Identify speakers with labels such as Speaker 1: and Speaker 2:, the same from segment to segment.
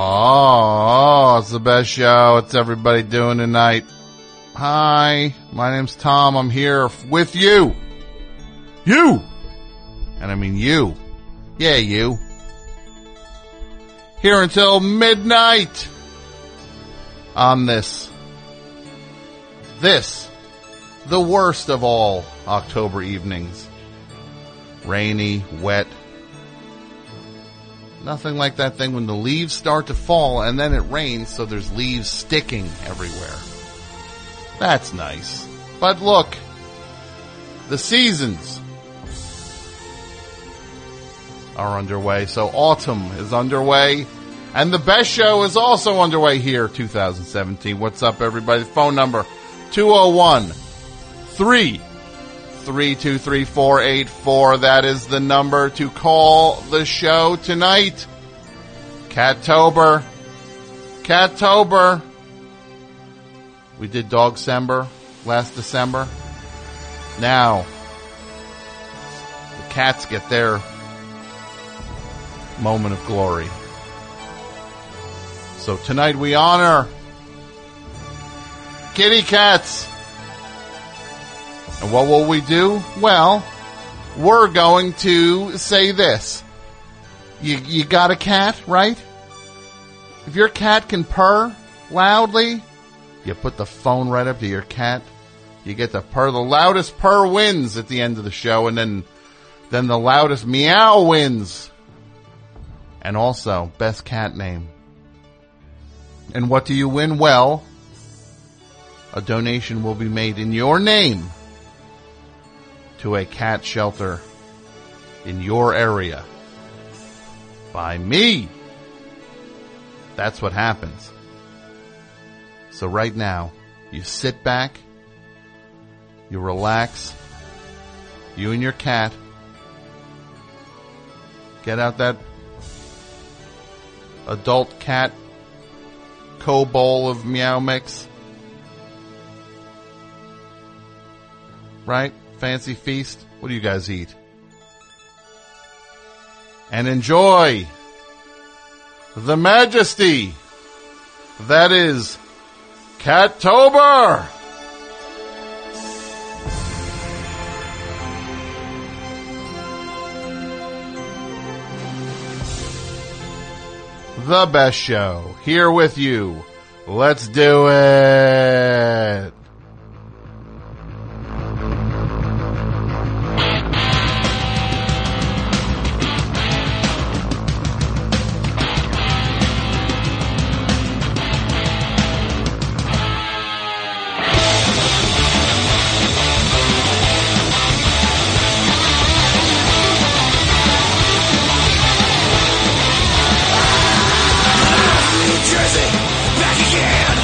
Speaker 1: Oh, oh, it's the best show. It's everybody doing tonight. Hi, my name's Tom. I'm here f- with you. You! And I mean you. Yeah, you. Here until midnight on this. This. The worst of all October evenings. Rainy, wet, Nothing like that thing when the leaves start to fall and then it rains so there's leaves sticking everywhere. That's nice. But look, the seasons are underway. So autumn is underway and the best show is also underway here 2017. What's up everybody? Phone number 201 3 323-484. That is the number to call the show tonight. Cattober. Cattober. We did Dog Sember last December. Now, the cats get their moment of glory. So tonight we honor kitty cats. And what will we do? Well, we're going to say this. You, you got a cat, right? If your cat can purr loudly, you put the phone right up to your cat. You get to purr. The loudest purr wins at the end of the show, and then, then the loudest meow wins. And also, best cat name. And what do you win? Well, a donation will be made in your name to a cat shelter in your area by me. That's what happens. So right now, you sit back, you relax, you and your cat, get out that adult cat co bowl of meow mix. right? Fancy feast. What do you guys eat? And enjoy the majesty that is Cattober. The best show here with you. Let's do it.
Speaker 2: New Jersey, back again.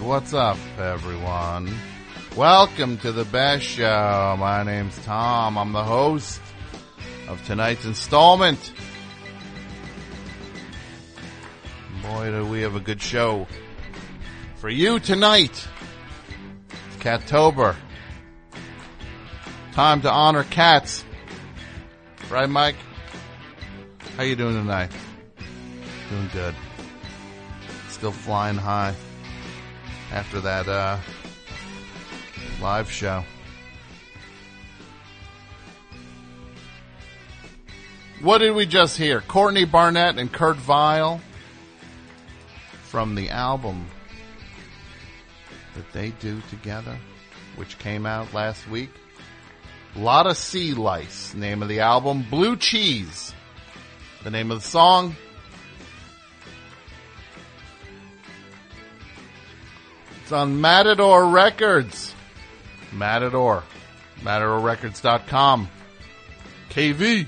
Speaker 1: What's up, everyone? Welcome to the best show. My name's Tom. I'm the host of tonight's installment. Boy, do we have a good show for you tonight. It's Cattober. Time to honor cats. Right, Mike? How you doing tonight? Doing good. Still flying high after that uh, live show. What did we just hear? Courtney Barnett and Kurt Vile from the album that they do together, which came out last week. Lot of Sea Lice, name of the album. Blue Cheese, the name of the song. It's on Matador Records. Matador. MatadorRecords.com. KV.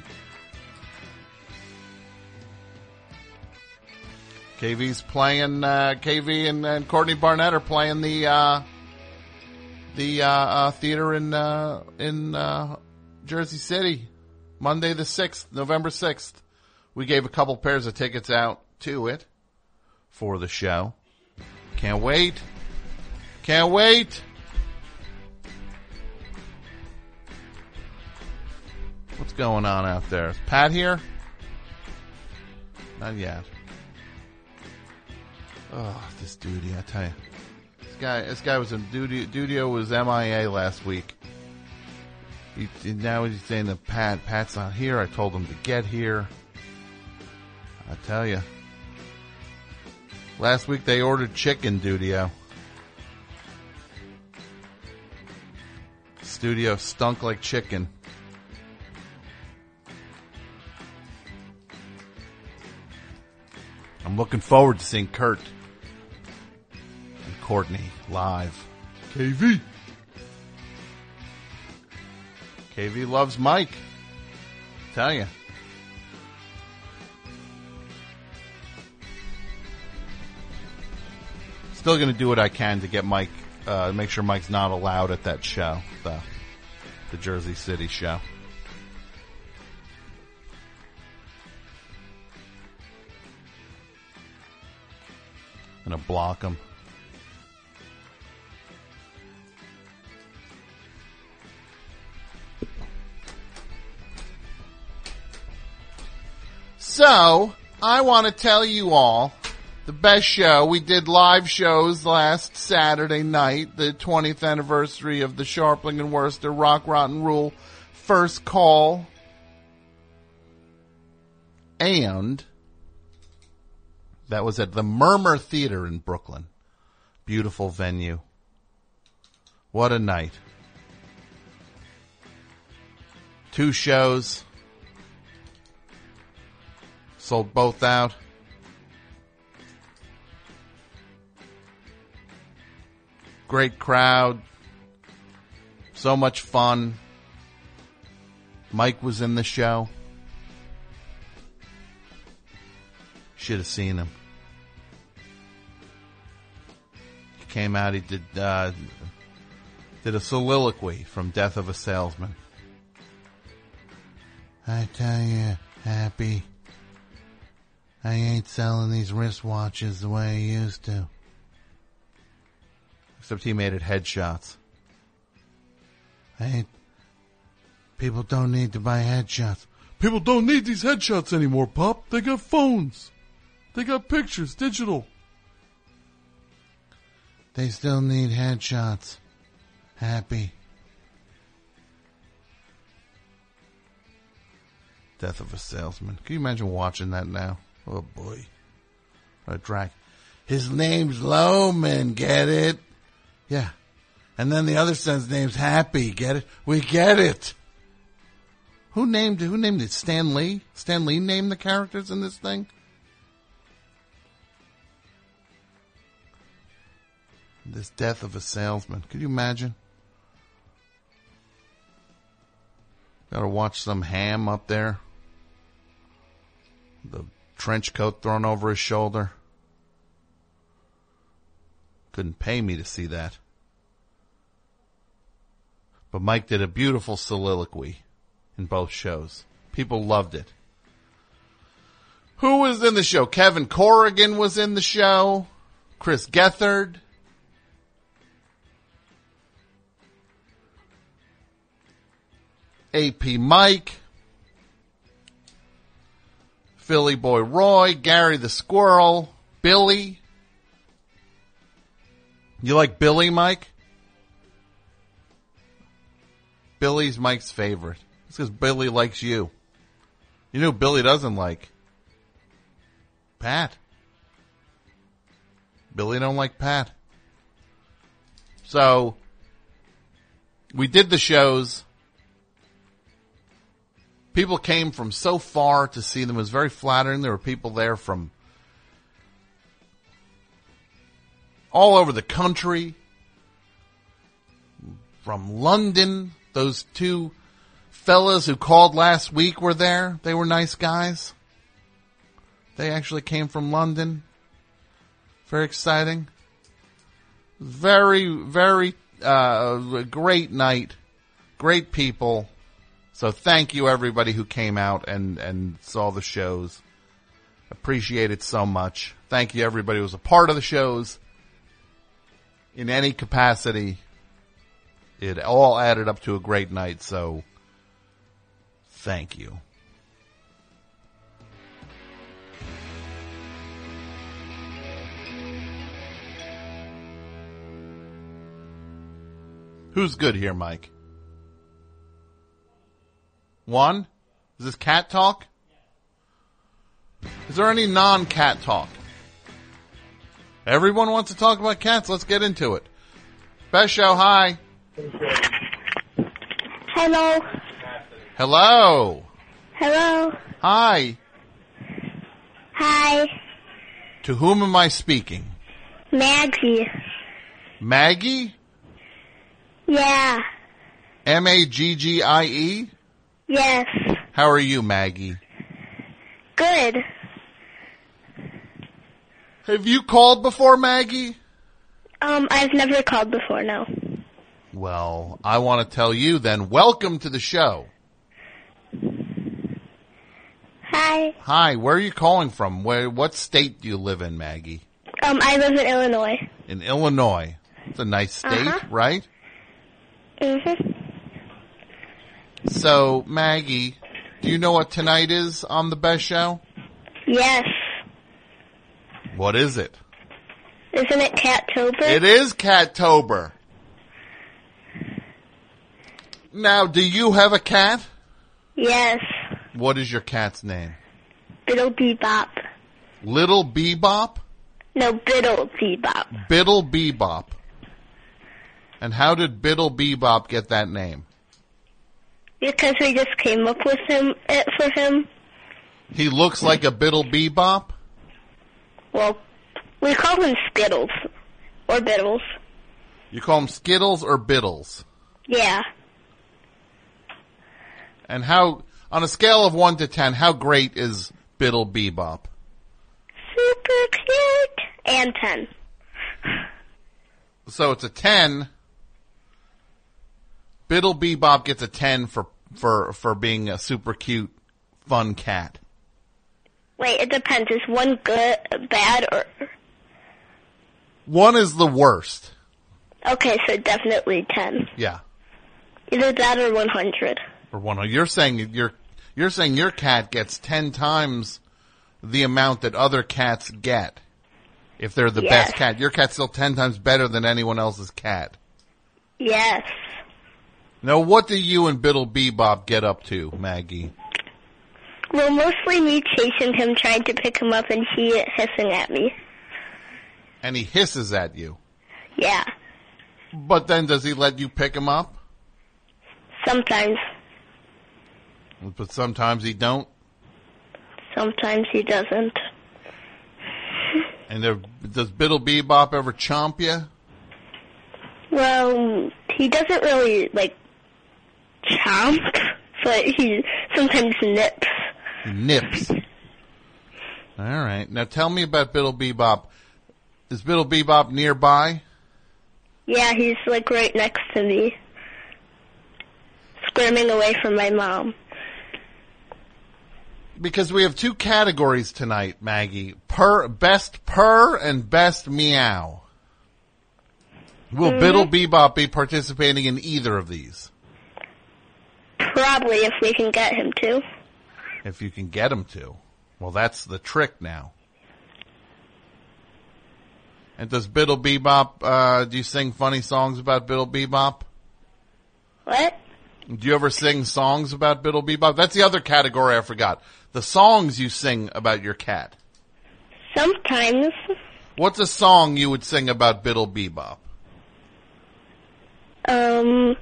Speaker 1: KV's playing, uh, KV and, and Courtney Barnett are playing the, uh, the uh, uh, theater in uh, in uh, Jersey City, Monday the sixth, November sixth. We gave a couple pairs of tickets out to it for the show. Can't wait! Can't wait! What's going on out there? Is Pat here? Not yet. Oh, this duty, I tell you. This guy, this guy was in Dudio. Dudio was MIA last week. He, he- now he's saying that Pat, Pat's not here. I told him to get here. I tell you. Last week they ordered chicken, Dudio. Studio stunk like chicken. I'm looking forward to seeing Kurt and Courtney live. KV. KV loves Mike. Tell you. Still going to do what I can to get Mike, uh, make sure Mike's not allowed at that show, the, the Jersey City show. Gonna block him. So, I want to tell you all the best show. We did live shows last Saturday night, the 20th anniversary of the Sharpling and Worcester Rock Rotten Rule first call. And that was at the Murmur Theater in Brooklyn. Beautiful venue. What a night. Two shows. Sold both out. Great crowd. So much fun. Mike was in the show. Should have seen him. He came out. He did uh, did a soliloquy from "Death of a Salesman." I tell you, Happy, I ain't selling these wristwatches the way I used to. Except he made it headshots. I ain't. People don't need to buy headshots. People don't need these headshots anymore, Pop. They got phones. They got pictures, digital. They still need headshots. Happy. Death of a salesman. Can you imagine watching that now? Oh boy. What a drag. His name's Loman, get it? Yeah. And then the other son's name's Happy, get it? We get it. Who named who named it? Stan Lee? Stan Lee named the characters in this thing? This death of a salesman. Could you imagine? Gotta watch some ham up there. The trench coat thrown over his shoulder. Couldn't pay me to see that. But Mike did a beautiful soliloquy in both shows. People loved it. Who was in the show? Kevin Corrigan was in the show. Chris Gethard. AP Mike. Philly Boy Roy. Gary the Squirrel. Billy. You like Billy, Mike? Billy's Mike's favorite. It's because Billy likes you. You know who Billy doesn't like? Pat. Billy don't like Pat. So we did the shows. People came from so far to see them. It was very flattering. There were people there from all over the country, from London. Those two fellas who called last week were there. They were nice guys. They actually came from London. Very exciting. Very, very uh, great night. Great people. So thank you everybody who came out and, and saw the shows. Appreciate it so much. Thank you everybody who was a part of the shows in any capacity. It all added up to a great night. So thank you. Who's good here, Mike? One? Is this cat talk? Is there any non cat talk? Everyone wants to talk about cats. Let's get into it. Best show, hi.
Speaker 3: Hello.
Speaker 1: Hello.
Speaker 3: Hello.
Speaker 1: Hi.
Speaker 3: Hi.
Speaker 1: To whom am I speaking?
Speaker 3: Maggie.
Speaker 1: Maggie?
Speaker 3: Yeah.
Speaker 1: M A G G I E?
Speaker 3: Yes.
Speaker 1: How are you, Maggie?
Speaker 3: Good.
Speaker 1: Have you called before, Maggie?
Speaker 3: Um, I've never called before, no.
Speaker 1: Well, I want to tell you then, welcome to the show.
Speaker 3: Hi.
Speaker 1: Hi, where are you calling from? Where, what state do you live in, Maggie?
Speaker 3: Um, I live in Illinois.
Speaker 1: In Illinois. It's a nice state,
Speaker 3: Uh-huh.
Speaker 1: right?
Speaker 3: Mhm.
Speaker 1: So, Maggie, do you know what tonight is on the best show?
Speaker 3: Yes.
Speaker 1: What is it?
Speaker 3: Isn't it Cattober?
Speaker 1: It is Cattober. Now, do you have a cat?
Speaker 3: Yes.
Speaker 1: What is your cat's name?
Speaker 3: Biddle Bebop.
Speaker 1: Little Bebop?
Speaker 3: No, Biddle Bebop.
Speaker 1: Biddle Bebop. And how did Biddle Bebop get that name?
Speaker 3: Because we just came up with him it for him.
Speaker 1: He looks like a Biddle Bebop?
Speaker 3: Well, we call him Skittles or Biddles.
Speaker 1: You call him Skittles or Biddles?
Speaker 3: Yeah.
Speaker 1: And how, on a scale of 1 to 10, how great is Biddle Bebop?
Speaker 3: Super cute. And ten.
Speaker 1: So it's a 10. Biddle Bebop gets a 10 for, for, for being a super cute, fun cat.
Speaker 3: Wait, it depends. Is one good, bad, or
Speaker 1: One is the worst.
Speaker 3: okay? So definitely ten.
Speaker 1: Yeah.
Speaker 3: Either that or one hundred.
Speaker 1: Or one. oh, You're saying that your, you're saying your cat gets 10 times the amount that other cats get. If they're the
Speaker 3: Yes.
Speaker 1: best cat. Your cat's still 10 times better than anyone else's cat.
Speaker 3: Yes.
Speaker 1: Now what do you and Biddle Bebop get up to, Maggie?
Speaker 3: Well, mostly me chasing him, trying to pick him up, and he hissing at me.
Speaker 1: And he hisses at you.
Speaker 3: Yeah.
Speaker 1: But then does he let you pick him up?
Speaker 3: Sometimes,
Speaker 1: But sometimes he don't.
Speaker 3: sometimes he doesn't.
Speaker 1: And there, does Biddle Bebop ever chomp you?
Speaker 3: Well, he doesn't really like chomp, but he sometimes nips.
Speaker 1: Nips. All right. Now tell me about Biddle Bebop. Is Biddle Bebop nearby?
Speaker 3: Yeah, he's like right next to me, squirming away from my mom.
Speaker 1: Because we have two categories tonight, Maggie. Purr, best purr and best meow. Will Biddle Bebop be participating in either of these?
Speaker 3: Probably if we can get him to.
Speaker 1: If you can get him to. Well, that's the trick now. And does Biddle Bebop, uh, do you sing funny songs about Biddle Bebop?
Speaker 3: What?
Speaker 1: Do you ever sing songs about Biddle Bebop? That's the other category I forgot. The songs you sing about your cat.
Speaker 3: Sometimes
Speaker 1: What's a song you would sing about Biddle Bebop?
Speaker 3: Um,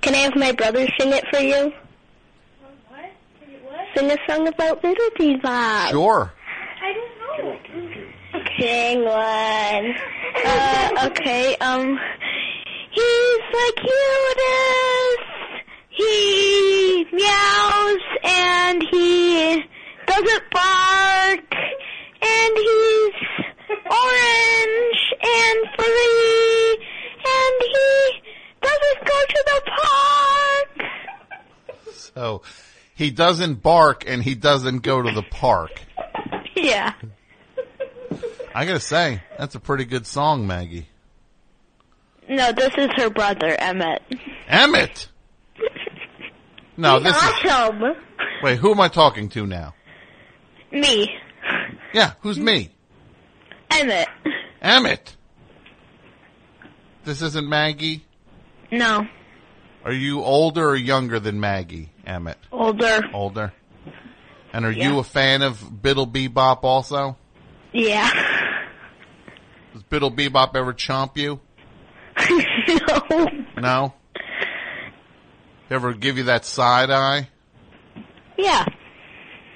Speaker 3: can I have my brother sing it for you?
Speaker 4: What? What?
Speaker 3: Sing a song about Little Bebop.
Speaker 1: Sure.
Speaker 4: I don't know.
Speaker 3: Sing one. Uh, okay, um, he's the cutest. He meows and he doesn't bark and he's orange and furry and he doesn't go to the park.
Speaker 1: So he doesn't bark and he doesn't go to the park.
Speaker 3: Yeah.
Speaker 1: I gotta say, that's a pretty good song, Maggie.
Speaker 3: No, this is her brother, Emmett.
Speaker 1: Emmett! No, this is,
Speaker 3: Awesome.
Speaker 1: wait, who am I talking to now?
Speaker 3: Me.
Speaker 1: Yeah, who's me?
Speaker 3: Emmett.
Speaker 1: Emmett! This isn't Maggie?
Speaker 3: No.
Speaker 1: Are you older or younger than Maggie, Emmett?
Speaker 3: Older.
Speaker 1: Older. And are you a fan of Biddle Bebop also?
Speaker 3: Yeah.
Speaker 1: Does Biddle Bebop ever chomp you?
Speaker 3: no.
Speaker 1: No? Ever give you that side eye?
Speaker 3: Yeah.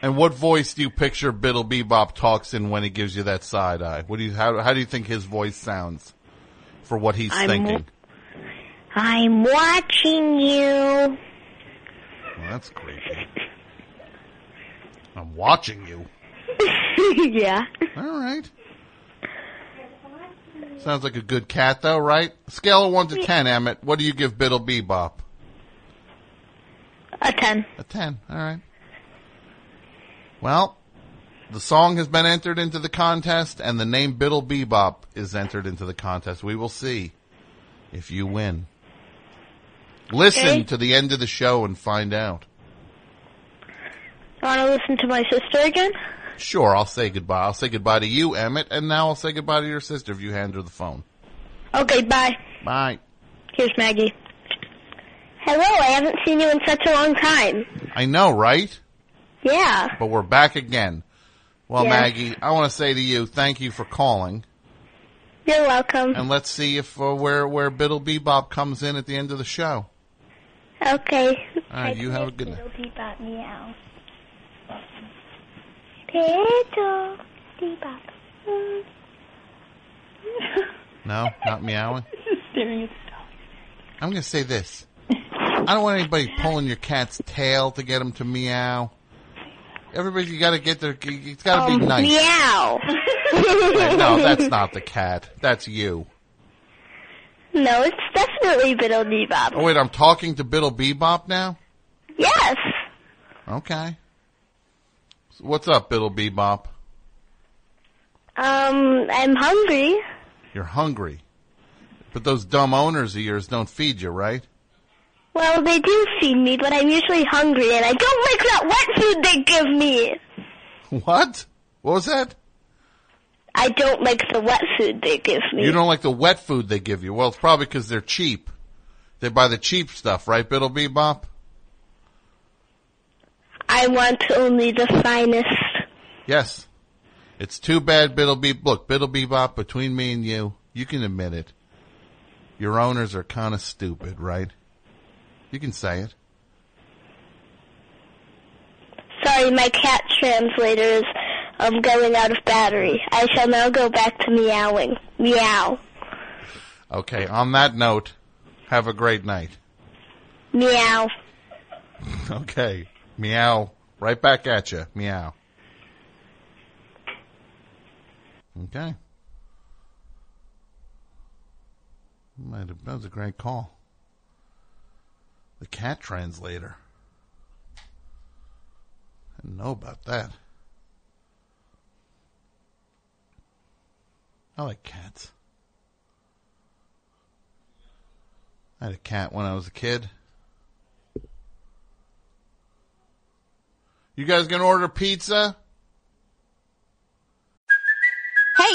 Speaker 1: And what voice do you picture Biddle Bebop talks in when he gives you that side eye? What do you how how do you think his voice sounds for what he's
Speaker 3: I'm-
Speaker 1: thinking?
Speaker 3: I'm watching you.
Speaker 1: Well, that's creepy. I'm watching you.
Speaker 3: yeah.
Speaker 1: All right. Sounds like a good cat, though, right? Scale of one to ten, Emmett. What do you give Biddle Bebop?
Speaker 3: A ten.
Speaker 1: A ten. All right. Well, the song has been entered into the contest, and the name Biddle Bebop is entered into the contest. We will see if you win. Listen
Speaker 3: Okay.
Speaker 1: to the end of the show and find out.
Speaker 3: Want to listen to my sister again?
Speaker 1: Sure, I'll say goodbye. I'll say goodbye to you, Emmett, and now I'll say goodbye to your sister if you hand her the phone.
Speaker 3: Okay, bye.
Speaker 1: Bye.
Speaker 3: Here's Maggie. Hello, I haven't seen you in such a long time.
Speaker 1: I know, right?
Speaker 3: Yeah.
Speaker 1: But we're back again. Well,
Speaker 3: Yes.
Speaker 1: Maggie, I want to say to you, thank you for calling.
Speaker 3: You're welcome.
Speaker 1: and let's see if uh, where where Biddle Bebop comes in at the end of the show.
Speaker 3: okay.
Speaker 1: All right, you have a good night.
Speaker 4: Little Bebop meow. Little Bebop.
Speaker 1: No, not meowing.
Speaker 4: Staring at stuff.
Speaker 1: I'm gonna say this. I don't want anybody pulling your cat's tail to get him to meow. Everybody, you gotta get their. It's gotta be nice.
Speaker 3: Meow.
Speaker 1: No, that's not the cat. That's you.
Speaker 3: No, it's definitely Biddle Bebop.
Speaker 1: Oh wait, I'm talking to Biddle Bebop now.
Speaker 3: Yes.
Speaker 1: Okay. So what's up, Biddle Bebop?
Speaker 3: Um, I'm hungry.
Speaker 1: You're hungry, but those dumb owners of yours don't feed you, right?
Speaker 3: Well, they do feed me, but I'm usually hungry, and I don't like that wet food they give me.
Speaker 1: What? What was that?
Speaker 3: I don't like the wet food they give me.
Speaker 1: You don't like the wet food they give you. Well, it's probably because they're cheap. They buy the cheap stuff, right, Biddle Bebop?
Speaker 3: I want only the finest.
Speaker 1: Yes. It's too bad, Biddle Bebop. Look, Biddle Bebop, between me and you, you can admit it. Your owners are kind of stupid, right? You can say it.
Speaker 3: Sorry, my cat translator is um, going out of battery. I shall now go back to meowing. Meow.
Speaker 1: Okay, on that note, have a great night.
Speaker 3: Meow.
Speaker 1: Okay. Meow. Right back at you. Meow. Okay. Might have, that was a great call. The cat translator. I didn't know about that. I like cats. I had a cat when I was a kid. You guys gonna order pizza?
Speaker 5: Hey,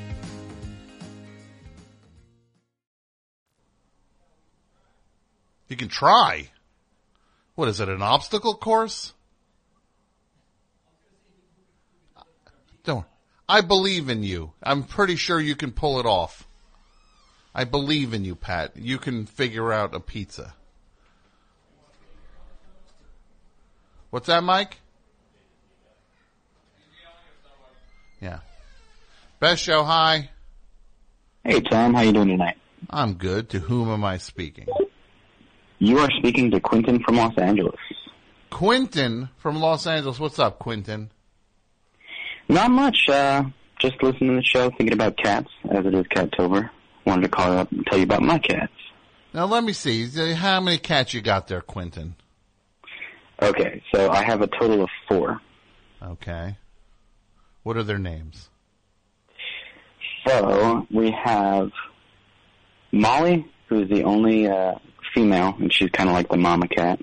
Speaker 1: You can try. What is it, an obstacle course? Don't. I believe in you. I'm pretty sure you can pull it off. I believe in you, Pat. You can figure out a pizza. What's that, Mike? Yeah. Best show, hi.
Speaker 6: Hey Tom, how you doing tonight?
Speaker 1: I'm good. To whom am I speaking?
Speaker 6: You are speaking to Quentin from Los Angeles.
Speaker 1: Quentin from Los Angeles. What's up, Quentin?
Speaker 6: Not much. Uh, just listening to the show, thinking about cats, as it is Cattober. Wanted to call up and tell you about my cats.
Speaker 1: Now let me see. Uh, How many cats you got there, Quentin?
Speaker 6: Okay, so I have a total of four.
Speaker 1: Okay. What are their names?
Speaker 6: So we have Molly, who's the only uh, female, and she's kind of like the mama cat.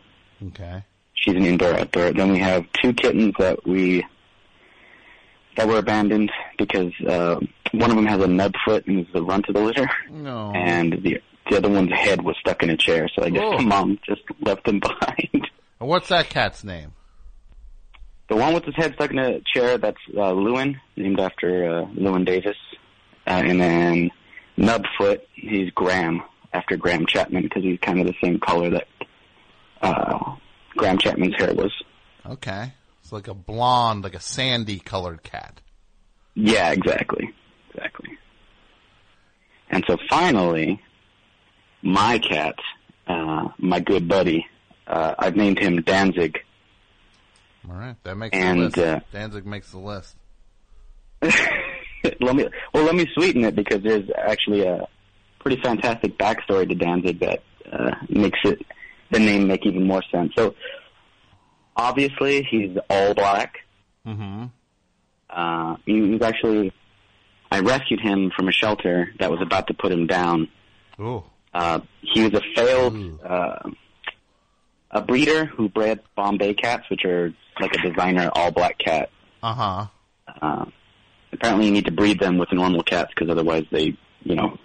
Speaker 1: Okay.
Speaker 6: She's an indoor outdoor. Then we have two kittens that we that were abandoned because uh, one of them has a nub foot and is the runt of the litter.
Speaker 1: No.
Speaker 6: and the the other one's head was stuck in a chair, so I guess
Speaker 1: Oh.
Speaker 6: the mom just left him behind.
Speaker 1: And What's that cat's name?
Speaker 6: The one with his head stuck in a chair, that's uh, Lewin, named after uh, Lewin Davis. Uh, and then Nubfoot, he's Graham, after Graham Chapman, because he's kind of the same color that uh, Graham Chapman's hair was.
Speaker 1: Okay. It's like a blonde, like a sandy colored cat.
Speaker 6: Yeah, exactly. Exactly. And so finally, my cat, uh, my good buddy, uh, I've named him Danzig.
Speaker 1: All right. That makes
Speaker 6: And,
Speaker 1: the list.
Speaker 6: uh,
Speaker 1: Danzig makes the list.
Speaker 6: let me well let me sweeten it because there's actually a pretty fantastic backstory to Danzig that uh, makes it the name make even more sense. So obviously he's all black.
Speaker 1: Mm-hmm.
Speaker 6: Uh, he was actually I rescued him from a shelter that was about to put him down.
Speaker 1: Ooh.
Speaker 6: Uh, he was a failed uh, a breeder who bred Bombay cats, which are like a designer all black cat.
Speaker 1: Uh huh.
Speaker 6: Uh, apparently you need to breed them with normal cats because otherwise they, you know,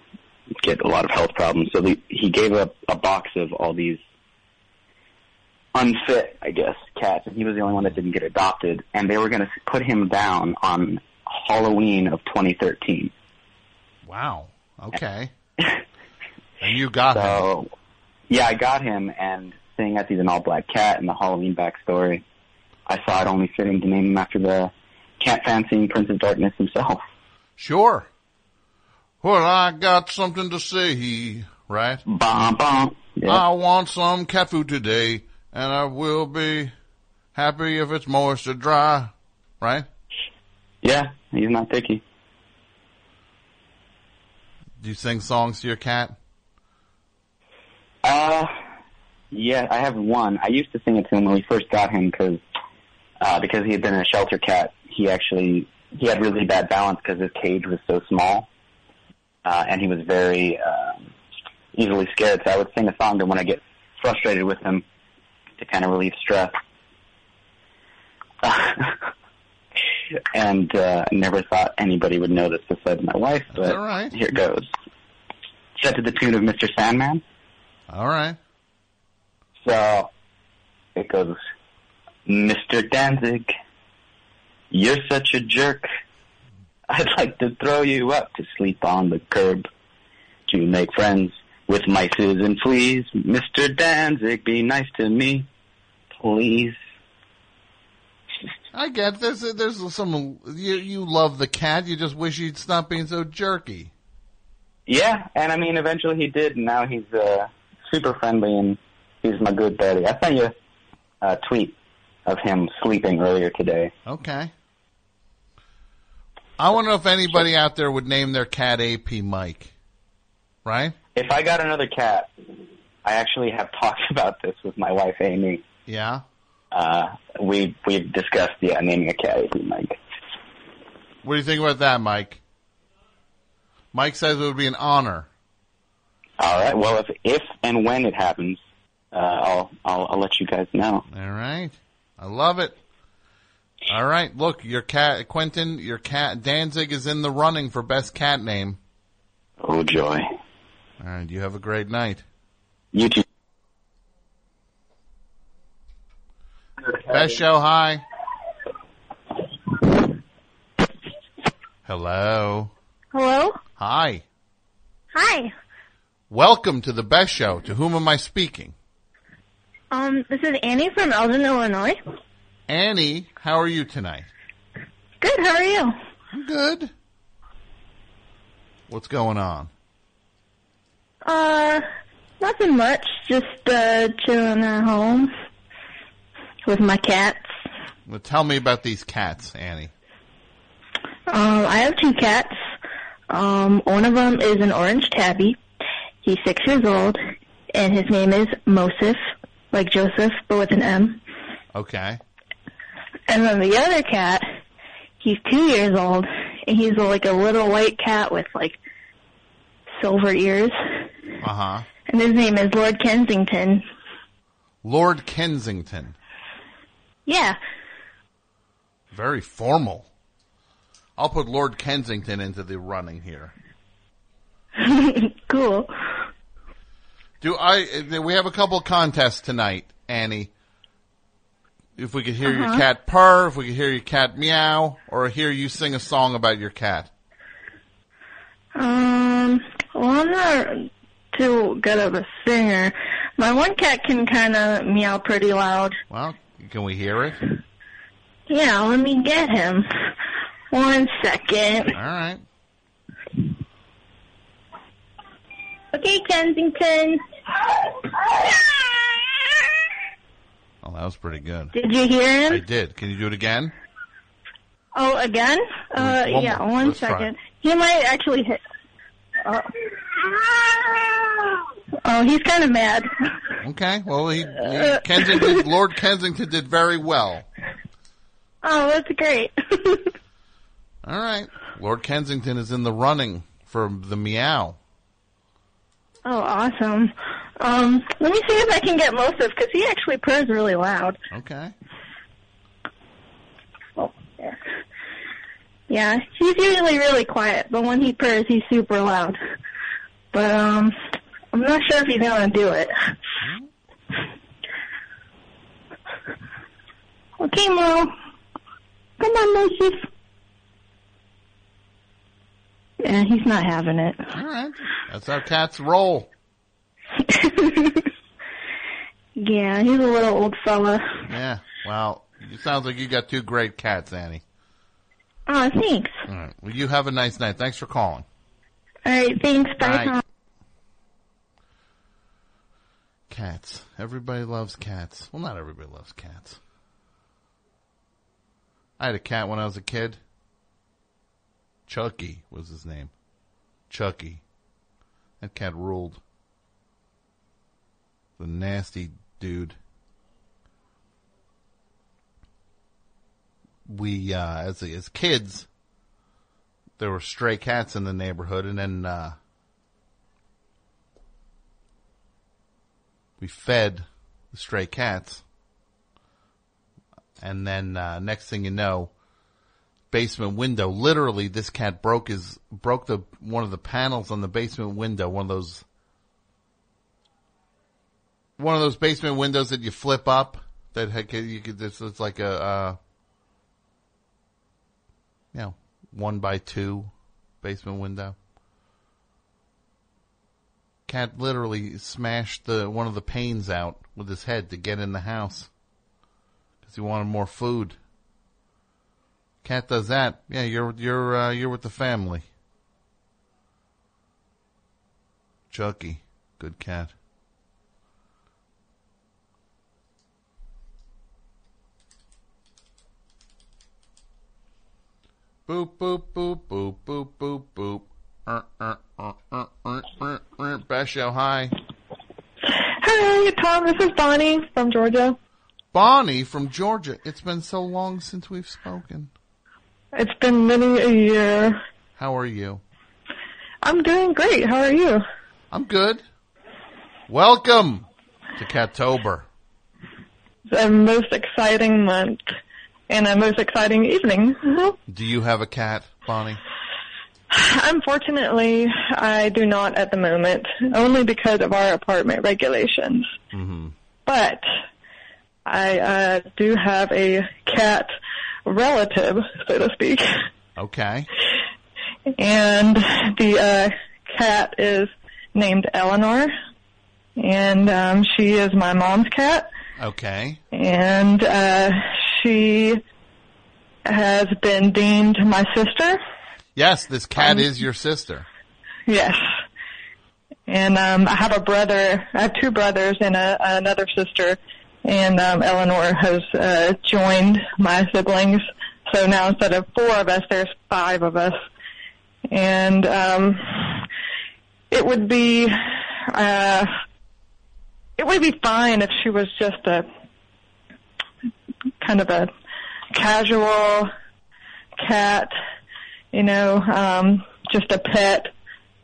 Speaker 6: get a lot of health problems. So the, he gave up a box of all these unfit, I guess, cats, and he was the only one that didn't get adopted. And they were going to put him down on Halloween of 2013.
Speaker 1: Wow. Okay. and you got him.
Speaker 6: So, yeah, I got him, and seeing that he's an all-black cat and the Halloween backstory, I saw it only fitting to name him after the cat fancying Prince of Darkness himself.
Speaker 1: Sure. Well, I got something to see, right?
Speaker 6: Bah, bah. Yeah.
Speaker 1: I want some cat food today, and I will be happy if it's moist or dry. Right?
Speaker 6: yeah, he's not picky.
Speaker 1: Do you sing songs to your cat?
Speaker 6: Uh, yeah, I have one. I used to sing it to him when we first got him because uh, because he had been a shelter cat. He actually he had really bad balance because his cage was so small, uh, and he was very um easily scared. So I would sing a song to him when I get frustrated with him to kind of relieve stress. and uh, I never thought anybody would notice besides my wife, but
Speaker 1: all right.
Speaker 6: here goes. Set to the tune of Mr. Sandman.
Speaker 1: All right.
Speaker 6: So it goes, Mr. Danzig, you're such a jerk. I'd like to throw you up to sleep on the curb to make friends with mices and fleas. Mr. Danzig, be nice to me, please.
Speaker 1: I get there's there's some you you love the cat. You just wish he'd stop being so jerky.
Speaker 6: Yeah, and I mean, eventually he did, and now he's uh, super friendly and he's my good buddy. I sent you a tweet of him sleeping earlier today.
Speaker 1: Okay. I want to know if anybody out there would name their cat AP Mike. Right?
Speaker 6: If I got another cat, I actually have talked about this with my wife Amy.
Speaker 1: Yeah.
Speaker 6: Uh, we we've discussed yeah naming a cat if you like.
Speaker 1: What do you think about that, Mike? Mike says it would be an honor.
Speaker 6: All right. Well, if if and when it happens, uh, I'll, I'll I'll let you guys know.
Speaker 1: All right. I love it. All right. Look, your cat, Quentin, your cat, Danzig is in the running for best cat name.
Speaker 6: Oh joy!
Speaker 1: All right. You have a great night.
Speaker 6: You too.
Speaker 1: Best show. Hi. Hello.
Speaker 7: Hello?
Speaker 1: Hi.
Speaker 7: Hi.
Speaker 1: Welcome to the best show. To whom am I speaking?
Speaker 7: Um, this is Annie from Eldon, Illinois.
Speaker 1: Annie, how are you tonight?
Speaker 7: Good, how are you?
Speaker 1: I'm good. What's going on?
Speaker 7: Uh, nothing much. Just, uh, chilling at home with my cats.
Speaker 1: Well, tell me about these cats, Annie.
Speaker 7: Um, I have two cats. Um, one of them is an orange tabby. He's six years old, and his name is Mosif, like Joseph, but with an M.
Speaker 1: Okay.
Speaker 7: And then the other cat, he's two years old, and he's like a little white cat with like silver ears.
Speaker 1: Uh huh.
Speaker 7: And his name is Lord Kensington.
Speaker 1: Lord Kensington.
Speaker 7: Yeah.
Speaker 1: Very formal. I'll put Lord Kensington into the running here.
Speaker 7: cool.
Speaker 1: Do I? uh, We have a couple contests tonight, Annie. If we could hear
Speaker 7: Uh-huh.
Speaker 1: your cat purr, if we could hear your cat meow, or hear you sing a song about your cat.
Speaker 7: Um, well, I'm not too good of a singer. My one cat can kind of meow pretty loud.
Speaker 1: Well, can we hear it?
Speaker 7: Yeah, let me get him. One second.
Speaker 1: All right.
Speaker 7: Okay, Kensington.
Speaker 1: Well, that was pretty good.
Speaker 7: Did you hear
Speaker 1: I
Speaker 7: him?
Speaker 1: did. Can you do it again?
Speaker 7: Oh, again? Uh,
Speaker 1: One
Speaker 7: yeah,
Speaker 1: more.
Speaker 7: one
Speaker 1: Let's try
Speaker 7: second.
Speaker 1: it.
Speaker 7: He might actually hit. Oh, oh he's kind of mad.
Speaker 1: Okay. Well, he, he Kensington, Lord Kensington did very well.
Speaker 7: Oh, that's great.
Speaker 1: All right. Lord Kensington is in the running for the meow.
Speaker 7: oh, awesome. Um, let me see if I can get most of because he actually purrs really loud.
Speaker 1: Okay.
Speaker 7: Oh, there. Yeah, he's usually really quiet, but when he purrs, he's super loud. But um, I'm not sure if he's gonna do it. Okay, Mo. Come on, Moses. Yeah, he's not having it.
Speaker 1: All right. That's how cats roll.
Speaker 7: yeah, he's a little old fella.
Speaker 1: Yeah. Well, it sounds like you got two great cats, Annie.
Speaker 7: Oh, thanks.
Speaker 1: All right. Well, you have a nice night. Thanks for calling.
Speaker 7: All right, thanks. Bye.
Speaker 1: Bye.
Speaker 7: Tom.
Speaker 1: Cats. Everybody loves cats. Well, not everybody loves cats. I had a cat when I was a kid. Chucky was his name. Chucky. That cat ruled. The nasty dude. We, uh, as, as kids, there were stray cats in the neighborhood and then, uh, we fed the stray cats. And then, uh, next thing you know, basement window, literally this cat broke his, broke the, one of the panels on the basement window, one of those, one of those basement windows that you flip up that had, you could, it's, it's like a, uh, you know, one by two basement window. Cat literally smashed the one of the panes out with his head to get in the house because he wanted more food. Cat does that. Yeah, you're you're uh, you're with the family. Chucky, good cat. Boop boop boop boop boop boop boop. Er, er, er, er, er, er, er. Basho, hi.
Speaker 8: Hi, Tom. um, This is Bonnie from Georgia.
Speaker 1: Bonnie from Georgia. It's been so long since we've spoken.
Speaker 8: It's been many a year.
Speaker 1: How are you?
Speaker 8: I'm doing great. How are you?
Speaker 1: I'm good. Welcome to Cattober.
Speaker 8: It's a most exciting month and a most exciting evening.
Speaker 1: Do you have a cat, Bonnie?
Speaker 8: Unfortunately, I do not at the moment, only because of our apartment regulations. But I uh, do have a cat relative, so to speak,
Speaker 1: Okay.
Speaker 8: and the uh, cat is named Eleanor, and um, she is my mom's cat.
Speaker 1: Okay.
Speaker 8: and uh, she has been deemed my sister.
Speaker 1: Yes, this cat
Speaker 8: Um,
Speaker 1: is your sister.
Speaker 8: Yes, and um, I have a brother. I have two brothers and a, another sister. And um, Eleanor has uh, joined my siblings, so now instead of four of us, there's five of us. And um, it would be uh, it would be fine if she was just a kind of a casual cat, you know, um, just a pet.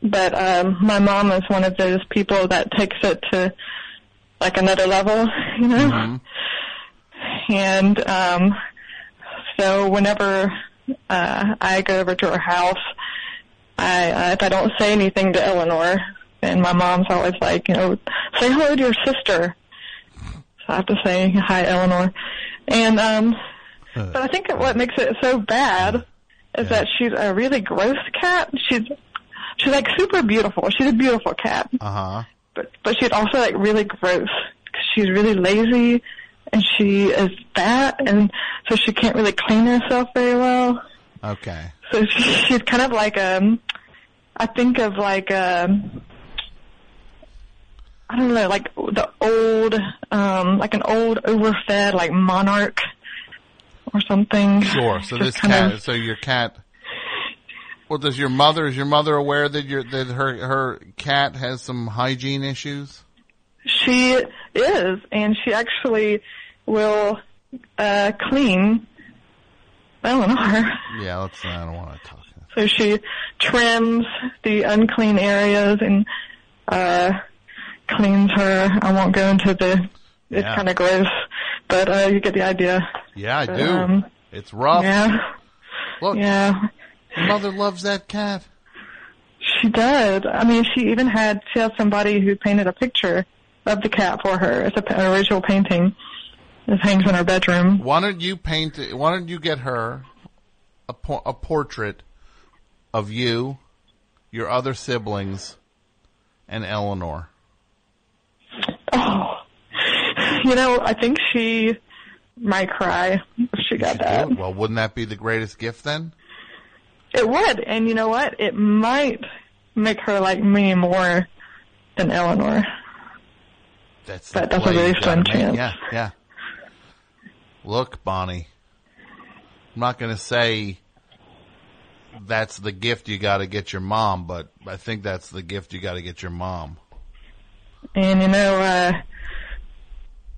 Speaker 8: But um, my mom is one of those people that takes it to like another level, you know. And um, so whenever uh, I go over to her house, I uh, if I don't say anything to Eleanor, then my mom's always like, you know, say hello to your sister. So I have to say hi, Eleanor. And um, but I think that what makes it so bad is that she's a really gross cat. She's she's like super beautiful. She's a beautiful cat,
Speaker 1: Uh huh.
Speaker 8: but but she's also like really gross. 'cause She's really lazy, and she is fat, and so she can't really clean herself very well.
Speaker 1: Okay.
Speaker 8: So she, she's kind of like um, I think of like um, I don't know, like the old, um, like an old overfed like monarch or something.
Speaker 1: Sure. So
Speaker 8: Just
Speaker 1: this
Speaker 8: kind
Speaker 1: cat.
Speaker 8: of-
Speaker 1: So your cat. Well, does your mother is your mother aware that your that her her cat has some hygiene issues?
Speaker 8: she is, and she actually will uh, clean Eleanor.
Speaker 1: Yeah. Let's. I don't want to talk.
Speaker 8: So she trims the unclean areas and uh, cleans her. I won't go into the. It's
Speaker 1: Yeah.
Speaker 8: kind of gross, but uh, you get the idea.
Speaker 1: Yeah, I do.
Speaker 8: Um,
Speaker 1: it's rough.
Speaker 8: Yeah,
Speaker 1: Look,
Speaker 8: yeah.
Speaker 1: your mother loves that cat.
Speaker 8: She does. I mean, she even had she had somebody who painted a picture of the cat for her. It's a, p- an original painting. It hangs in her bedroom.
Speaker 1: Why don't you paint? Why don't you get her a por- a portrait of you, your other siblings, and Eleanor?
Speaker 8: Oh, you know, I think she might cry if she
Speaker 1: You
Speaker 8: got
Speaker 1: should do
Speaker 8: that.
Speaker 1: it. Well, wouldn't that be the greatest gift then?
Speaker 8: It would, and you know what? It might make her like me more than Eleanor.
Speaker 1: That's
Speaker 8: That-
Speaker 1: the
Speaker 8: that's a
Speaker 1: play
Speaker 8: very
Speaker 1: you gotta
Speaker 8: slim
Speaker 1: make.
Speaker 8: chance.
Speaker 1: Yeah, yeah. Look, Bonnie, I'm not going to say that's the gift you got to get your mom, but I think that's the gift you got to get your mom.
Speaker 8: And you know, uh,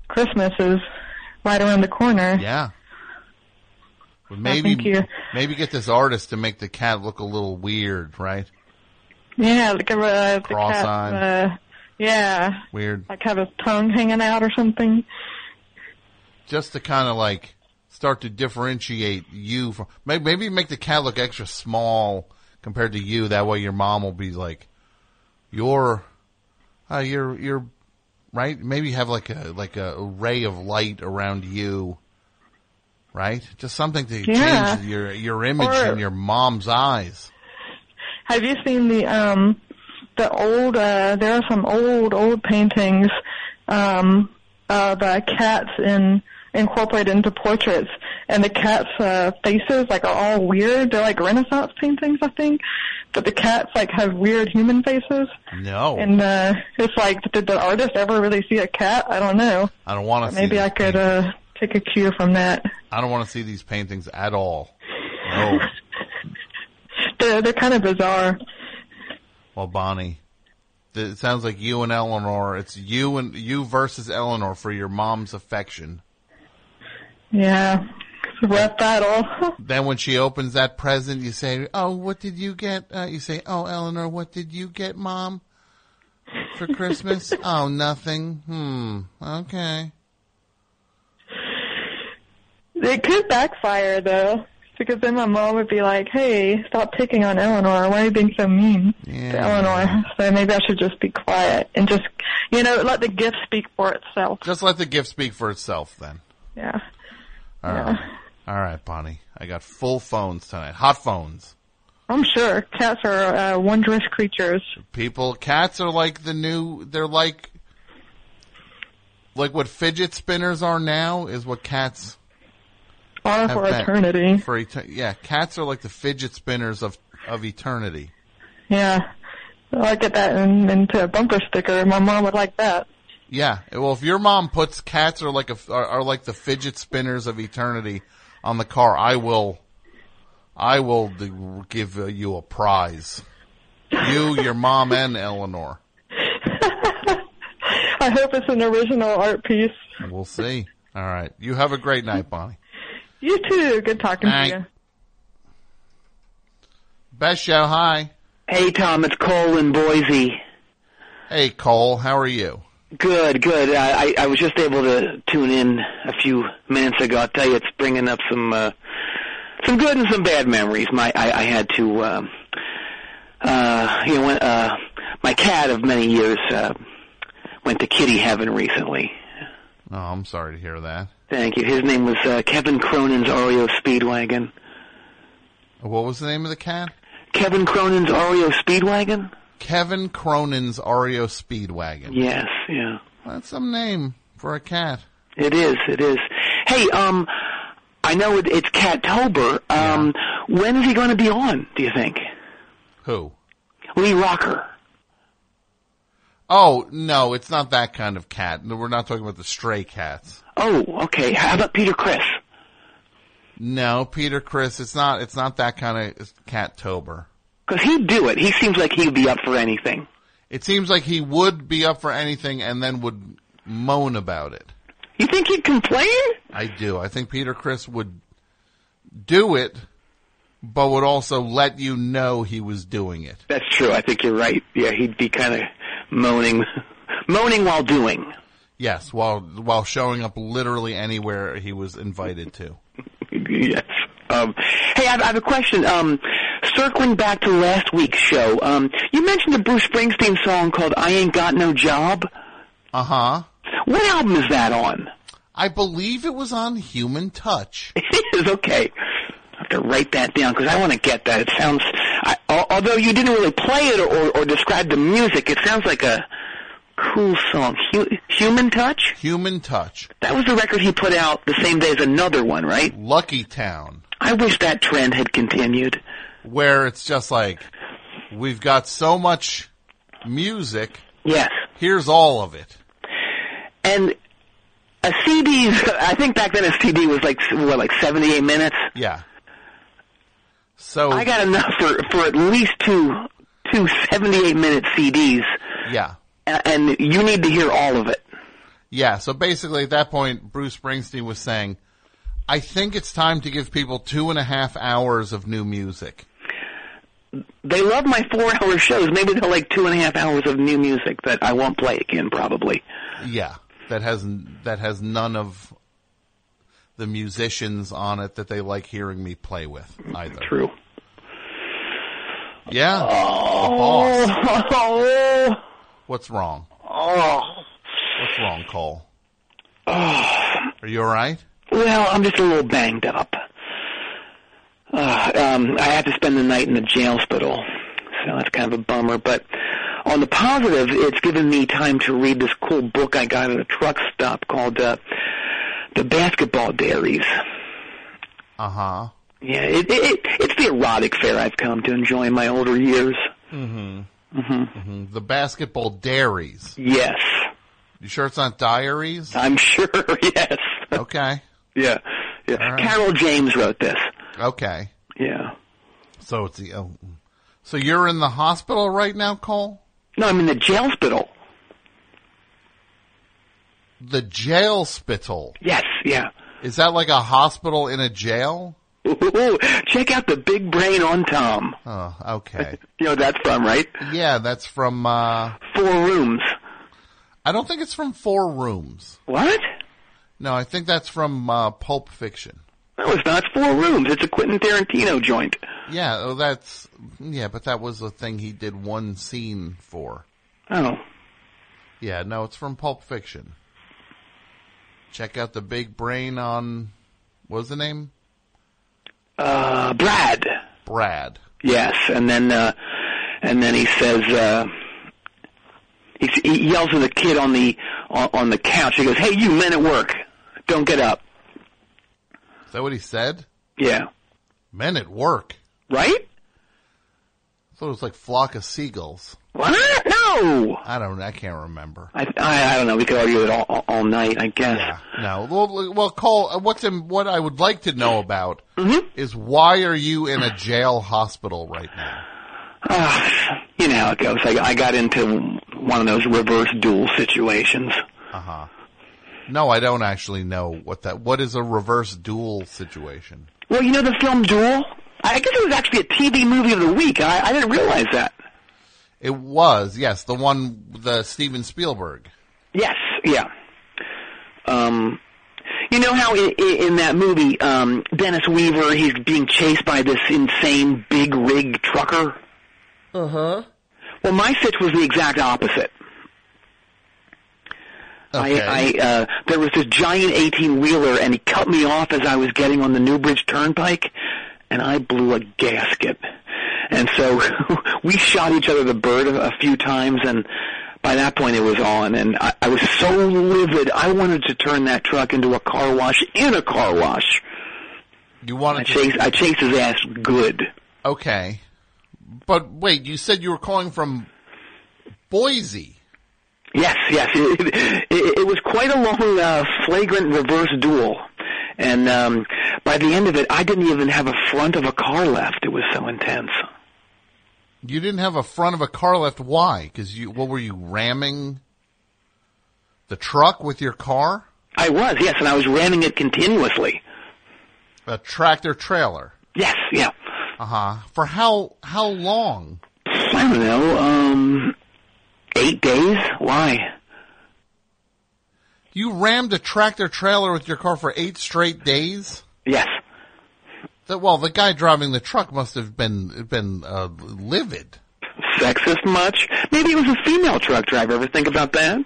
Speaker 8: Christmas is right around the corner.
Speaker 1: Yeah. But maybe
Speaker 8: Oh, thank you.
Speaker 1: maybe get this artist to make the cat look a little weird, right?
Speaker 8: Yeah, like uh, the cat.
Speaker 1: Cross-eyed.
Speaker 8: Uh, yeah,
Speaker 1: Weird.
Speaker 8: like have his tongue hanging out or something.
Speaker 1: Just to kind of like start to differentiate you from maybe, maybe make the cat look extra small compared to you. That way, your mom will be like, "You're, uh, you're, you're." Right? Maybe have like a like a ray of light around you, right? Just something to
Speaker 8: Yeah.
Speaker 1: change your your image
Speaker 8: Or-
Speaker 1: in your mom's eyes.
Speaker 8: Have you seen the um the old uh there are some old old paintings um of uh, cats in incorporated into portraits and the cats uh faces like are all weird. They're like renaissance paintings I think. But the cats like have weird human faces
Speaker 1: No,
Speaker 8: and uh it's like did the artist ever really see a cat? I don't know.
Speaker 1: I don't want to.
Speaker 8: Maybe I could uh take a cue from that.
Speaker 1: I don't want to see these paintings at all. No.
Speaker 8: They're they're kind of bizarre.
Speaker 1: Well, Bonnie, th- it sounds like you and Eleanor. It's you and you versus Eleanor for your mom's affection.
Speaker 8: Yeah. It's a rough battle.
Speaker 1: Then when she opens that present, you say, "Oh, what did you get?" Uh, you say, "Oh, Eleanor, what did you get, Mom, "Um, for Christmas?" oh, nothing. Hmm. Okay.
Speaker 8: It could backfire though, because then my mom would be like, "Hey, stop picking on Eleanor. Why are you being so mean to
Speaker 1: Yeah.
Speaker 8: Eleanor?" So maybe I should just be quiet and just, you know, let the gift speak for itself.
Speaker 1: Just let the gift speak for itself, then.
Speaker 8: Yeah.
Speaker 1: All right. All right, Bonnie. I got full phones tonight. Hot phones.
Speaker 8: I'm sure cats are uh, wondrous creatures.
Speaker 1: People, cats are like the new. They're like, like what fidget spinners are now is what cats
Speaker 8: Are
Speaker 1: have
Speaker 8: for
Speaker 1: been.
Speaker 8: eternity.
Speaker 1: For eter- yeah, cats are like the fidget spinners of of eternity.
Speaker 8: Yeah. I'll get that in, into a bumper sticker. My mom would like that.
Speaker 1: Yeah. Well, if your mom puts cats are like a are, are like the fidget spinners of eternity on the car, I will, I will d- give uh, you a prize. You, your mom, and Eleanor.
Speaker 8: I hope it's an original art piece.
Speaker 1: We'll see. All right. You have a great night, Bonnie.
Speaker 8: You too. Good talking
Speaker 1: Night.
Speaker 8: to you.
Speaker 1: Best show. Hi.
Speaker 9: Hey, Tom, it's Cole in Boise.
Speaker 1: Hey, Cole. How are you?
Speaker 9: Good, good. I, I, I was just able to tune in a few minutes ago. I'll tell you, it's bringing up some uh, some good and some bad memories. My I, I had to, um, uh, you know, when, uh, my cat of many years uh, went to kitty heaven recently.
Speaker 1: Oh, I'm sorry to hear that.
Speaker 9: Thank you. His name was uh, Kevin Cronin's Oreo Speedwagon.
Speaker 1: What was the name of the cat?
Speaker 9: Kevin Cronin's Oreo Speedwagon?
Speaker 1: Kevin Cronin's Oreo Speedwagon.
Speaker 9: Yes, yeah.
Speaker 1: That's some name for a cat.
Speaker 9: It is. It is. Hey, um, I know it, it's Cat Tober. Um, when is he going to be on? Do you think
Speaker 1: Who?
Speaker 9: Lee Rocker?
Speaker 1: Oh, no, it's not that kind of cat. No, We're not talking about the stray cats.
Speaker 9: Oh, okay. How about Peter Chris?
Speaker 1: No, Peter Chris, it's not, it's not that kind of cat tober.
Speaker 9: Because he'd do it. He seems like he'd be up for anything.
Speaker 1: It seems like he would be up for anything and then would moan about it.
Speaker 9: You think he'd complain?
Speaker 1: I do. I think Peter Chris would do it, but would also let you know he was doing it.
Speaker 9: That's true. I think you're right. Yeah, he'd be kind of moaning, moaning while doing.
Speaker 1: Yes, while, while showing up literally anywhere he was invited to.
Speaker 9: yes. Um, hey, I, I have a question. Um, circling back to last week's show, um, you mentioned a Bruce Springsteen song called "I Ain't Got No Job."
Speaker 1: Uh huh.
Speaker 9: What album is that on?
Speaker 1: I believe it was on Human Touch.
Speaker 9: It is okay. I have to write that down because I want to get that. It sounds, I, al- although you didn't really play it or, or describe the music, it sounds like a cool song. Hu- Human Touch?
Speaker 1: Human Touch.
Speaker 9: That was the record he put out the same day as another one, right?
Speaker 1: Lucky Town.
Speaker 9: I wish that trend had continued.
Speaker 1: where it's just like we've got so much music.
Speaker 9: Yes.
Speaker 1: Here's all of it.
Speaker 9: And a CD, I think back then a CD was like, what, like 78 minutes?
Speaker 1: Yeah. So
Speaker 9: I got enough for, for at least two, two 78 minute CDs.
Speaker 1: yeah,
Speaker 9: A- And you need to hear all of it.
Speaker 1: yeah. So basically, at that point, Bruce Springsteen was saying, "I think it's time to give people two and a half hours of new music."
Speaker 9: They love my four hour shows. Maybe they'll like two and a half hours of new music that I won't play again probably.
Speaker 1: Yeah, that has that has none of the musicians on it that they like hearing me play with either.
Speaker 9: True.
Speaker 1: Yeah. the boss.
Speaker 9: Oh,
Speaker 1: What's wrong?
Speaker 9: oh.
Speaker 1: What's wrong, Cole? Are you all right?
Speaker 9: Well, I'm just a little banged up. Uh, um, I have to spend the night in the jail hospital, so that's kind of a bummer. But on the positive, it's given me time to read this cool book I got at a truck stop called uh, "The Basketball Diaries."
Speaker 1: Uh huh.
Speaker 9: Yeah, it, it, it, it's the erotic fare I've come to enjoy in my older years.
Speaker 1: Mm-hmm. The basketball dairies.
Speaker 9: Mm-hmm. Yes,
Speaker 1: You sure it's not diaries?
Speaker 9: I'm sure. Yes,
Speaker 1: Okay.
Speaker 9: yeah, yeah.
Speaker 1: All right.
Speaker 9: Carol James wrote this.
Speaker 1: Okay.
Speaker 9: Yeah.
Speaker 1: So it's the. Oh. So you're in the hospital right now, Cole?
Speaker 9: No, I'm in the jail hospital.
Speaker 1: The jail spittle.
Speaker 9: Yes, yeah.
Speaker 1: Is that like a hospital in a jail?
Speaker 9: Ooh, check out the big brain on Tom.
Speaker 1: Oh, okay.
Speaker 9: You know what that's from, right?
Speaker 1: Yeah, that's from, uh,
Speaker 9: Four rooms.
Speaker 1: I don't think it's from Four Rooms.
Speaker 9: What?
Speaker 1: No, I think that's from, uh, Pulp Fiction.
Speaker 9: No, it's not. It's four rooms. It's a Quentin Tarantino joint.
Speaker 1: Yeah, oh, that's, yeah, but that was a thing he did one scene for.
Speaker 9: Oh,
Speaker 1: Yeah, no, it's from Pulp Fiction. Check out the big brain on, what was the name?
Speaker 9: uh, Brad.
Speaker 1: Brad.
Speaker 9: Yes, and then uh, and then he says uh, he, he yells at the kid on the on, on the couch. He goes, "Hey, you men at work, don't get up."
Speaker 1: Is that what he said?
Speaker 9: Yeah,
Speaker 1: Men at work.
Speaker 9: right?
Speaker 1: I thought it was like flock of seagulls.
Speaker 9: What? No.
Speaker 1: I don't, I can't remember.
Speaker 9: I I, I don't know. We could argue it all all night, I guess.
Speaker 1: Yeah, no. Well, well, Cole, uh, what's in, what I would like to know about
Speaker 9: Mm-hmm.
Speaker 1: is why are you in a jail hospital right now?
Speaker 9: Uh, you know how it goes. I, I got into one of those reverse duel situations.
Speaker 1: Uh-huh. No, I don't actually know what that. What is a reverse duel situation?
Speaker 9: Well, you know the film Duel? I guess it was actually a TV movie of the week. I, I didn't realize that.
Speaker 1: It was yes, the one the Steven Spielberg.
Speaker 9: Yes, yeah. Um, you know how in, in that movie, um, Dennis Weaver, he's being chased by this insane big rig trucker? Uh huh. Well, my sitch was the exact opposite.
Speaker 1: Okay.
Speaker 9: I, I uh, there was this giant eighteen wheeler, and he cut me off as I was getting on the Newbridge Turnpike, and I blew a gasket. And so we shot each other the bird a, a few times, and by that point it was on. And I, I was so livid, I wanted to turn that truck into a car wash in a car wash.
Speaker 1: you
Speaker 9: I
Speaker 1: wanted to
Speaker 9: chased, I chased his ass good.
Speaker 1: okay, but wait, you said you were calling from Boise.
Speaker 9: Yes, yes. It, it, it, it was quite a long, uh, flagrant reverse duel. And um, by the end of it, I didn't even have a front of a car left. It was so intense.
Speaker 1: You didn't have a front of a car left. Why? Because you what were you ramming? The truck with your car,
Speaker 9: I was, yes, and I was ramming it continuously.
Speaker 1: a tractor trailer.
Speaker 9: Yes, yeah.
Speaker 1: Uh huh. For how how long?
Speaker 9: I don't know, um, eight days? Why?
Speaker 1: You rammed a tractor trailer with your car for eight straight days.
Speaker 9: Yes.
Speaker 1: That well, the guy driving the truck must have been been uh, livid.
Speaker 9: Sexist much? Maybe it was a female truck driver. Ever think about that?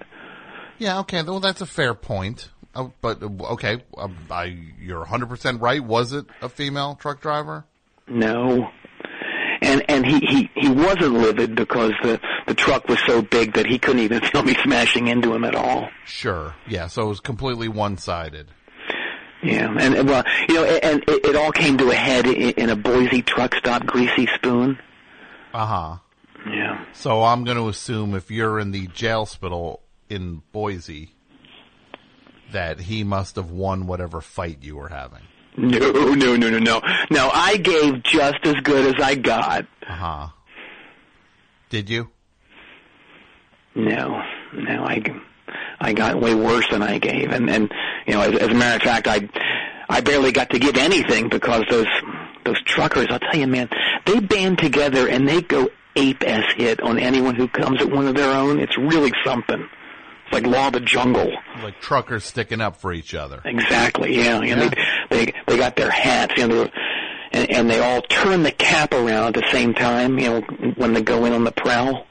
Speaker 1: Yeah. Okay. Well, that's a fair point. Uh, but uh, okay, um, I, you're 100 percent right. Was it a female truck driver?
Speaker 9: No. And and he he he wasn't livid because the the truck was so big that he couldn't even feel me smashing into him at all.
Speaker 1: Sure. Yeah. So it was completely one sided.
Speaker 9: Yeah, and and, well, you know, and it, it all came to a head i- in a Boise truck stop, greasy spoon.
Speaker 1: Uh huh.
Speaker 9: Yeah.
Speaker 1: So I'm going to assume if you're in the jail hospital in Boise, that he must have won whatever fight you were having.
Speaker 9: No, no, no, no, no. No, I gave just as good as I got.
Speaker 1: Uh huh. Did you?
Speaker 9: No, no, I, I got way worse than I gave, and and you know, as, as a matter of fact, I, I barely got to give anything because those those truckers, I'll tell you, man, they band together and they go ape as hit on anyone who comes at one of their own. It's really something. It's like law of the jungle.
Speaker 1: like truckers sticking up for each other.
Speaker 9: Exactly. Yeah. And
Speaker 1: Yeah.
Speaker 9: They, They they got their hats, you know, they were, and, and they all turn the cap around at the same time, you know, when they go in on the prowl.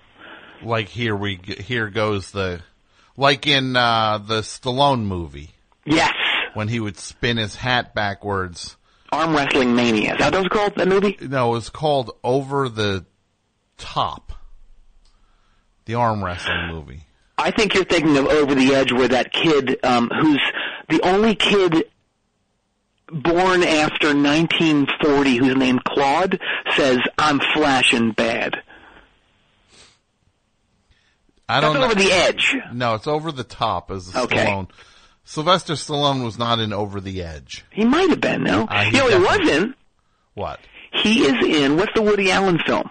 Speaker 1: Like here we g- here goes the, like in uh, the Stallone movie
Speaker 9: Yes,
Speaker 1: when he would spin his hat backwards.
Speaker 9: arm wrestling mania. Is that what it was called? That movie?
Speaker 1: No, it was called Over the Top, the arm wrestling movie.
Speaker 9: I think you're thinking of Over the Edge, where that kid, um, who's the only kid born after 1940, who's named Claude, says, "I'm flashing bad."
Speaker 1: I
Speaker 9: That's
Speaker 1: don't know.
Speaker 9: Over the Edge.
Speaker 1: No, it's Over the Top as the
Speaker 9: Okay.
Speaker 1: Stallone. Sylvester Stallone was not in Over the Edge.
Speaker 9: He might have been, no.
Speaker 1: Uh, he
Speaker 9: you know, he
Speaker 1: definitely-
Speaker 9: was in.
Speaker 1: What?
Speaker 9: He is in. What's the Woody Allen film?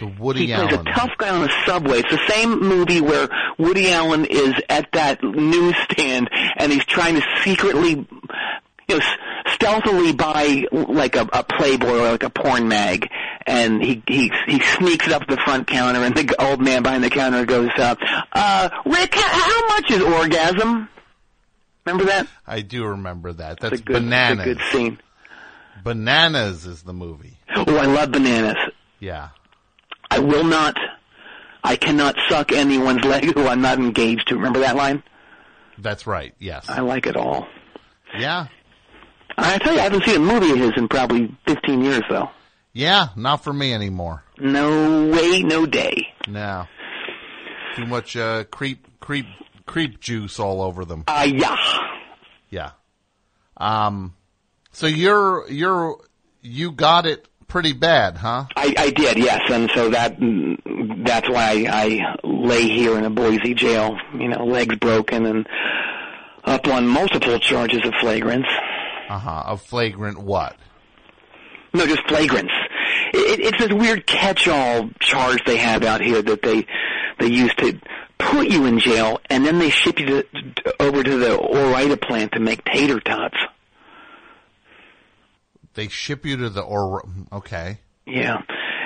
Speaker 1: The Woody
Speaker 9: He
Speaker 1: Allen.
Speaker 9: plays a tough guy on a subway. It's the same movie where Woody Allen is at that newsstand and he's trying to secretly, you know, s- stealthily buy like a, a Playboy or like a porn mag. And he he he sneaks up to the front counter, and the old man behind the counter goes, uh, uh, "Rick, how, how much is orgasm?" Remember that?
Speaker 1: I do remember that.
Speaker 9: It's
Speaker 1: That's
Speaker 9: a good, it's
Speaker 1: Bananas.
Speaker 9: a good scene.
Speaker 1: Bananas is the movie.
Speaker 9: Oh, I love bananas.
Speaker 1: Yeah.
Speaker 9: I will not, I cannot suck anyone's leg who I'm not engaged to. Remember that line?
Speaker 1: That's right. Yes.
Speaker 9: I like it all.
Speaker 1: Yeah.
Speaker 9: I tell you, I haven't seen a movie of his in probably 15 years, though.
Speaker 1: Yeah. Not for me anymore.
Speaker 9: No way, no day.
Speaker 1: No. Too much uh, creep, creep, creep juice all over them.
Speaker 9: Ah, yeah.
Speaker 1: Yeah. Um. So you're you're you got it pretty bad, huh?
Speaker 9: I, I did, yes, and so that mm, that's why I, I lay here in a Boise jail, you know, legs broken and up on multiple charges of flagrants.
Speaker 1: Uh huh. A flagrant what?
Speaker 9: No, just flagrants. It, it's this weird catch-all charge they have out here that they they use to put you in jail, and then they ship you to, to- over to the Orida plant to make tater tots.
Speaker 1: They ship you to the or okay.
Speaker 9: Yeah,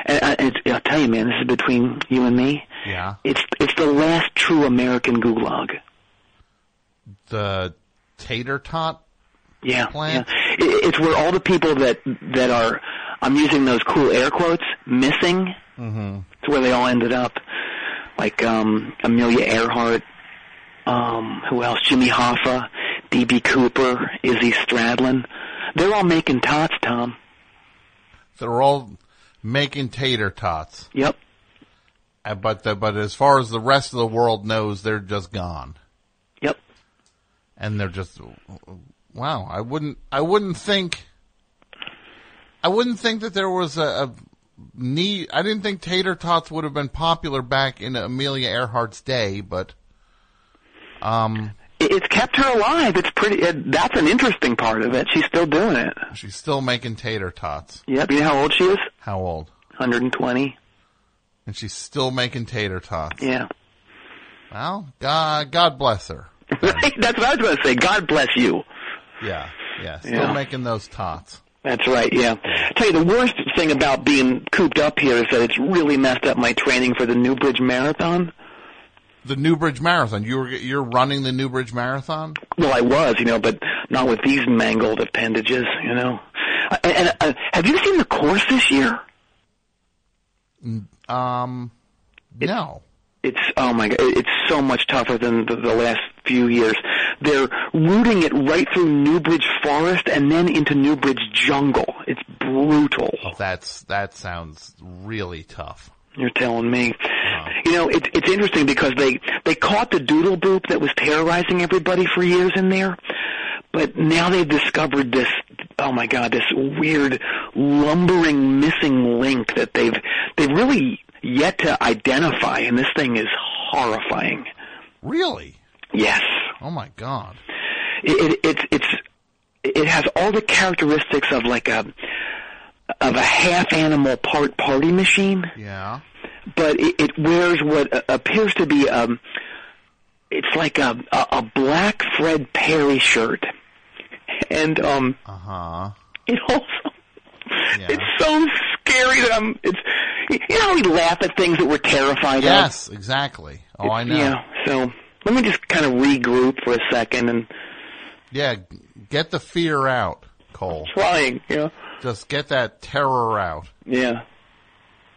Speaker 9: and I, it's, I'll tell you, man, this is between you and me.
Speaker 1: Yeah.
Speaker 9: It's it's the last true American gulag.
Speaker 1: The tater tot.
Speaker 9: Yeah,
Speaker 1: Plant?
Speaker 9: yeah. It, it's where all the people that that are I'm using those cool air quotes missing. Mm-hmm. It's where they all ended up, like um, Amelia Earhart, um, who else? Jimmy Hoffa, D.B. Cooper, Izzy Stradlin. They're all making tots, Tom.
Speaker 1: They're all making tater tots.
Speaker 9: Yep.
Speaker 1: Uh, But the, but as far as the rest of the world knows, they're just gone,
Speaker 9: Yep.
Speaker 1: and they're just wow. I wouldn't I wouldn't think I wouldn't think that there was a, a need. I didn't think tater tots would have been popular back in Amelia Earhart's day, but um,
Speaker 9: It, it's kept her alive. It's pretty. It, that's an interesting part of it. She's still doing it.
Speaker 1: she's still making tater tots.
Speaker 9: Yep. You know how old she is?
Speaker 1: How old?
Speaker 9: 120.
Speaker 1: And she's still making tater tots.
Speaker 9: Yeah.
Speaker 1: Well, God, God bless her.
Speaker 9: Right? That's what I was going to say. God bless you.
Speaker 1: Yeah, yeah, still
Speaker 9: Yeah.
Speaker 1: making those tots.
Speaker 9: That's right, yeah. Tell you, the worst thing about being cooped up here is that it's really messed up my training for the Newbridge Marathon.
Speaker 1: The Newbridge Marathon. You were you're running the Newbridge Marathon.
Speaker 9: Well, I was, you know, but not with these mangled appendages, you know. Uh, And, and uh, have you seen the course this year?
Speaker 1: Um, no.
Speaker 9: It's oh my god, it- it's so much tougher than the, the last few years. They're routing it right through Newbridge Forest and then into Newbridge Jungle. It's brutal.
Speaker 1: That's that sounds really tough.
Speaker 9: You're telling me. You know, it, it's interesting because they they caught the doodle boop that was terrorizing everybody for years in there, but now they've discovered this. Oh my God, this weird lumbering missing link that they've they've really yet to identify, and this thing is horrifying.
Speaker 1: Really?
Speaker 9: Yes,
Speaker 1: Oh my god.
Speaker 9: it, it it's it's it has all the characteristics of like a of a half animal part party machine.
Speaker 1: Yeah.
Speaker 9: but it, it wears what a- appears to be um it's like a, a a black Fred Perry shirt, and um
Speaker 1: Uh huh.
Speaker 9: it also
Speaker 1: Yeah.
Speaker 9: it's so scary that I'm it's you know how we laugh at things that we're terrified of.
Speaker 1: Yes, exactly. Oh, I know.
Speaker 9: Yeah. So let me just kind of regroup for a second and
Speaker 1: Yeah. g- Get the fear out, Cole.
Speaker 9: Trying, you know.
Speaker 1: Just get that terror out.
Speaker 9: Yeah.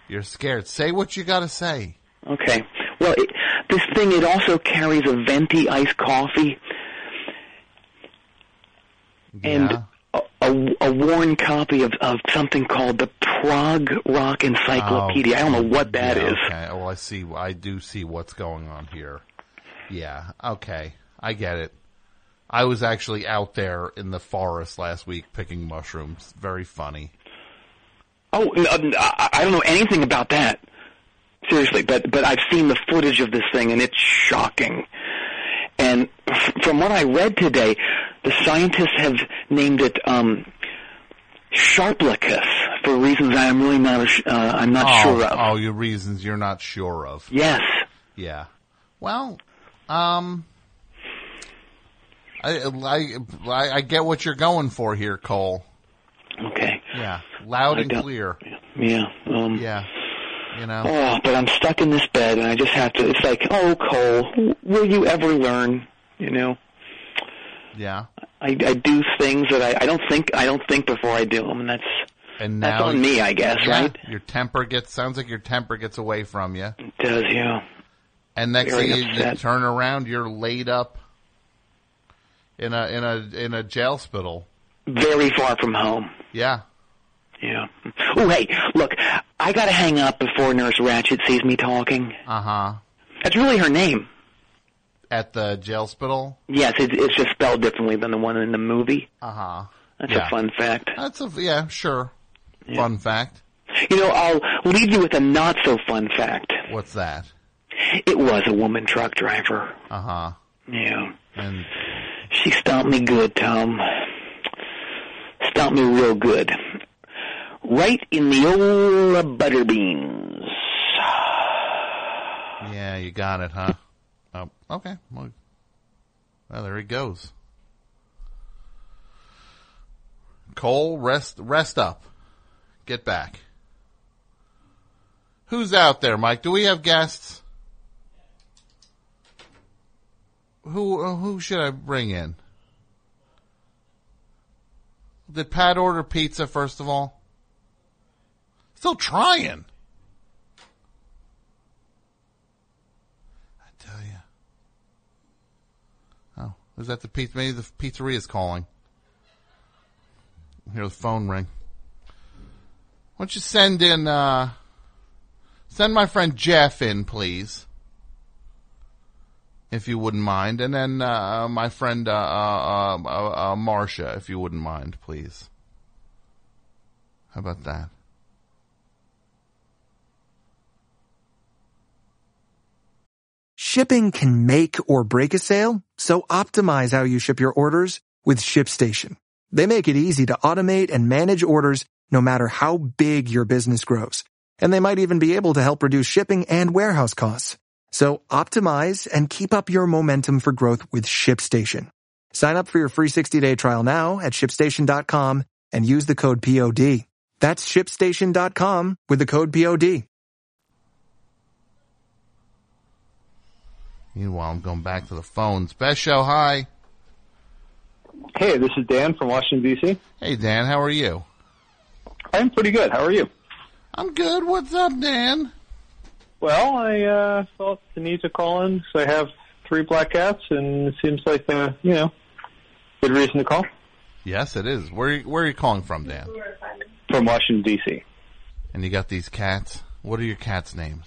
Speaker 1: You're scared. Say what you gotta say.
Speaker 9: Okay. Well, it, this thing it also carries a venti iced coffee and
Speaker 1: Yeah.
Speaker 9: a, a, a worn copy of, of something called the Prague Rock Encyclopedia. I don't know what that
Speaker 1: Oh, Yeah,
Speaker 9: is.
Speaker 1: Okay. Well, I see. I do see what's going on here. Yeah. Okay. I get it. I was actually out there in the forest last week picking mushrooms. Very funny.
Speaker 9: Oh, n- n- I I don't know anything about that. Seriously, but but I've seen the footage of this thing and it's shocking. And f- from what I read today, the scientists have named it um, Sharplicus for reasons I am really not ass- uh, I'm not
Speaker 1: oh,
Speaker 9: sure of.
Speaker 1: oh, your reasons you're not sure of.
Speaker 9: Yes,
Speaker 1: Yeah. Well, um, I, I I I get what you're going for here, Cole.
Speaker 9: okay,
Speaker 1: Yeah, loud
Speaker 9: I
Speaker 1: and
Speaker 9: don't-
Speaker 1: clear.
Speaker 9: yeah. Um,
Speaker 1: Yeah, you know.
Speaker 9: Oh, but I'm stuck in this bed, and I just have to. It's like, oh, Cole, will you ever learn? You know,
Speaker 1: Yeah.
Speaker 9: I, I do things that I, I don't think I don't think before I do them, and that's
Speaker 1: And now
Speaker 9: that's on me, I guess,
Speaker 1: yeah,
Speaker 9: right?
Speaker 1: Your temper gets sounds like your temper gets away from you,
Speaker 9: It does yeah?
Speaker 1: and next
Speaker 9: Very
Speaker 1: thing you, you
Speaker 9: upset.
Speaker 1: turn around, you're laid up in a in a in a jail spittle.
Speaker 9: Very far from home.
Speaker 1: Yeah.
Speaker 9: Yeah. Oh, hey, look, I gotta hang up before Nurse Ratchet sees me talking.
Speaker 1: Uh huh.
Speaker 9: That's really her name.
Speaker 1: At the jail spittle.
Speaker 9: Yes, it, it's just spelled differently than the one in the movie.
Speaker 1: Uh huh.
Speaker 9: That's
Speaker 1: Yeah.
Speaker 9: a fun fact.
Speaker 1: That's a yeah sure. Fun fact.
Speaker 9: You know, I'll leave you with a not so fun fact.
Speaker 1: What's that?
Speaker 9: It was a woman truck driver.
Speaker 1: Uh huh.
Speaker 9: Yeah.
Speaker 1: And
Speaker 9: She stomped me good, Tom. Stomped me real good. Right in the old butterbeans.
Speaker 1: yeah, you got it, huh? Oh, okay. Well, well, there he goes. Cole, rest rest up. Get back. Who's out there, Mike? Do we have guests? Who uh, who should I bring in? Did Pat order pizza first of all? Still trying. I tell you. Oh, is that the pizza? Maybe the pizzeria is calling. Hear the phone ring. Why don't you send in, uh, send my friend Jeff in, please. If you wouldn't mind. And then, uh, my friend, uh, uh, uh, uh, Marcia, if you wouldn't mind, please. How about that?
Speaker 10: Shipping can make or break a sale, so optimize how you ship your orders with ShipStation. They make it easy to automate and manage orders no matter how big your business grows. And they might even be able to help reduce shipping and warehouse costs. So optimize and keep up your momentum for growth with ShipStation. Sign up for your free 60-day trial now at shipstation.com and use the code POD. That's shipstation.com with the code POD.
Speaker 1: Meanwhile, I'm going back to the phones. Best show, hi.
Speaker 11: Hey, this is Dan from Washington D.C.
Speaker 1: Hey, Dan, how are you?
Speaker 11: I'm pretty good. How are you?
Speaker 1: I'm good. What's up, Dan?
Speaker 11: Well, I uh, felt the need to call in because I have three black cats, and it seems like uh, you know good reason to call
Speaker 1: Yes, it is. Where where are you calling from, Dan?
Speaker 11: from Washington D.C.
Speaker 1: And you got these cats. What are your cats' names?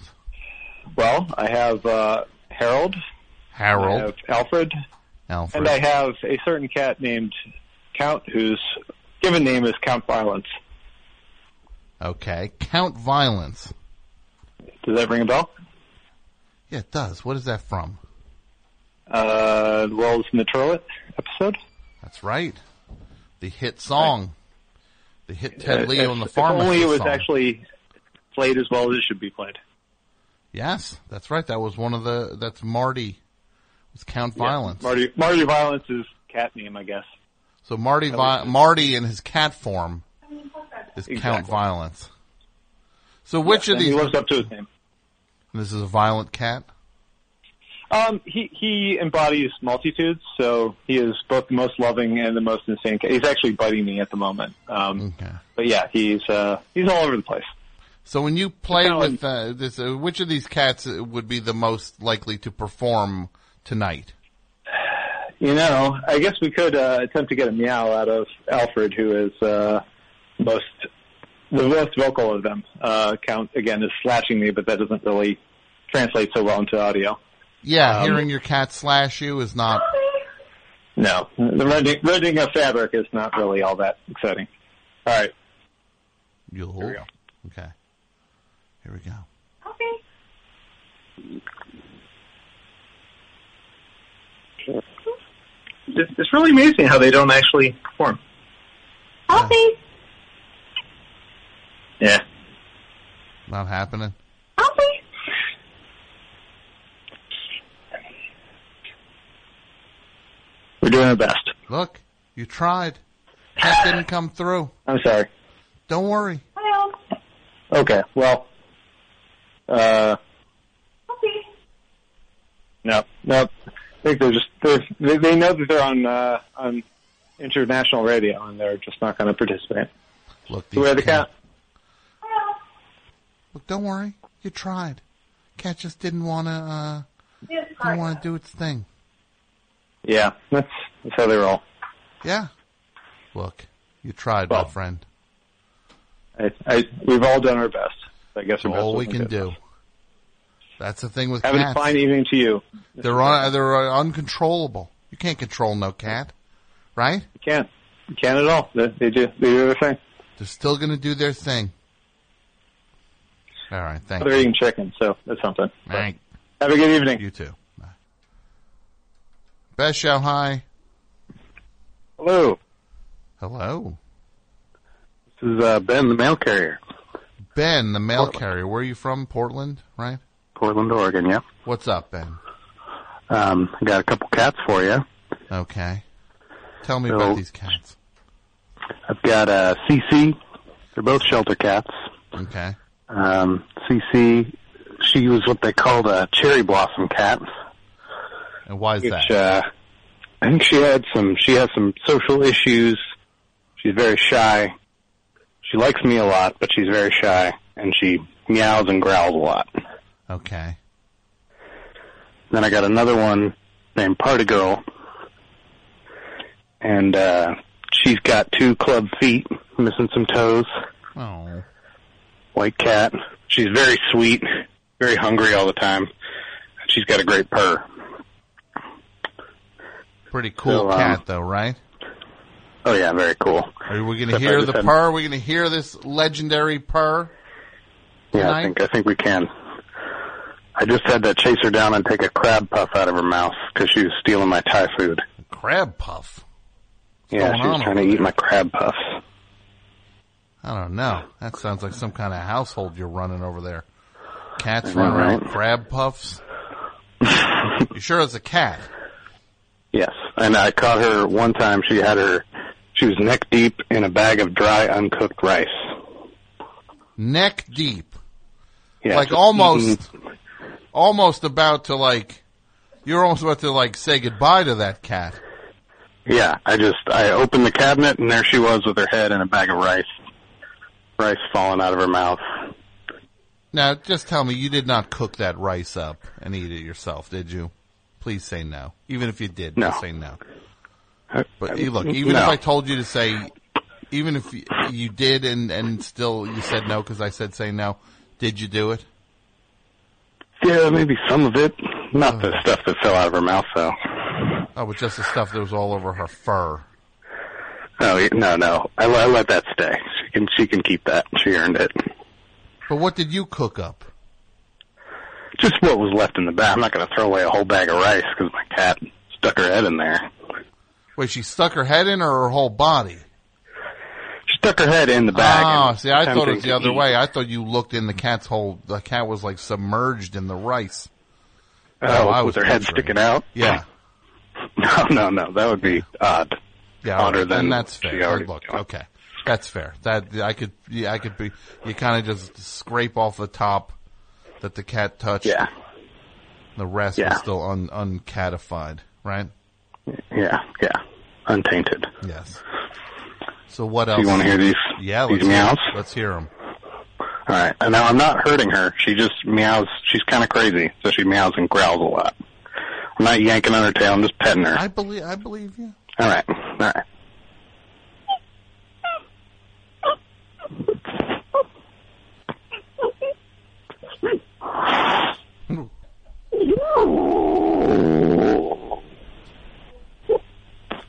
Speaker 11: Well, I have uh, Harold, I have
Speaker 1: Harold,
Speaker 11: Alfred, and
Speaker 1: Alfred.
Speaker 11: I have a certain cat named Count, whose given name is Count Violence.
Speaker 1: okay, Count Violence.
Speaker 11: Does that ring a bell?
Speaker 1: Yeah, it does. What is that from?
Speaker 11: Uh, Wells in the Toilet episode.
Speaker 1: That's right. The hit song. The hit Ted
Speaker 11: Uh,
Speaker 1: Leo
Speaker 11: if-
Speaker 1: and the
Speaker 11: if
Speaker 1: Pharmacist
Speaker 11: only it was
Speaker 1: song.
Speaker 11: actually played as well as it should be played.
Speaker 1: Yes, that's right. That was one of the. That's Marty. It's Count Violence.
Speaker 11: Yeah, Marty, Marty Violence is cat name, I guess.
Speaker 1: So Marty, Vi- Marty in his cat form is Count
Speaker 11: Exactly.
Speaker 1: Violence. So
Speaker 11: Yes,
Speaker 1: which of
Speaker 11: and
Speaker 1: these?
Speaker 11: He lives up to his name.
Speaker 1: This is a violent cat.
Speaker 11: Um, he he embodies multitudes, so he is both the most loving and the most insane. cat. He's actually biting me at the moment. Um, But yeah, he's uh, he's all over the place.
Speaker 1: So when you play with uh, this, uh, which of these cats uh, would be the most likely to perform tonight?
Speaker 11: You know, I guess we could uh, attempt to get a meow out of Alfred, who is uh, most the most vocal of them. Uh, count again is slashing me, but that doesn't really translate so well into audio.
Speaker 1: Yeah,
Speaker 11: Um,
Speaker 1: hearing your cat slash you is not.
Speaker 11: No, the rending, rending of fabric is not really all that exciting. All right.
Speaker 1: You'll
Speaker 11: Here we go.
Speaker 1: Okay. Here we go.
Speaker 11: It's it's really amazing how they don't actually perform.
Speaker 4: Healthy.
Speaker 11: Yeah.
Speaker 1: Not happening.
Speaker 11: We're doing our best.
Speaker 1: Look, you tried. Cat didn't come through.
Speaker 11: I'm sorry.
Speaker 1: Don't worry.
Speaker 11: Okay. Well. Uh. No. No. I think they're just they're, they they know that they're on uh, on international radio and they're just not going to participate.
Speaker 1: Look,
Speaker 11: so we have the cat.
Speaker 1: Look, don't worry. You tried. Cat just didn't want to. Uh, didn't want to do its thing.
Speaker 11: Yeah, that's that's how they roll.
Speaker 1: Yeah. Look, you tried, my friend.
Speaker 11: I, I, we've all done our best. I guess our best
Speaker 1: all we
Speaker 11: wasn't
Speaker 1: can
Speaker 11: good.
Speaker 1: do. That's the thing with
Speaker 11: Have a
Speaker 1: cats.
Speaker 11: fine evening to you.
Speaker 1: They're un- they're uncontrollable. You can't control no cat, right?
Speaker 11: You can't. You can't at all. They, they do. They do their thing.
Speaker 1: They're still going to do their thing. All right, thank
Speaker 11: They're
Speaker 1: you.
Speaker 11: eating chicken, so that's something.
Speaker 1: Thank.
Speaker 11: Have a good evening.
Speaker 1: You too. Best show. Hi.
Speaker 2: Hello.
Speaker 1: Hello.
Speaker 2: This is uh, Ben, the mail carrier,
Speaker 1: Ben, the mail carrier. Where are you from? Portland, right?
Speaker 2: Portland, Oregon. Yeah.
Speaker 1: What's up, Ben?
Speaker 2: Um, I got a couple cats for you.
Speaker 1: Okay. Tell me
Speaker 2: So-
Speaker 1: about these cats.
Speaker 2: I've got uh, CC. They're both shelter cats.
Speaker 1: Okay.
Speaker 2: Um, CC, she was what they called a cherry blossom cat.
Speaker 1: And why is that?
Speaker 2: which, Uh, I think she had some. She has some social issues. She's very shy. She likes me a lot, but she's very shy, and she meows and growls a lot.
Speaker 1: Okay.
Speaker 2: Then I got another one named Party Girl, and uh, she's got two club feet, missing some toes.
Speaker 1: Oh.
Speaker 2: White cat. She's very sweet, very hungry all the time. She's got a great purr.
Speaker 1: Pretty cool
Speaker 2: So, um,
Speaker 1: cat, though, right?
Speaker 2: Oh yeah, very cool.
Speaker 1: Are we going to
Speaker 2: Except I
Speaker 1: hear
Speaker 2: just
Speaker 1: the
Speaker 2: had-
Speaker 1: purr? We're going to hear this legendary purr.
Speaker 2: Yeah,
Speaker 1: tonight?
Speaker 2: I think I think we can. I just had to chase her down and take a crab puff out of her mouth because she was stealing my Thai food.
Speaker 1: Crab puff.
Speaker 2: yeah,
Speaker 1: going
Speaker 2: she was
Speaker 1: on
Speaker 2: trying to eat my crab puffs.
Speaker 1: I don't know. That sounds like some kind of household you're running over there. Cats
Speaker 2: I know,
Speaker 1: running around
Speaker 2: right?
Speaker 1: with crab puffs. you sure it's a cat?
Speaker 2: Yes, and I caught her one time. She had her, she was neck deep in a bag of dry, uncooked rice.
Speaker 1: Neck deep.
Speaker 2: Yeah,
Speaker 1: like
Speaker 2: just
Speaker 1: almost,
Speaker 2: eating-
Speaker 1: almost about to like, you're almost about to like say goodbye to that cat.
Speaker 2: yeah, I just I opened the cabinet and there she was with her head in a bag of rice, rice falling out of her mouth.
Speaker 1: Now, just tell me you did not cook that rice up and eat it yourself, did you? Please say no. Even if you did,
Speaker 2: No.
Speaker 1: just say no.
Speaker 2: I-
Speaker 1: But
Speaker 2: I-
Speaker 1: hey, look, even
Speaker 2: no.
Speaker 1: if I told you to say, even if you- you did and and still you said no because I said say no, did you do it?
Speaker 2: yeah, maybe some of it, not the stuff that fell out of her mouth though.
Speaker 1: Oh, but just the stuff that was all over her fur.
Speaker 2: No, y- no, no. I, I let that stay. She can she can keep that. She earned it.
Speaker 1: But what did you cook up?
Speaker 2: Just what was left in the bag. I'm not going to throw away a whole bag of rice because my cat stuck her head in there.
Speaker 1: Wait, she stuck her head in or her whole body?
Speaker 2: She stuck her head in the bag.
Speaker 1: Oh,
Speaker 2: and
Speaker 1: see, I thought it
Speaker 2: attempting
Speaker 1: was the
Speaker 2: to
Speaker 1: other
Speaker 2: eat.
Speaker 1: way. I thought you looked in the cat's hole. The cat was like submerged in the rice.
Speaker 2: Oh,
Speaker 1: I
Speaker 2: with
Speaker 1: was
Speaker 2: her head
Speaker 1: picturing.
Speaker 2: sticking out.
Speaker 1: Yeah.
Speaker 2: No, no, no. That would be odd.
Speaker 1: Yeah, all
Speaker 2: odder
Speaker 1: right, then
Speaker 2: than
Speaker 1: that's fair.
Speaker 2: She already
Speaker 1: Then look, okay, that's fair. That I could, yeah, I could be. You kind of just scrape off the top that the cat touched.
Speaker 2: Yeah.
Speaker 1: The rest
Speaker 11: Yeah.
Speaker 1: was still un uncatified, right?
Speaker 11: Yeah, yeah. Untainted.
Speaker 1: Yes. So what
Speaker 11: Do
Speaker 1: else?
Speaker 11: you wanna hear these-
Speaker 1: Yeah,
Speaker 11: these
Speaker 1: let's hear-
Speaker 11: meows?
Speaker 1: let's hear them.
Speaker 11: All right. And now I'm not hurting her. She just meows. She's kind of crazy, so she meows and growls a lot. I'm not yanking on her tail. I'm just petting her.
Speaker 1: I believe. I believe you.
Speaker 11: All right. All right.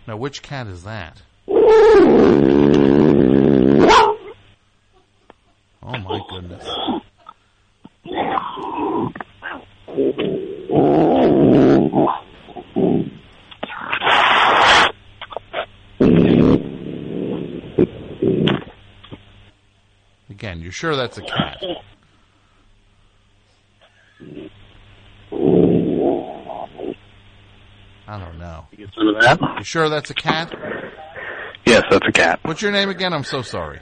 Speaker 1: Now, which cat is that? Oh my goodness! Mm-hmm. Again, you're sure that's a cat? I don't know. You
Speaker 11: some of that?
Speaker 1: sure that's a cat?
Speaker 11: Yes, that's a cat.
Speaker 1: What's your name again? I'm so sorry.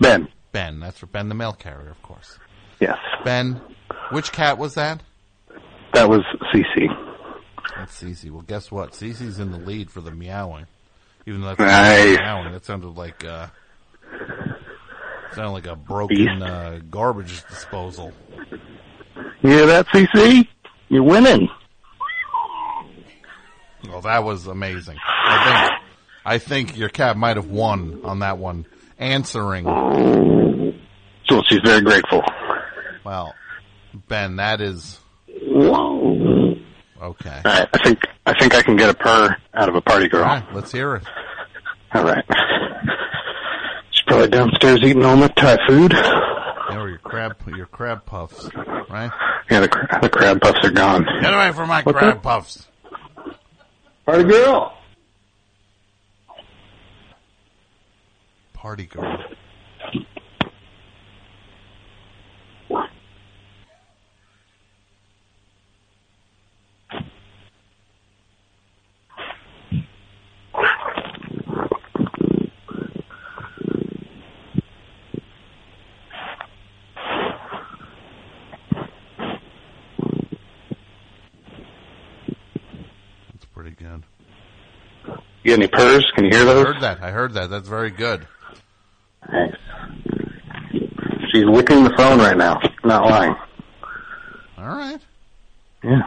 Speaker 11: Ben.
Speaker 1: Ben. That's for Ben the mail carrier, of course.
Speaker 11: Yes.
Speaker 1: Ben, which cat was that?
Speaker 11: That was Cece.
Speaker 1: That's Cece. Well, guess what? Cece's in the lead for the meowing. Even though that's
Speaker 11: Nice.
Speaker 1: not meowing, that sounded like uh, sounded like a broken uh, garbage disposal.
Speaker 11: You hear that, Cece? You're winning.
Speaker 1: Well, that was amazing. I think I think your cat might have won on that one, answering.
Speaker 11: So she's very grateful.
Speaker 1: Well, Ben, that is okay.
Speaker 11: All right. I think I think I can get a purr out of a party girl.
Speaker 1: All right, let's hear it.
Speaker 11: All right. She's probably downstairs eating all my Thai food.
Speaker 1: They were your crab, your crab puffs, right?
Speaker 11: Yeah, the, cra- the crab puffs are gone.
Speaker 1: Get away from my crab puffs.
Speaker 11: Party girl.
Speaker 1: Party girl. That's pretty good.
Speaker 11: You got any purrs? Can you hear
Speaker 1: I
Speaker 11: those?
Speaker 1: heard that. I heard that. That's very good.
Speaker 11: Nice. She's licking the phone right now. Not lying.
Speaker 1: All right.
Speaker 11: Yeah.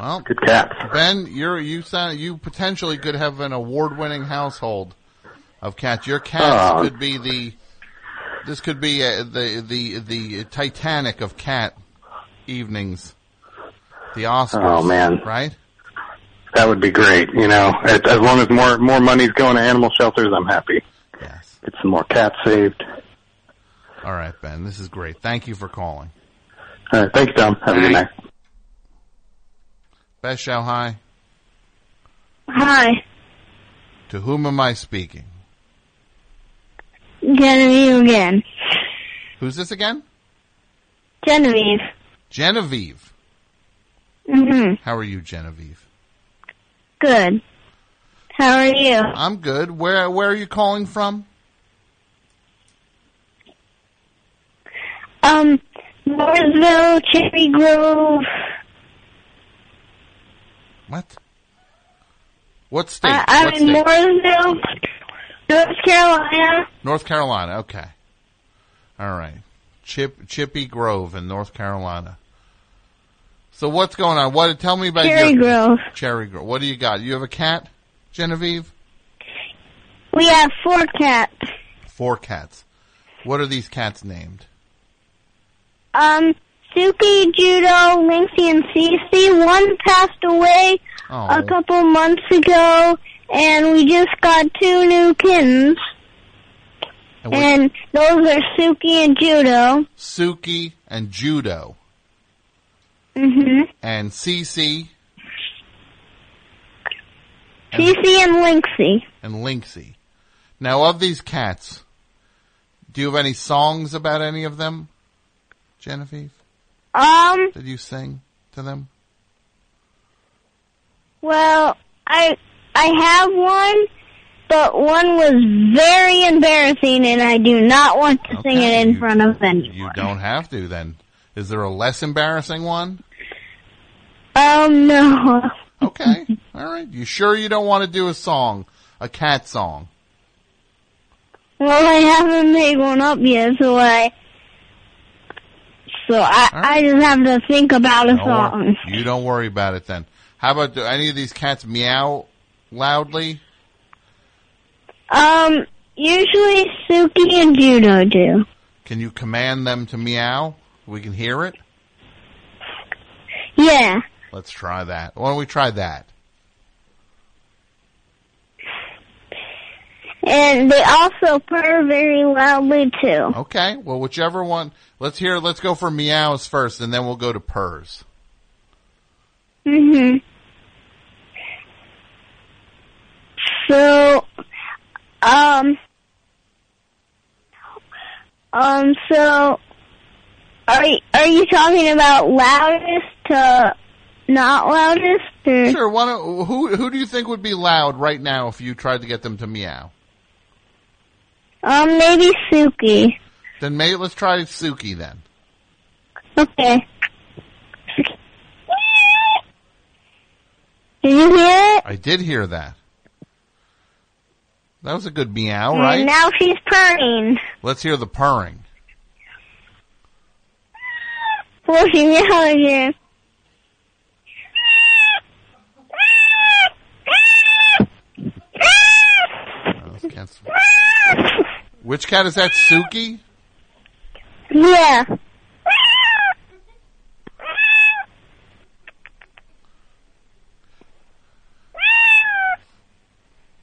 Speaker 1: Well,
Speaker 11: Good cat.
Speaker 1: Ben, you're you sound you potentially could have an award-winning household of cats. Your cats
Speaker 11: Oh.
Speaker 1: could be the this could be uh, the the the Titanic of cat evenings, the Oscars.
Speaker 11: Oh, man.
Speaker 1: right?
Speaker 11: That would be great. You know, as, as long as more more money's going to animal shelters, I'm happy.
Speaker 1: Yes.
Speaker 11: Get some more cats saved.
Speaker 1: All right, Ben. This is great. Thank you for calling.
Speaker 11: All right. Thank you, Tom. Have a good night.
Speaker 1: Best show hi.
Speaker 3: Hi.
Speaker 1: To whom am I speaking?
Speaker 3: Genevieve again.
Speaker 1: Who's this again?
Speaker 3: Genevieve.
Speaker 1: Genevieve.
Speaker 3: Mm-hmm.
Speaker 1: How are you, Genevieve?
Speaker 3: Good. How are you?
Speaker 1: I'm good. Where where are you calling from?
Speaker 3: Um, Mooresville, Cherry Grove.
Speaker 1: What? What state?
Speaker 3: I, Uh, I'm
Speaker 1: what
Speaker 3: in
Speaker 1: state?
Speaker 3: Mooresville, North Carolina.
Speaker 1: North Carolina. Okay. All right. Chip Chippy Grove in North Carolina. So what's going on? What? Tell me about
Speaker 3: Cherry
Speaker 1: your
Speaker 3: Grove.
Speaker 1: Cherry Grove. What do you got? You have a cat, Genevieve.
Speaker 3: We have four cats.
Speaker 1: Four cats. What are these cats named?
Speaker 3: Um, Suki, Judo, Linksy, and Cece. One passed away
Speaker 1: Oh.
Speaker 3: a couple months ago, and we just got two new kittens.
Speaker 1: And what-
Speaker 3: And those are Suki and Judo.
Speaker 1: Suki and Judo
Speaker 3: hmm
Speaker 1: and Cece
Speaker 3: Cece and Linksy.
Speaker 1: and Linksy. Now, of these cats, do you have any songs about any of them, Genevieve?
Speaker 3: Um,
Speaker 1: Did you sing to them?
Speaker 3: well, I I have one, but one was very embarrassing, and I do not want to sing
Speaker 1: Okay,
Speaker 3: it in
Speaker 1: you-
Speaker 3: front of anyone.
Speaker 1: You don't have to then. Is there a less embarrassing one?
Speaker 3: Um, no.
Speaker 1: Okay. All right. You sure you don't want to do a song, a cat song?
Speaker 3: Well, I haven't made one up yet, so I. So I, I just have to think about a
Speaker 1: Don't wor-
Speaker 3: song.
Speaker 1: you don't worry about it then. How about do any of these cats meow loudly?
Speaker 3: Um, usually Suki and Judo do.
Speaker 1: Can you command them to meow? We can hear it.
Speaker 3: Yeah.
Speaker 1: Let's try that. Why don't we try that?
Speaker 3: And they also purr very loudly too.
Speaker 1: Okay. Well, whichever one. Let's hear. Let's go for meows first, and then we'll go to purrs.
Speaker 3: Mhm. So, um, um, so are you, are you talking about loudest to not loudest? Or?
Speaker 1: Sure. Why don't, who who do you think would be loud right now if you tried to get them to meow?
Speaker 3: Um, maybe Suki.
Speaker 1: Then maybe let's try Suki then.
Speaker 3: Okay. Did you hear it?
Speaker 1: I did hear that. That was a good meow, right?
Speaker 3: And Mm, now she's purring.
Speaker 1: Let's hear the purring.
Speaker 3: Well, she meows again.
Speaker 1: Those Oh, cats- Which cat is that? Suki?
Speaker 3: Yeah.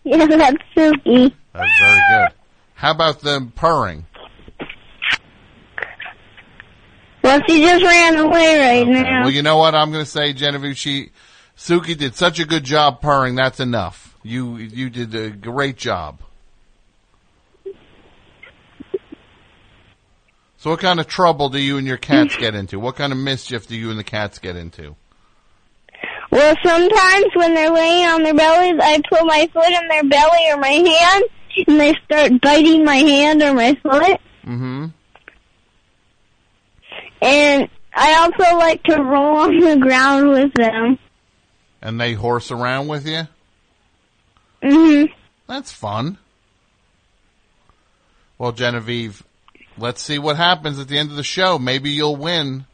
Speaker 3: Yeah, that's Suki.
Speaker 1: That's very good. How about them purring?
Speaker 3: Well, she just ran away right now.
Speaker 1: Well, you know what I'm going to say, Genevieve. She, Suki did such a good job purring. That's enough. You you did a great job. So, what kind of trouble do you and your cats get into? What kind of mischief do you and the cats get into?
Speaker 3: Well, sometimes when they're laying on their bellies, I put my foot in their belly or my hand, and they start biting my hand or my foot.
Speaker 1: Mm-hmm.
Speaker 3: And I also like to roll on the ground with them.
Speaker 1: And they horse around with you.
Speaker 3: hmm
Speaker 1: That's fun. Well, Genevieve, let's see what happens at the end of the show. Maybe you'll win.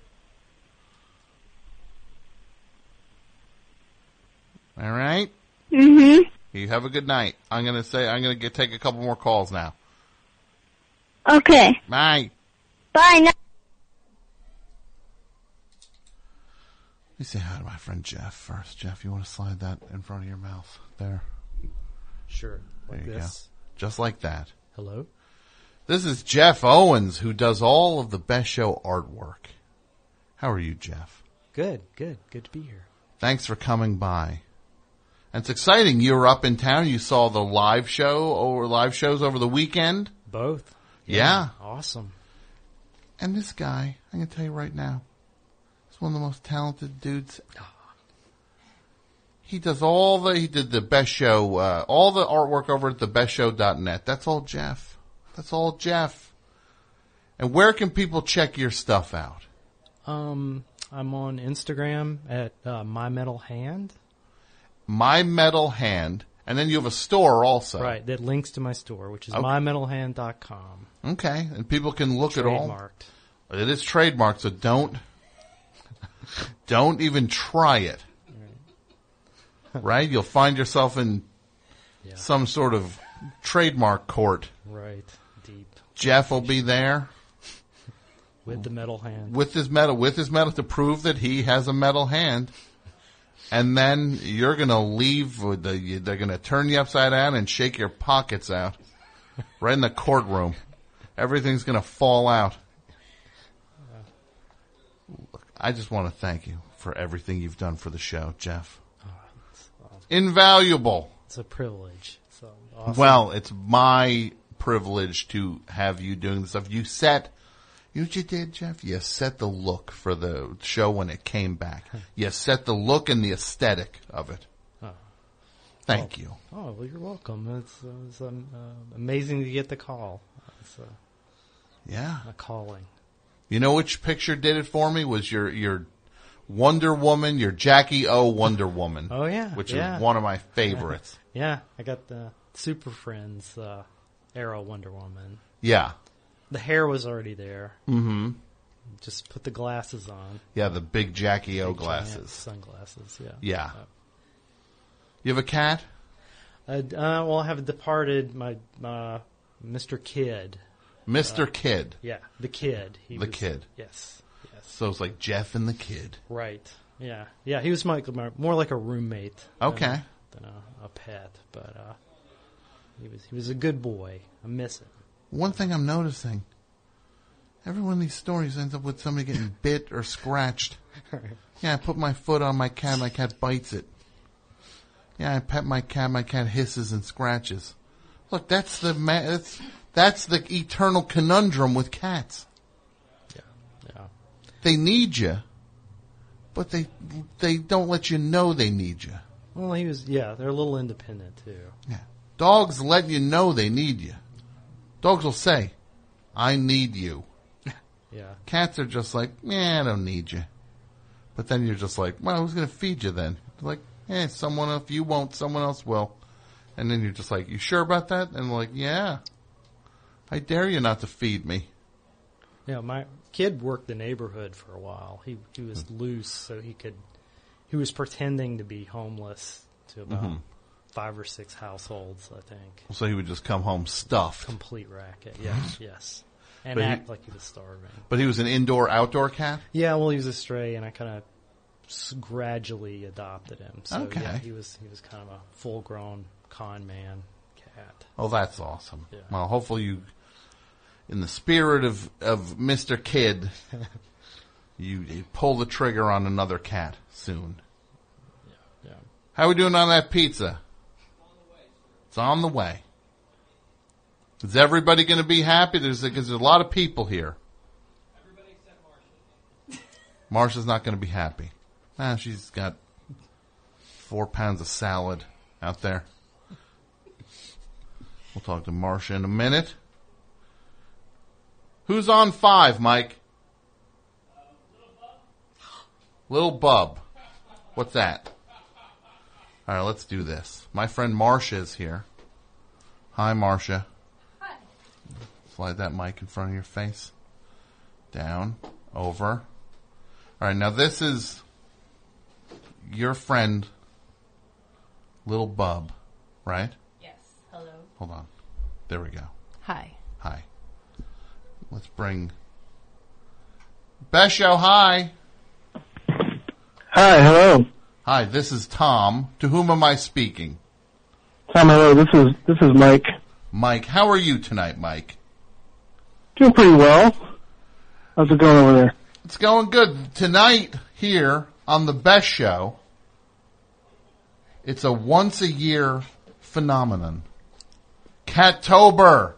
Speaker 1: All right.
Speaker 3: hmm
Speaker 1: You have a good night. I'm gonna say I'm gonna get, take a couple more calls now.
Speaker 3: Okay.
Speaker 1: Bye.
Speaker 3: Bye. Now-
Speaker 1: Let me say hi to my friend Jeff first. Jeff, you want to slide that in front of your mouth there?
Speaker 12: Sure.
Speaker 1: There
Speaker 12: Like
Speaker 1: you
Speaker 12: this.
Speaker 1: go. Just like that.
Speaker 12: Hello?
Speaker 1: This is Jeff Owens, who does all of the best show artwork. How are you, Jeff?
Speaker 12: Good, good, good to be here.
Speaker 1: Thanks for coming by. It's exciting. You were up in town. You saw the live show or live shows over the weekend.
Speaker 12: Both.
Speaker 1: Yeah.
Speaker 12: Awesome.
Speaker 1: And this guy, I'm going to tell you right now, he's one of the most talented dudes. He does all the, he did the best show, uh, all the artwork over at thebestshow.net. That's all Jeff. That's all Jeff. And where can people check your stuff out?
Speaker 12: Um, I'm on Instagram at uh, My Metal Hand.
Speaker 1: My Metal Hand. And then you have a store also.
Speaker 12: Right, that links to my store, which is
Speaker 1: Okay.
Speaker 12: mymetalhand.com.
Speaker 1: Okay, and people can look
Speaker 12: Trademarked.
Speaker 1: at all. It is trademarked, so don't don't even try it. right? You'll find yourself in some sort of trademark court.
Speaker 12: Right, deep
Speaker 1: Jeff will be there
Speaker 12: with the metal hand.
Speaker 1: with his medal, with his medal to prove that he has a metal hand. And then you're gonna leave with the, you- they're gonna turn you upside down and shake your pockets out. Right in the courtroom. Everything's gonna fall out. Look, I just wanna thank you for everything you've done for the show, Jeff. Invaluable.
Speaker 12: It's a privilege. So awesome.
Speaker 1: Well, it's my privilege to have you doing this stuff. You set, you know what you did, Jeff? You set the look for the show when it came back. You set the look and the aesthetic of it.
Speaker 12: Oh.
Speaker 1: Thank you.
Speaker 12: Oh, well, you're welcome. It's, uh, it's um, uh, amazing to get the call. It's, uh,
Speaker 1: Yeah.
Speaker 12: a calling.
Speaker 1: You know which picture did it for me was your your Wonder Woman, your Jackie O Wonder Woman.
Speaker 12: Oh, yeah,
Speaker 1: which
Speaker 12: yeah.
Speaker 1: is one of my favorites.
Speaker 12: Yeah, I got the Super Friends uh, Arrow Wonder Woman.
Speaker 1: yeah,
Speaker 12: The hair was already there.
Speaker 1: Mhm.
Speaker 12: Just put the glasses on.
Speaker 1: yeah, the big Jackie O
Speaker 12: Big giant
Speaker 1: glasses.
Speaker 12: Sunglasses, yeah.
Speaker 1: Yeah. You have a cat?
Speaker 12: I, uh, well, I have departed my uh, Mr. Kid.
Speaker 1: Mr.
Speaker 12: Uh,
Speaker 1: Kid.
Speaker 12: Yeah, the kid. He
Speaker 1: the
Speaker 12: was-
Speaker 1: kid.
Speaker 12: Yes, yes.
Speaker 1: So it's like Jeff and the kid.
Speaker 12: Right. Yeah. Yeah. He was my, my- more like a roommate. than-
Speaker 1: Okay.
Speaker 12: Than, a, a pet, but uh, he was he was a good boy. I miss him.
Speaker 1: One thing I'm noticing every one of these stories ends up with somebody getting bit or scratched. Yeah, I put my foot on my cat, my cat bites it. Yeah, I pet my cat, my cat hisses and scratches. Look, that's the ma- that's, that's the eternal conundrum with cats.
Speaker 12: Yeah.
Speaker 1: They need you, but they they don't let you know they need you.
Speaker 12: Well, he was. Yeah, they're a little independent too.
Speaker 1: Yeah. Dogs let you know they need you. Dogs will say, I need you.
Speaker 12: Yeah.
Speaker 1: Cats are just like, yeah, I don't need you. But then you're just like, well, who's going to feed you then? They're like, eh, someone else, you won't, someone else will. And then you're just like, you sure about that? And like, yeah. I dare you not to feed me.
Speaker 12: Yeah. My kid worked the neighborhood for a while. He he was
Speaker 1: Hmm.
Speaker 12: loose, so he could. He was pretending to be homeless to about
Speaker 1: Mhm.
Speaker 12: five or six households, I think.
Speaker 1: So he would just come home stuffed.
Speaker 12: Complete racket. Yes. yes. And
Speaker 1: But he-
Speaker 12: act like he was starving.
Speaker 1: But he was an indoor outdoor cat?
Speaker 12: Yeah, well, he was a stray, and I kind of gradually adopted him. So
Speaker 1: Okay.
Speaker 12: yeah, he was he was kind of a full grown con man cat.
Speaker 1: Oh, that's awesome.
Speaker 12: Yeah.
Speaker 1: Well, hopefully you, in the spirit of, of Mr. Kid, you, you pull the trigger on another cat soon.
Speaker 12: Yeah.
Speaker 1: How we doing on that pizza? It's on the way. Is everybody going to be happy? There's because there's a lot of people here. Marsha's not going to be happy. Ah, she's got four pounds of salad out there. We'll talk to Marsha in a minute. Who's on five, Mike? Little Bub. What's that? All right, let's do this. My friend Marsha is here. Hi, Marsha. Slide that mic in front of your face. Down, over. All right, now this is your friend, Little Bub, right?
Speaker 13: Yes. Hello.
Speaker 1: Hold on. There we go.
Speaker 13: Hi.
Speaker 1: Hi. Let's bring Besho. Hi.
Speaker 14: Hi, hello.
Speaker 1: Hi, this is Tom. To whom am I speaking?
Speaker 14: Tom, hello. This is this is Mike.
Speaker 1: Mike, how are you tonight, Mike?
Speaker 14: Doing pretty well. How's it going over there?
Speaker 1: It's going good. Tonight, here on the best show, it's a once a year phenomenon. Cattober.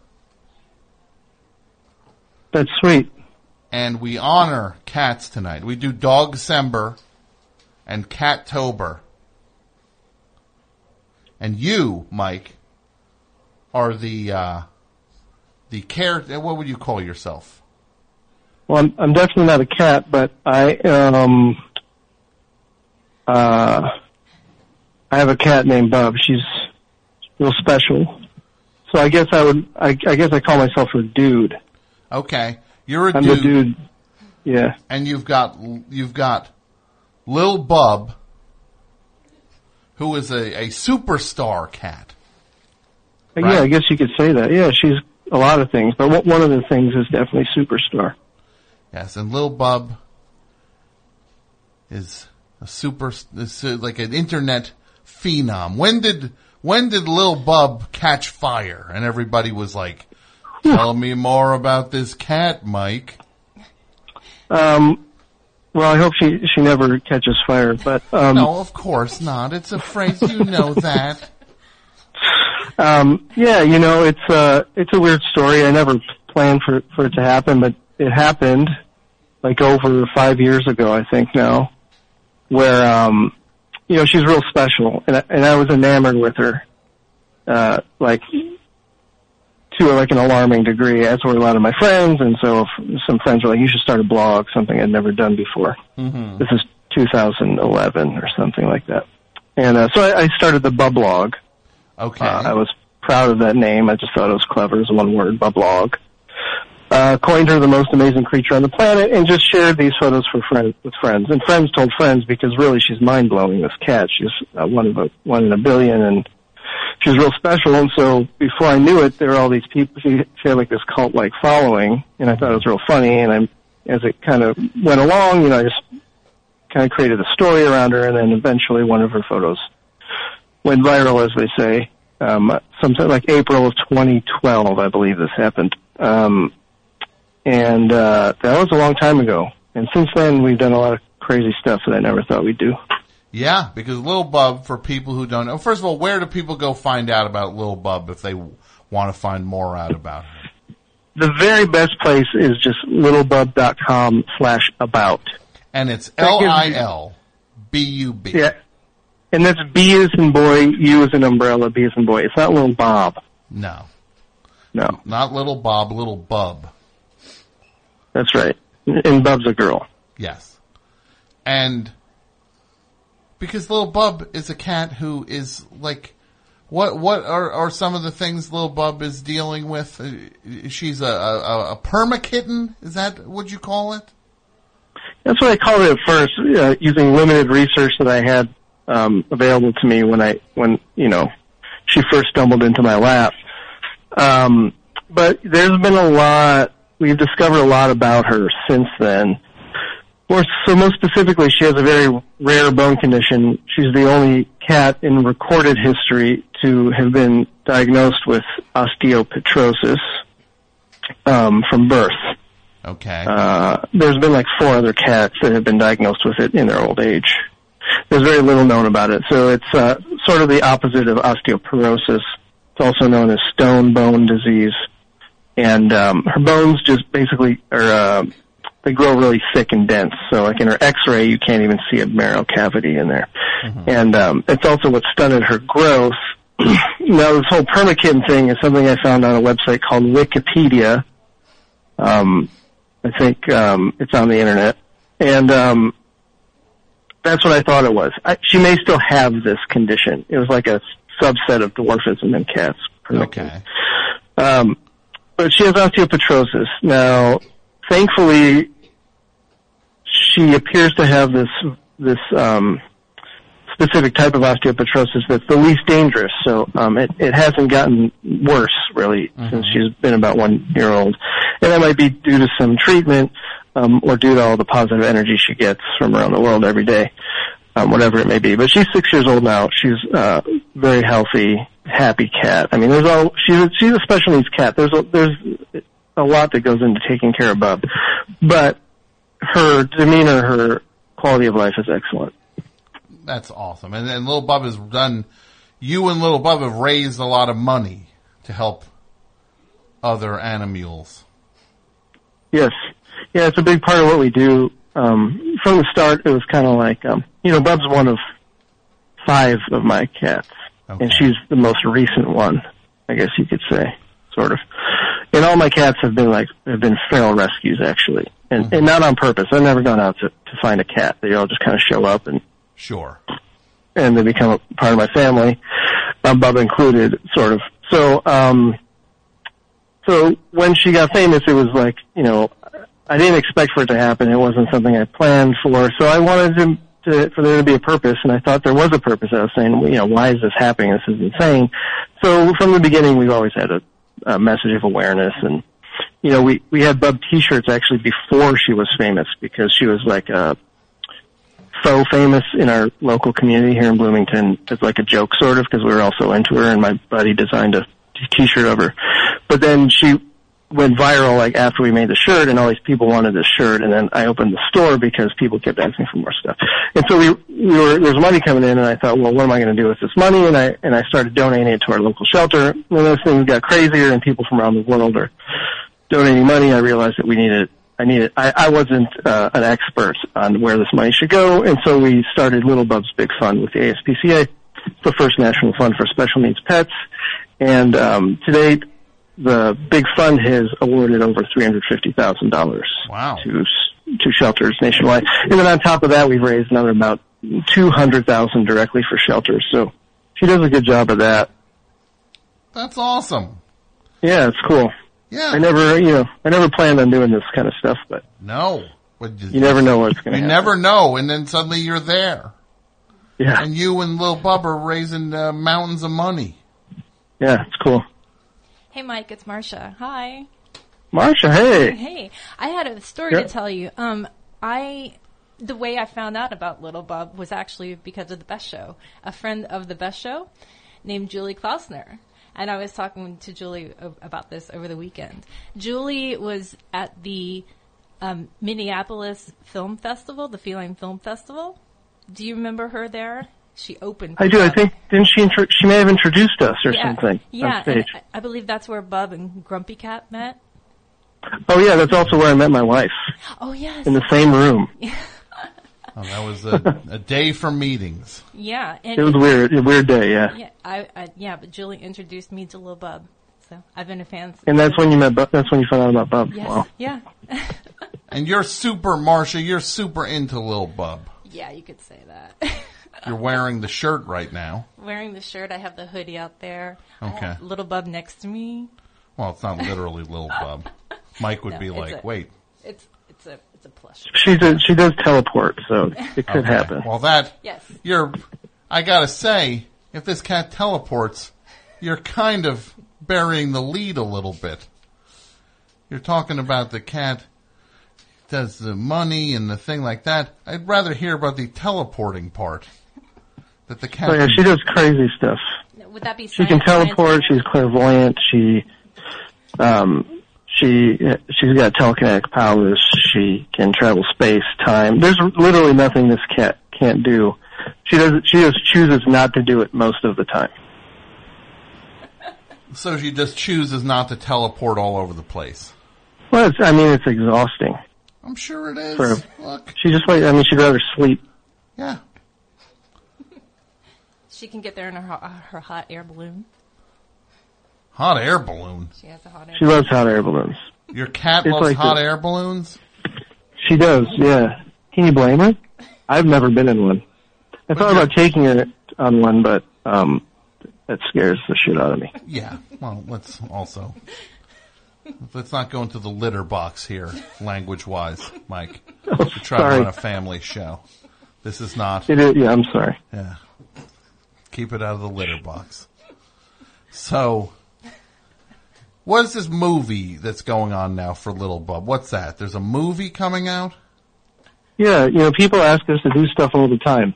Speaker 14: That's sweet.
Speaker 1: And we honor cats tonight. We do Dog Sember and Cattober. And you, Mike, are the, uh, the care, what would you call yourself?
Speaker 14: Well, I'm I'm definitely not a cat, but I um uh I have a cat named Bub. She's real special. So I guess I would I, I guess I call myself a dude.
Speaker 1: Okay, you're a
Speaker 14: I'm
Speaker 1: dude.
Speaker 14: a dude. Yeah.
Speaker 1: And you've got you've got Lil Bub, who is a, a superstar cat.
Speaker 14: Yeah, I guess you could say that. Yeah, she's a lot of things, but one- one of the things is definitely superstar.
Speaker 1: Yes, and Lil Bub is a super is uh, like an internet phenom. When did when did Lil Bub catch fire? And everybody was like, "Tell me more about this cat, Mike."
Speaker 14: Um, well, I hope she she never catches fire, but um,
Speaker 1: no, of course not. It's a phrase you know that.
Speaker 14: um, yeah, you know, it's a it's a weird story. I never planned for for it to happen, but it happened like over five years ago, I think now, where um, you know she's real special, and I, and I was enamored with her, uh, like to like an alarming degree, as were a lot of my friends, and so f- some friends were like, "You should start a blog," something I'd never done before.
Speaker 1: Mm-hmm.
Speaker 14: This is 2011 or something like that. And uh, so I, I started the Bublog. Uh,
Speaker 1: Okay.
Speaker 14: I was proud of that name. I just thought it was clever. It was one word, Bublog. Uh, coined her the most amazing creature on the planet and just shared these photos for friend, with friends. And friends told friends because really she's mind blowing, this cat. She's uh, one of a, one in a billion and she's real special. And so before I knew it, there were all these people, she, she had like this cult like following and I thought it was real funny. And I'm, as it kind of went along, you know, I just kind of created a story around her, and then eventually one of her photos went viral, as they say. Um, sometime like April of 2012, I believe this happened. Um, and uh, that was a long time ago. And since then, we've done a lot of crazy stuff that I never thought we'd do.
Speaker 1: Yeah, because Lil Bub, for people who don't know, first of all, where do people go find out about Lil Bub if they want to find more out about her?
Speaker 14: The very best place is just littlebub.com slash about.
Speaker 1: And it's
Speaker 14: That
Speaker 1: L
Speaker 14: gives
Speaker 1: I
Speaker 14: you-
Speaker 1: L B U B.
Speaker 14: Yeah. And that's B as in boy, U as in umbrella, B as in boy. It's not little Bob.
Speaker 1: No,
Speaker 14: No,
Speaker 1: not Little Bob, Little Bub.
Speaker 14: that's right. And Bub's a girl.
Speaker 1: Yes. And because Little Bub is a cat who is like, what what are, are some of the things Little Bub is dealing with? Uh, She's a, a, a- a perma kitten. Is that what you call it?
Speaker 14: That's what I called it at first, uh, using limited research that I had um, available to me when I when you know she first stumbled into my lap. Um, but there's been a lot. We've discovered a lot about her since then. More so, most specifically, she has a very rare bone condition. She's the only cat in recorded history to have been diagnosed with osteopetrosis um, from birth.
Speaker 1: Okay.
Speaker 14: Uh, there's been like four other cats that have been diagnosed with it in their old age. There's very little known about it, so it's uh, sort of the opposite of osteoporosis. It's also known as stone bone disease, and um, her bones just basically are uh, they grow really thick and dense. So like in her X-ray, you can't even see a marrow cavity in there, and um, it's also what stunted her growth. now this whole permakin thing is something I found on a website called Wikipedia. Um, I think um, it's on the internet, and um, that's what I thought it was. I, she may still have this condition. It was like a subset of dwarfism in cats. Okay. Um, but she has osteopetrosis now. Thankfully, she appears to have this this um, specific type of osteopetrosis that's the least dangerous. So um, it it hasn't gotten worse really since she's been about one year old, and that might be due to some treatment um, or due to all the positive energy she gets from around the world every day, um, whatever it may be. But she's six years old now. She's uh, very healthy, happy cat. I mean, there's all she's a, she's a special needs cat. There's a, there's a lot that goes into taking care of Bub, but her demeanor, her quality of life is excellent.
Speaker 1: That's awesome. And, and Little Bub has done, you and Little Bub have raised a lot of money to help other animals.
Speaker 14: Yes. Yeah, it's a big part of what we do. Um, from the start, it was kind of like, um, you know, Bub's one of five of my cats, and she's the most recent one, I guess you could say, sort of. And all my cats have been like, have been feral rescues, actually. And, and not on purpose. I've never gone out to, to find a cat. They all just kind of show up and
Speaker 1: Sure.
Speaker 14: and they become a part of my family, um, Bubba included, sort of. So, um, so when she got famous, it was like, you know, I didn't expect for it to happen. It wasn't something I planned for. So I wanted to, to for there to be a purpose, and I thought there was a purpose. I was saying, you know, why is this happening? This is insane. So from the beginning, we've always had a, a message of awareness and you know, we, we had Bub t-shirts actually before she was famous because she was like a faux famous in our local community here in Bloomington as like a joke sort of because we were all so into her and my buddy designed a t-shirt of her. But then she went viral like after we made the shirt and all these people wanted this shirt and then I opened the store because people kept asking for more stuff. And so we, we were, there was money coming in and I thought, well, what am I going to do with this money? And I, and I started donating it to our local shelter and those things got crazier and people from around the world are donating money, I realized that we needed, I needed, I, I wasn't uh, an expert on where this money should go, and so we started Little Bub's Big Fund with the ASPCA. It's the first national fund for special needs pets, and um, to date, the Big Fund has awarded over $350,000
Speaker 1: Wow.
Speaker 14: to, s- to shelters nationwide. And then on top of that, we've raised another about two hundred thousand directly for shelters. So she does a good job of that.
Speaker 1: That's awesome.
Speaker 14: Yeah, it's cool.
Speaker 1: Yeah.
Speaker 14: I never, you know, I never planned on doing this kind of stuff, but
Speaker 1: No. But
Speaker 14: you never know what's going
Speaker 1: You
Speaker 14: to happen.
Speaker 1: never know, and then suddenly you're there.
Speaker 14: Yeah.
Speaker 1: And you and Lil Bub are raising uh, mountains of money.
Speaker 14: yeah, it's cool.
Speaker 13: Hey, Mike, it's Marcia. Hi.
Speaker 14: Marsha, hey.
Speaker 13: Hey, I had a story
Speaker 14: Yeah.
Speaker 13: to tell you. Um, I the way I found out about Little Bub was actually because of the Best Show. A friend of the Best Show named Julie Klausner. And I was talking to Julie o- about this over the weekend. Julie was at the um, Minneapolis Film Festival, the Feline Film Festival. Do you remember her there? She opened.
Speaker 14: I
Speaker 13: for
Speaker 14: do. I
Speaker 13: Bub.
Speaker 14: think didn't she? Intro- she may have introduced us or
Speaker 13: yeah,
Speaker 14: something
Speaker 13: Yeah,
Speaker 14: on
Speaker 13: and
Speaker 14: stage.
Speaker 13: I- I believe that's where Bub and Grumpy Cat met.
Speaker 14: Oh yeah, that's also where I met my wife.
Speaker 13: Oh, yes.
Speaker 14: In the same room.
Speaker 1: Oh, that was a, a day for meetings.
Speaker 13: Yeah, and
Speaker 14: It was weird. A weird day, yeah.
Speaker 13: Yeah, I, I yeah, but Julie introduced me to Lil Bub, so I've been a fan. Since
Speaker 14: And that's when you met. Bu- that's when you found out about Bob.
Speaker 13: Yes,
Speaker 14: Oh, Wow.
Speaker 13: yeah,
Speaker 1: And you're super, Marsha, you're super into Lil Bub.
Speaker 13: yeah. You could say that.
Speaker 1: You're wearing the shirt right now.
Speaker 13: Wearing the shirt, I have the hoodie out there. I
Speaker 1: Okay.
Speaker 13: have Little Bub next to me.
Speaker 1: Well, it's not literally Lil Bub. Mike would
Speaker 13: No,
Speaker 1: be
Speaker 13: it's
Speaker 1: like,
Speaker 13: a-
Speaker 1: wait.
Speaker 13: It's it's a it's a plush.
Speaker 14: She's a, she does teleport, so it could
Speaker 1: Okay.
Speaker 14: happen.
Speaker 1: Well, that
Speaker 13: Yes.
Speaker 1: You're. I gotta say, if this cat teleports, you're kind of burying the lead a little bit. You're talking about the cat does the money and the thing like that. I'd rather hear about the teleporting part. That the cat.
Speaker 14: So Oh, yeah, she does crazy stuff.
Speaker 13: Would that be?
Speaker 14: She can
Speaker 13: science-
Speaker 14: teleport. She's clairvoyant. She, um, she she's got telekinetic powers. She can travel space, time. There's literally nothing this cat can't do. She does. not She just chooses not to do it most of the time.
Speaker 1: So she just chooses not to teleport all over the place.
Speaker 14: Well, it's, I mean, it's exhausting.
Speaker 1: I'm sure it is.
Speaker 14: For
Speaker 1: Look.
Speaker 14: she just like. I mean, she'd rather sleep.
Speaker 1: Yeah.
Speaker 13: She can get there in her ho- her hot air balloon.
Speaker 1: Hot air balloon.
Speaker 13: She has a hot air.
Speaker 14: She loves hot air balloons.
Speaker 1: Your cat
Speaker 14: It's
Speaker 1: loves
Speaker 14: like
Speaker 1: hot
Speaker 14: the-
Speaker 1: air balloons.
Speaker 14: She does, yeah. Can you blame her? I've never been in one. I thought about taking her on one, but um, that scares the shit out of me.
Speaker 1: Yeah. Well, let's also let's not go into the litter box here, language wise, Mike. We're trying
Speaker 14: Oh, sorry.
Speaker 1: to run a family show. This is not.
Speaker 14: It is, yeah, I'm sorry.
Speaker 1: Yeah. Keep it out of the litter box. So, what is this movie that's going on now for Little Bub? What's that? There's a movie coming out.
Speaker 14: Yeah, you know, people ask us to do stuff all the time,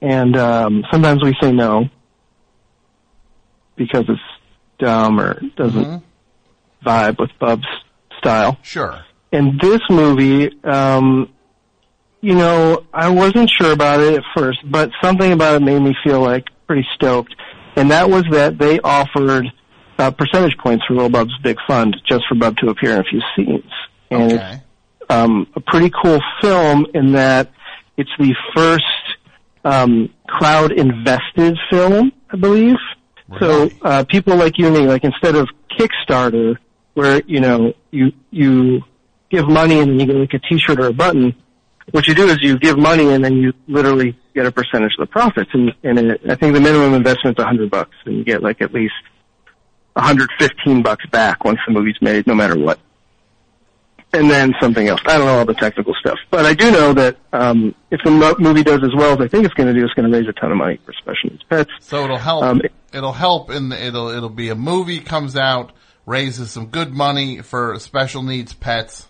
Speaker 14: and um, sometimes we say no because it's dumb or it doesn't vibe with Bub's style.
Speaker 1: Sure.
Speaker 14: And this movie, um, you know, I wasn't sure about it at first, but something about it made me feel like pretty stoked. And that was that they offered uh, percentage points for Little Bub's Big Fund just for Bub to appear in a few scenes. And
Speaker 1: okay.
Speaker 14: it's um, a pretty cool film in that it's the first um, crowd invested film, I believe. So uh, people like you and me, like instead of Kickstarter, where you know you you give money and then you get like a T-shirt or a button, what you do is you give money and then you literally get a percentage of the profits. And, and it, I think the minimum investment's a hundred bucks, and you get like at least a hundred fifteen bucks back once the movie's made, no matter what. And then something else. I don't know all the technical stuff, but I do know that um, if the mo- movie does as well as I think it's going to do, it's going to raise a ton of money for special needs pets.
Speaker 1: So it'll help.
Speaker 14: Um,
Speaker 1: it'll help, and it'll it'll be a movie comes out, raises some good money for special needs pets,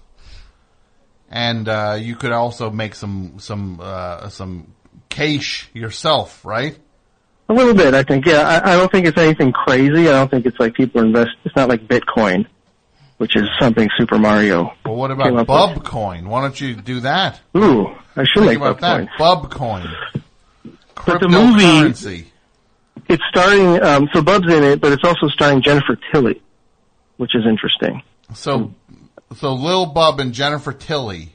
Speaker 1: and uh, you could also make some some uh, some cash yourself, right?
Speaker 14: A little bit, I think. Yeah, I, I don't think it's anything crazy. I don't think it's like people invest. It's not like Bitcoin, which is something Super Mario.
Speaker 1: But what
Speaker 14: came
Speaker 1: about
Speaker 14: up
Speaker 1: Bubcoin? Why don't you do that?
Speaker 14: Ooh, I should
Speaker 1: Think
Speaker 14: make
Speaker 1: about
Speaker 14: Bubcoin.
Speaker 1: that. Bubcoin,
Speaker 14: But the movie,
Speaker 1: cryptocurrency.
Speaker 14: it's starring. Um, so Bub's in it, but it's also starring Jennifer Tilly, which is interesting.
Speaker 1: So, so Lil Bub and Jennifer Tilly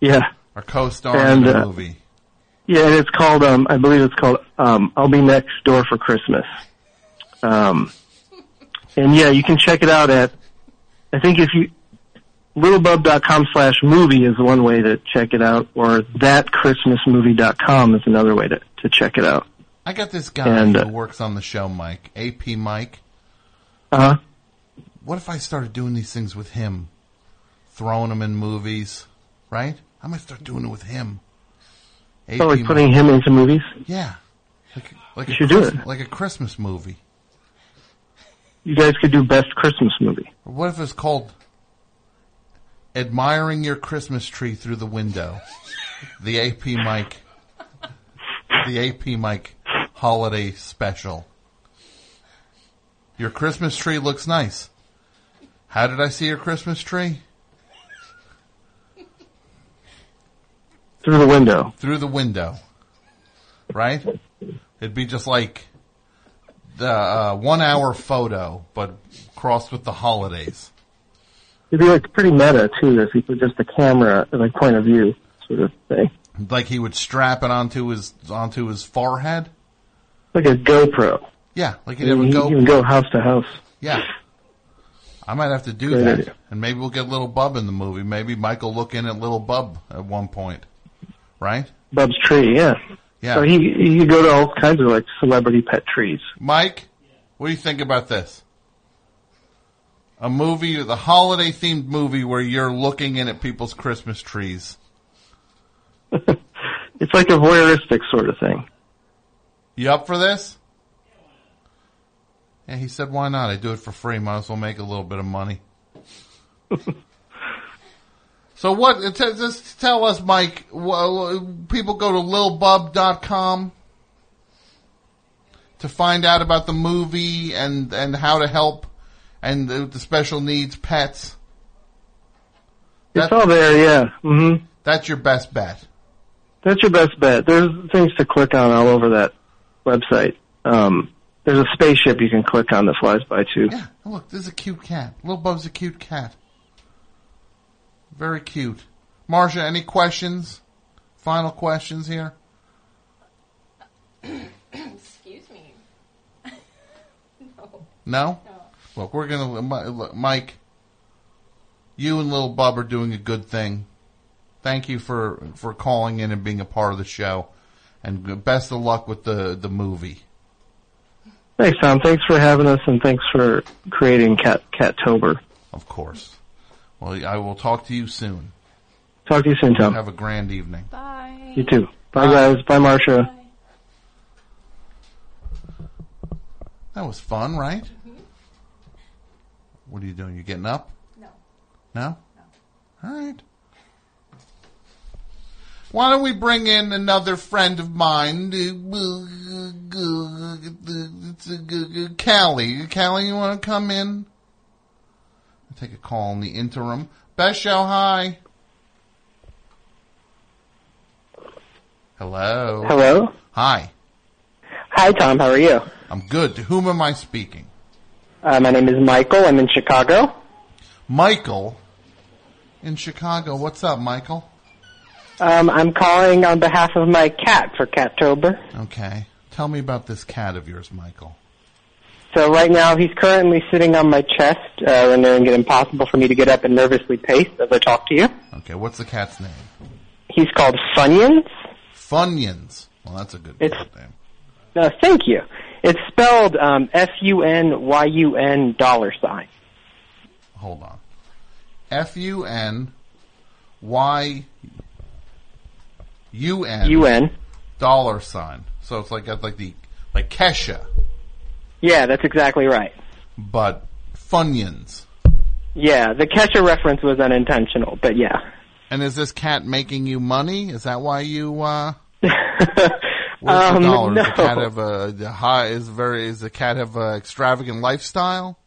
Speaker 14: Yeah,
Speaker 1: are co-starring
Speaker 14: And,
Speaker 1: in the
Speaker 14: uh,
Speaker 1: movie.
Speaker 14: yeah, and it's called. Um, I believe it's called. Um, I'll be next door for Christmas. Um, and yeah, you can check it out at. I think if you littlebub.com slash movie is one way to check it out, or thatchristmasmovie.com is another way to, to check it out.
Speaker 1: I got this guy
Speaker 14: And, uh,
Speaker 1: who works on the show, Mike, AP Mike.
Speaker 14: Uh huh.
Speaker 1: What if I started doing these things with him? Throwing him in movies, right? I might start doing it with him. AP
Speaker 14: So like putting
Speaker 1: Mike.
Speaker 14: him into movies.
Speaker 1: Yeah. Like, like
Speaker 14: You
Speaker 1: a
Speaker 14: should do
Speaker 1: Christ-
Speaker 14: it.
Speaker 1: Like a Christmas movie.
Speaker 14: You guys could do best Christmas movie.
Speaker 1: Or What if it's called Admiring Your Christmas Tree Through the Window? The AP Mike. The AP Mike Holiday Special. Your Christmas tree looks nice. How did I see your Christmas tree?
Speaker 14: Through the window.
Speaker 1: Through the window. Right? It'd be just like the uh, one hour photo, but crossed with the holidays.
Speaker 14: It'd be like pretty meta too, if you put just the camera like point of view sort of thing,
Speaker 1: Like he would strap it onto his onto his forehead.
Speaker 14: like a GoPro.
Speaker 1: Yeah, like he'd
Speaker 14: you,
Speaker 1: have a
Speaker 14: you
Speaker 1: go.
Speaker 14: can go house to house.
Speaker 1: Yeah. I might have to do
Speaker 14: Great
Speaker 1: that.
Speaker 14: idea.
Speaker 1: And maybe we'll get Little Bub in the movie. Maybe Michael look in at Little Bub at one point. Right?
Speaker 14: Bub's tree, yeah.
Speaker 1: Yeah.
Speaker 14: So he he could go to all kinds of like celebrity pet trees.
Speaker 1: Mike, what do you think about this? A movie, the holiday themed movie where you're looking in at people's Christmas trees.
Speaker 14: It's like a voyeuristic sort of thing.
Speaker 1: You up for this? Yeah, he said, why not? I do it for free. Might as well make a little bit of money. so what, t- just tell us, Mike, wh- people go to lilbub.com to find out about the movie and, and how to help and the, the special needs pets.
Speaker 14: It's all there, yeah. hmm
Speaker 1: That's your best bet.
Speaker 14: That's your best bet. There's things to click on all over that website. Um, there's a spaceship you can click on that flies by too.
Speaker 1: Oh, Look, this is a cute cat. Little Bub's a cute cat. Very cute. Marcia, any questions? Final questions here?
Speaker 13: Excuse me.
Speaker 1: No? Look, we're gonna, Mi- look, Mike, you and Little Bub are doing a good thing. Thank you for, for calling in and being a part of the show. And g- best of luck with the, the movie.
Speaker 14: Thanks, Tom. Thanks for having us, and thanks for creating Cat Cattober.
Speaker 1: Of course. Well, I will talk to you soon.
Speaker 14: Talk to you soon, Tom.
Speaker 1: Have a grand evening.
Speaker 14: You too. Bye, guys. Bye, Marcia.
Speaker 1: That was fun, right? What are you doing? You getting up? No. No? All right. Why don't we bring in another friend of mine, Callie? Callie, you want to come in? I'll take a call in the interim. Best show, hi. Hello.
Speaker 15: Hello.
Speaker 1: Hi.
Speaker 15: Hi, Tom. How are you?
Speaker 1: I'm good. To whom am I speaking?
Speaker 15: Uh, my name is Michael. I'm in Chicago.
Speaker 1: Michael in Chicago. What's up, Michael?
Speaker 15: Um, I'm calling on behalf of my cat for Cattober.
Speaker 1: Okay. Tell me about this cat of yours, Michael.
Speaker 15: So right now he's currently sitting on my chest, uh, rendering it impossible for me to get up and nervously pace as I talk to you.
Speaker 1: Okay, what's the cat's name?
Speaker 15: He's called Funyuns.
Speaker 1: Funyuns. Well, that's a good
Speaker 15: It's
Speaker 1: name.
Speaker 15: no, thank you. It's spelled um, F U N Y U N dollar sign.
Speaker 1: Hold on. F U N Y U N
Speaker 15: UN.
Speaker 1: dollar sign. So it's like like the like Kesha,
Speaker 15: Yeah, that's exactly right.
Speaker 1: but Funyuns.
Speaker 15: Yeah, the Kesha reference was unintentional, but yeah.
Speaker 1: And is this cat making you money? Is that why you uh Where's
Speaker 15: Um,
Speaker 1: the dollar? Is the
Speaker 15: no.
Speaker 1: cat have a the high is very is the cat have a extravagant lifestyle?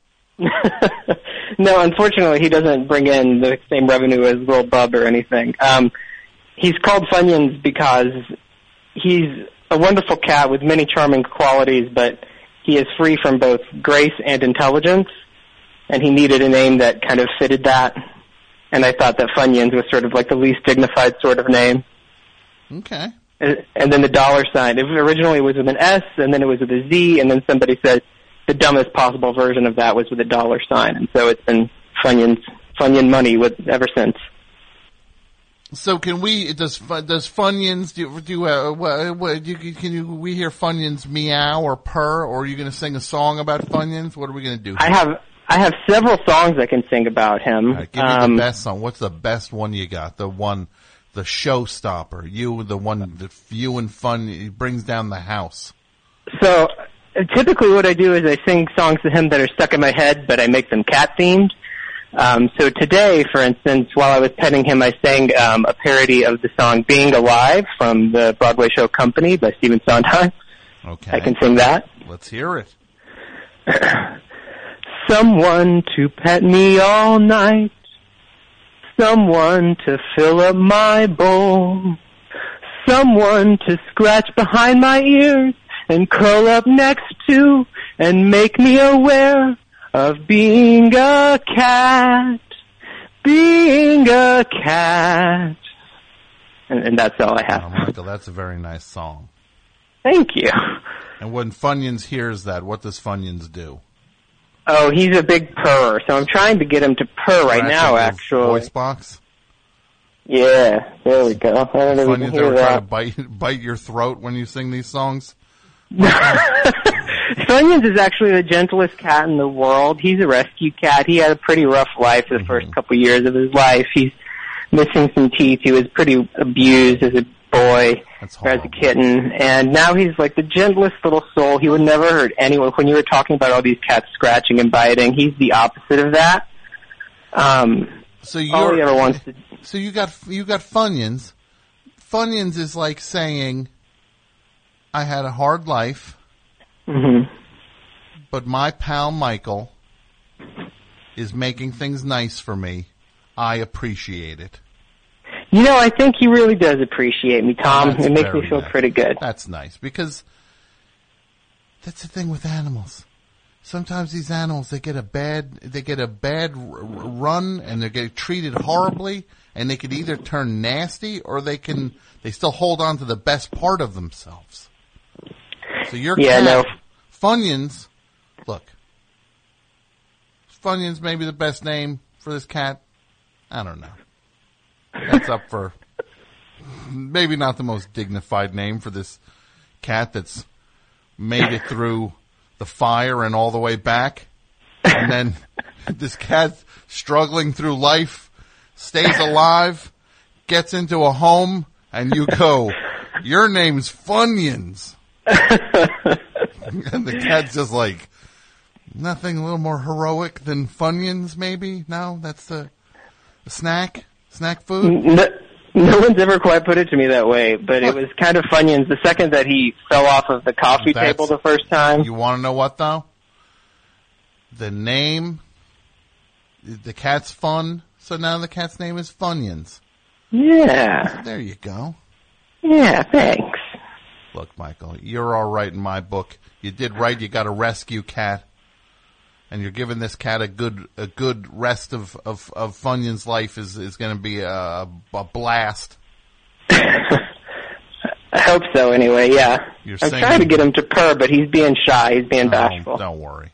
Speaker 15: No, unfortunately, he doesn't bring in the same revenue as Little Bub or anything. Um, he's called Funyuns because he's a wonderful cat with many charming qualities, but he is free from both grace and intelligence, and he needed a name that kind of fitted that. And I thought that Funyuns was sort of like the least dignified sort of name.
Speaker 1: Okay.
Speaker 15: And and then the dollar sign. It originally was with an S, and then it was with a Z, and then somebody said the dumbest possible version of that was with a dollar sign, and so it's been Funyuns Funyun money with ever since.
Speaker 1: So can we? Does Fu- does Funyuns do do? Uh, what, what, do you, can you? We hear Funyuns meow or purr, or are you going to sing a song about Funyuns? What are we going to do?
Speaker 15: I have I have several songs I can sing about him.
Speaker 1: Give me
Speaker 15: Um,
Speaker 1: the best song. What's the best one you got? The one, the showstopper. You, the one that you and fun it brings down the house.
Speaker 15: So uh, typically, what I do is I sing songs to him that are stuck in my head, but I make them cat themed. Um, so today, for instance, while I was petting him, I sang um, a parody of the song "Being Alive" from the Broadway show Company by Stephen Sondheim.
Speaker 1: Okay,
Speaker 15: I can sing that.
Speaker 1: Let's hear it.
Speaker 15: Someone to pet me all night. Someone to fill up my bowl. Someone to scratch behind my ears and curl up next to and make me aware of being a cat. Being a cat. And, and that's all I have.
Speaker 1: Oh, Michael, that's a very nice song.
Speaker 15: Thank you.
Speaker 1: And when Funyuns hears that, what does Funyuns do?
Speaker 15: Oh, he's a big purr, so I'm trying to get him to purr right
Speaker 1: Scratch
Speaker 15: now,
Speaker 1: up his
Speaker 15: actually.
Speaker 1: Voice box.
Speaker 15: Yeah, there we go. I don't know if you
Speaker 1: Funyuns
Speaker 15: can hear
Speaker 1: ever try to
Speaker 15: that.
Speaker 1: bite bite your throat when you sing these songs?
Speaker 15: Funyuns is actually the gentlest cat in the world. He's a rescue cat. He had a pretty rough life the
Speaker 1: Mm-hmm.
Speaker 15: first couple years of his life. He's missing some teeth. He was pretty abused as a boy or as a kitten. And now he's like the gentlest little soul. He would never hurt anyone. When you were talking about all these cats scratching and biting, he's the opposite of that. Um,
Speaker 1: so
Speaker 15: all he
Speaker 1: you're-
Speaker 15: ever wants to
Speaker 1: So you got you got Funyuns. Funyuns is like saying, "I had a hard life,
Speaker 15: Mhm.
Speaker 1: but my pal Michael is making things nice for me. I appreciate it."
Speaker 15: You know, I think he really does appreciate me, Tom.
Speaker 1: That's
Speaker 15: it makes me
Speaker 1: very
Speaker 15: feel
Speaker 1: nice.
Speaker 15: pretty good.
Speaker 1: That's nice because that's the thing with animals. Sometimes these animals they get a bad they get a bad r- r- run and they get treated horribly and they could either turn nasty or they can they still hold on to the best part of themselves. So your
Speaker 15: Yeah,
Speaker 1: cat,
Speaker 15: no.
Speaker 1: Funyuns, look, Funyuns may be the best name for this cat. I don't know. That's up for maybe not the most dignified name for this cat that's made it through the fire and all the way back. And then this cat struggling through life, stays alive, gets into a home, and you go, Your name's Funyuns. and the cat's just like, Nothing a little more heroic than Funyuns, maybe? No, that's a, a snack, snack food.
Speaker 15: N- No, no one's ever quite put it to me that way, but it was kind of Funyuns. The second that he fell off of the coffee
Speaker 1: That's-
Speaker 15: table the first time,
Speaker 1: You want to know what though? The name, the cat's fun. So now the cat's name is Funyuns.
Speaker 15: Yeah.
Speaker 1: So there you go.
Speaker 15: yeah, thanks.
Speaker 1: Look, Michael, you're all right in my book. You did right. You got a rescue cat, and you're giving this cat a good a good rest of of, of Funyun's life is is going to be a, a blast.
Speaker 15: I hope so. Anyway, yeah.
Speaker 1: You're Oh.
Speaker 15: I'm
Speaker 1: singing.
Speaker 15: trying to get him to purr, but he's being shy. He's being bashful.
Speaker 1: Don't worry.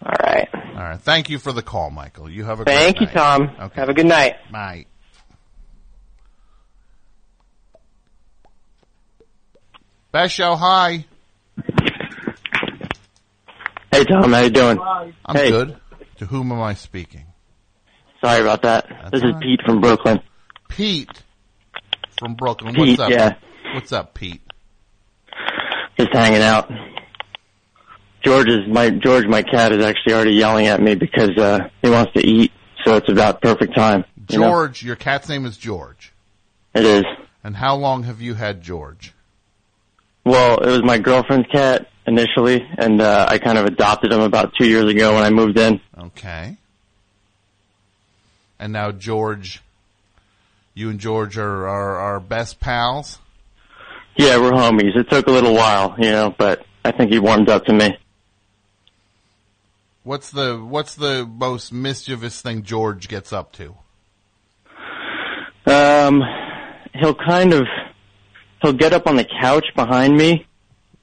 Speaker 15: All right.
Speaker 1: All right. Thank you for the call, Michael. You have a
Speaker 15: Thank you,
Speaker 1: great night.
Speaker 15: Tom.
Speaker 1: Okay.
Speaker 15: Have a good night.
Speaker 1: Bye. Best show. Hi.
Speaker 16: Hey Tom, how you doing?
Speaker 1: I'm
Speaker 16: Hey.
Speaker 1: good. To whom am I speaking?
Speaker 16: Sorry about that. this is
Speaker 1: all right.
Speaker 16: Pete from Brooklyn.
Speaker 1: Pete from Brooklyn.
Speaker 16: Pete,
Speaker 1: What's up?
Speaker 16: yeah.
Speaker 1: What's up, Pete?
Speaker 16: Just hanging out. George is my George, my cat is actually already yelling at me because uh he wants to eat, so it's about perfect time. you know?
Speaker 1: George, your cat's name is George.
Speaker 16: It is.
Speaker 1: And how long have you had George?
Speaker 16: Well, it was my girlfriend's cat initially, and uh, I kind of adopted him about two years ago when I moved in.
Speaker 1: Okay. And now George, you and George are are, are best pals.
Speaker 16: Yeah, we're homies. It took a little while, you know, but I think he warmed up to me.
Speaker 1: What's the what's the most mischievous thing George gets up to?
Speaker 16: Um, he'll kind of he'll get up on the couch behind me,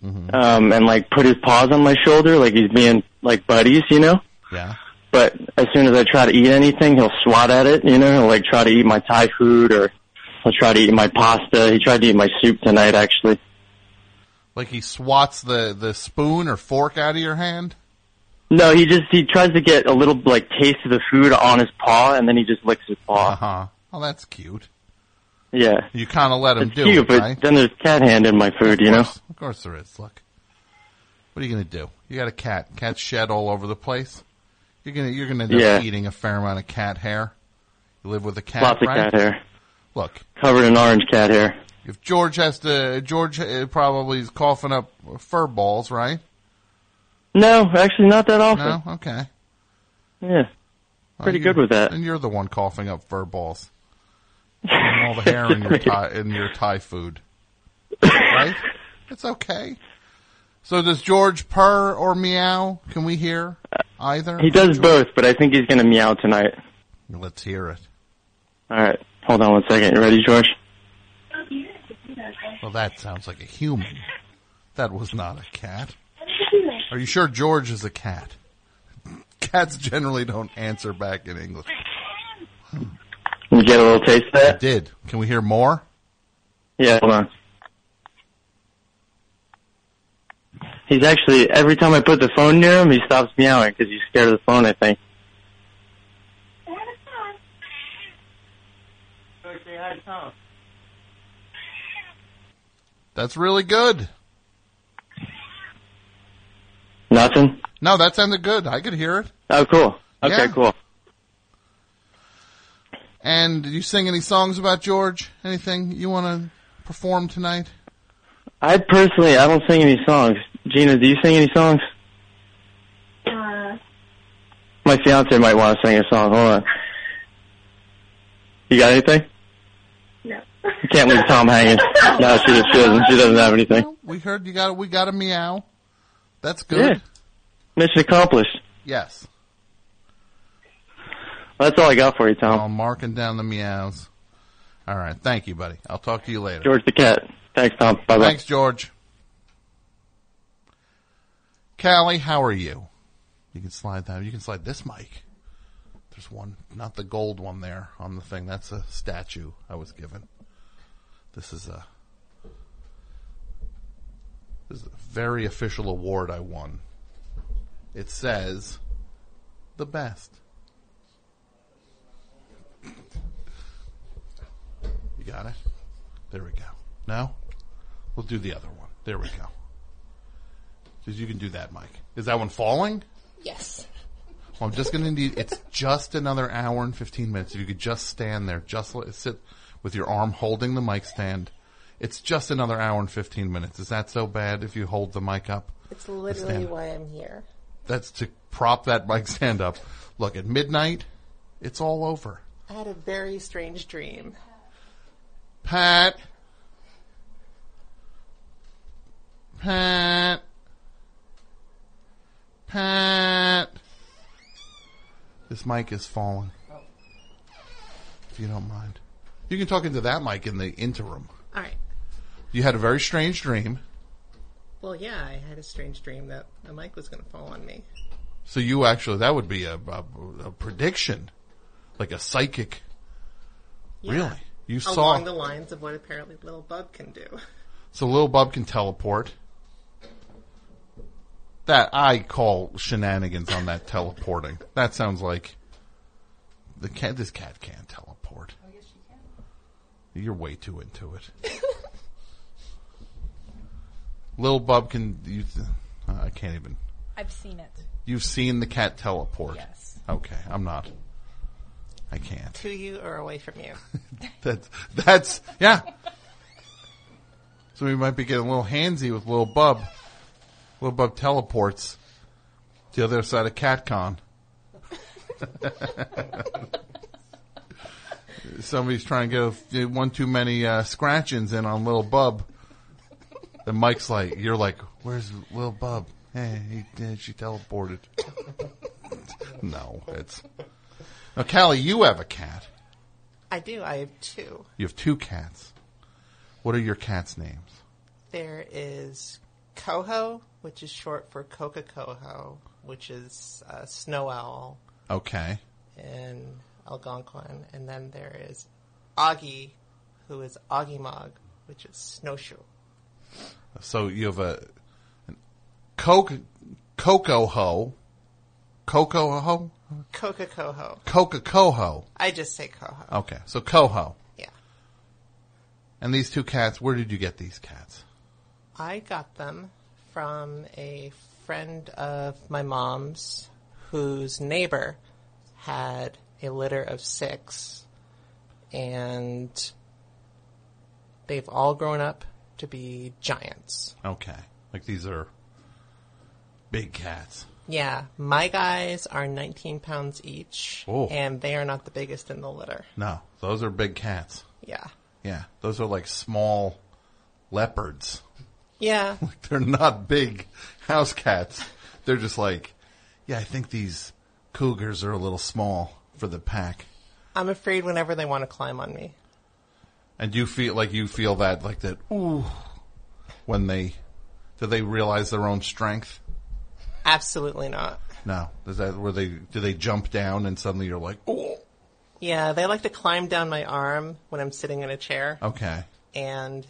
Speaker 16: um, and like put his paws on my shoulder, like he's being like buddies, you know.
Speaker 1: Yeah.
Speaker 17: but as soon as I try to eat anything, he'll swat at it. You know, he'll like try to eat my Thai food or he'll try to eat my pasta. He tried to eat my soup tonight, actually.
Speaker 1: Like he swats the, the spoon or fork out of your hand?
Speaker 17: No, he just he tries to get a little like taste of the food on his paw, and then he just licks his paw.
Speaker 1: Uh-huh. Oh, that's cute.
Speaker 17: Yeah,
Speaker 1: You kind of let him do
Speaker 17: cute,
Speaker 1: it,
Speaker 17: but
Speaker 1: right?
Speaker 17: then there's cat hand in my food, you know.
Speaker 1: Of course there is. Look, what are you going to do? You got a cat. Cats shed all over the place. You're gonna you're gonna end up
Speaker 17: Yeah.
Speaker 1: eating a fair amount of cat hair. You live with a cat,
Speaker 17: Lots of
Speaker 1: right?
Speaker 17: cat hair.
Speaker 1: Look.
Speaker 17: Covered in orange cat hair.
Speaker 1: If George has to, George uh, probably is coughing up fur balls, right?
Speaker 17: No, actually not that often.
Speaker 1: No, okay.
Speaker 17: Yeah. Pretty good with that.
Speaker 1: And you're the one coughing up fur balls. and all the hair in your Thai, in your Thai food. Right? It's okay. So does George purr or meow? Can we hear either?
Speaker 17: He does both, but I think he's gonna meow tonight.
Speaker 1: Let's hear it.
Speaker 17: All right, hold on one second. You ready, George?
Speaker 1: Well, that sounds like a human. That was not a cat. Are you sure George is a cat? Cats generally don't answer back in English.
Speaker 17: You get a little taste of that?
Speaker 1: I did. Can we hear more?
Speaker 17: Yeah, hold on. He's actually every time I put the phone near him, he stops meowing because he's scared of the phone. I think.
Speaker 1: That's really good.
Speaker 17: Nothing.
Speaker 1: No, that sounded good. I could hear it.
Speaker 17: Oh, cool. Okay,
Speaker 1: Yeah.
Speaker 17: cool.
Speaker 1: And did you sing any songs about George? Anything you want to perform tonight?
Speaker 17: I personally, I don't sing any songs. Gina, do you sing any songs?
Speaker 3: Uh,
Speaker 17: My fiance might want to sing a song. Hold on. You got anything?
Speaker 3: No.
Speaker 17: You can't leave Tom hanging. No, she just she doesn't. She doesn't have anything.
Speaker 1: We heard you got we got a meow. That's
Speaker 17: Yeah.
Speaker 1: good.
Speaker 17: Mission accomplished.
Speaker 1: Yes.
Speaker 17: That's all I got for you, Tom.
Speaker 1: I'm marking down the meows. All right. Thank you, buddy. I'll talk to you later.
Speaker 17: George the cat. Thanks, Tom. Bye bye.
Speaker 1: Thanks, George. Callie, how are you? You can slide that. You can slide this mic. There's one, not the gold one there on the thing. That's a statue I was given. This is a this is a very official award I won. It says the best. You got it? There we go. No? We'll do the other one. There we go. Because you can do that, Mike. Is that one falling?
Speaker 18: Yes.
Speaker 1: Well, I'm just going to need, it's just another hour and 15 minutes. If you could just stand there, just let- sit with your arm holding the mic stand. It's just another hour and 15 minutes. Is that so bad if you hold the mic up?
Speaker 18: It's
Speaker 1: Stand
Speaker 18: literally
Speaker 1: up.
Speaker 18: why I'm here.
Speaker 1: That's to prop that mic stand up. Look, at midnight, it's all over.
Speaker 18: I had a very strange dream.
Speaker 1: Pat. Pat. Pat. This mic is falling. If you don't mind. You can talk into that mic in the interim.
Speaker 18: All right.
Speaker 1: You had a very strange dream,
Speaker 18: Well, yeah, I had a strange dream that the mic was going to fall on me.
Speaker 1: so you actually, that would be a, a, a prediction. Like a psychic.
Speaker 18: Yeah.
Speaker 1: Really? You
Speaker 18: Along
Speaker 1: saw.
Speaker 18: the lines of what apparently Little Bub can do.
Speaker 1: So Lil Bub can teleport. That I call shenanigans on that teleporting. That sounds like the cat. This cat can't teleport. Oh yes, she can. You're way too into it. Lil Bub can. You, uh, I can't even.
Speaker 13: I've seen it.
Speaker 1: You've seen the cat teleport.
Speaker 18: Yes.
Speaker 1: Okay, I'm not. I can't.
Speaker 18: To you or away from you.
Speaker 1: That's that's yeah. So we might be getting a little handsy with little Bub. Little Bub teleports to the other side of CatCon. Somebody's trying to get a- one too many uh, scratchings in on little Bub. And Mike's like, "You're like, where's little Bub? Hey, he did. She teleported." no, it's now, Callie. You have a cat.
Speaker 18: I do. I have two.
Speaker 1: You have two cats. What are your cats' names?
Speaker 18: There is Coho, which is short for Coca Coho, which is a uh, snow owl,
Speaker 1: Okay.
Speaker 18: in Algonquin, and then there is Augie, who is Augiemog, which is snowshoe.
Speaker 1: So you have a an coke cocoa ho, cocoa ho,
Speaker 18: Coca Coho.
Speaker 1: coca coho.
Speaker 18: I just say coho.
Speaker 1: Okay, so coho.
Speaker 18: Yeah.
Speaker 1: And these two cats, where did you get these cats?
Speaker 18: I got them from a friend of my mom's whose neighbor had a litter of six, and they've all grown up to be giants.
Speaker 1: Okay, like these are big cats.
Speaker 18: Yeah, my guys are 19 pounds each,
Speaker 1: Oh.
Speaker 18: and they are not the biggest in the litter.
Speaker 1: No, those are big cats.
Speaker 18: Yeah.
Speaker 1: Yeah, those are like small leopards.
Speaker 18: Yeah.
Speaker 1: Like they're not big house cats. They're just like, yeah, I think these cougars are a little small for the pack.
Speaker 18: I'm afraid whenever they want to climb on me.
Speaker 1: And you feel like you feel that like that
Speaker 18: Ooh.
Speaker 1: when they do they realize their own strength?
Speaker 18: Absolutely not.
Speaker 1: No, is that where they do they jump down and suddenly you're like, oh,
Speaker 18: Yeah, they like to climb down my arm when I'm sitting in a chair.
Speaker 1: okay,
Speaker 18: And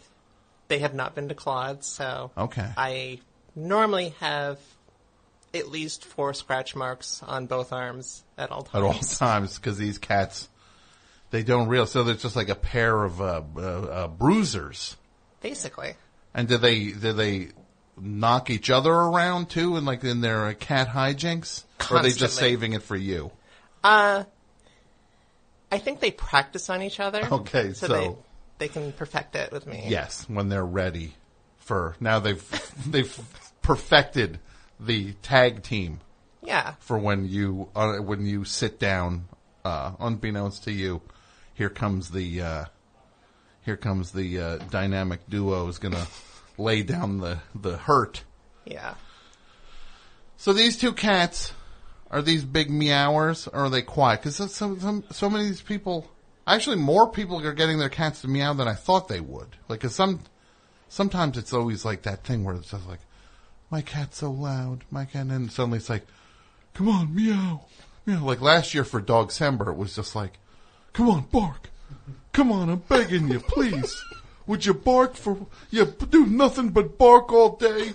Speaker 18: they have not been declawed, so.
Speaker 1: Okay.
Speaker 18: I normally have at least four scratch marks on both arms at all
Speaker 1: at
Speaker 18: times.
Speaker 1: all times because these cats they don't realize. So they're just like a pair of uh, uh, uh, bruisers.
Speaker 18: Basically.
Speaker 1: And do they do they knock each other around too, and like in their uh, cat hijinks, or are they just
Speaker 18: Constantly.
Speaker 1: saving it for you?
Speaker 18: Uh, I think they practice on each other.
Speaker 1: Okay, so-
Speaker 18: they, they can perfect it with me.
Speaker 1: Yes, when they're ready for now they've they've perfected the tag team.
Speaker 18: Yeah.
Speaker 1: For when you uh, when you sit down, uh, unbeknownst to you, here comes the uh, here comes the uh, dynamic duo is gonna lay down the the hurt.
Speaker 18: Yeah.
Speaker 1: So these two cats are these big meowers, or are they quiet? Because so, so, so many of these people, actually, more people are getting their cats to meow than I thought they would. Like, 'cause some sometimes it's always like that thing where it's just like, my cat's so loud, my cat, and then suddenly it's like, come on, meow, meow. Like last year for Dog Sember, it was just like, come on, bark, come on, I'm begging you, please. Would you bark for? You do nothing but bark all day.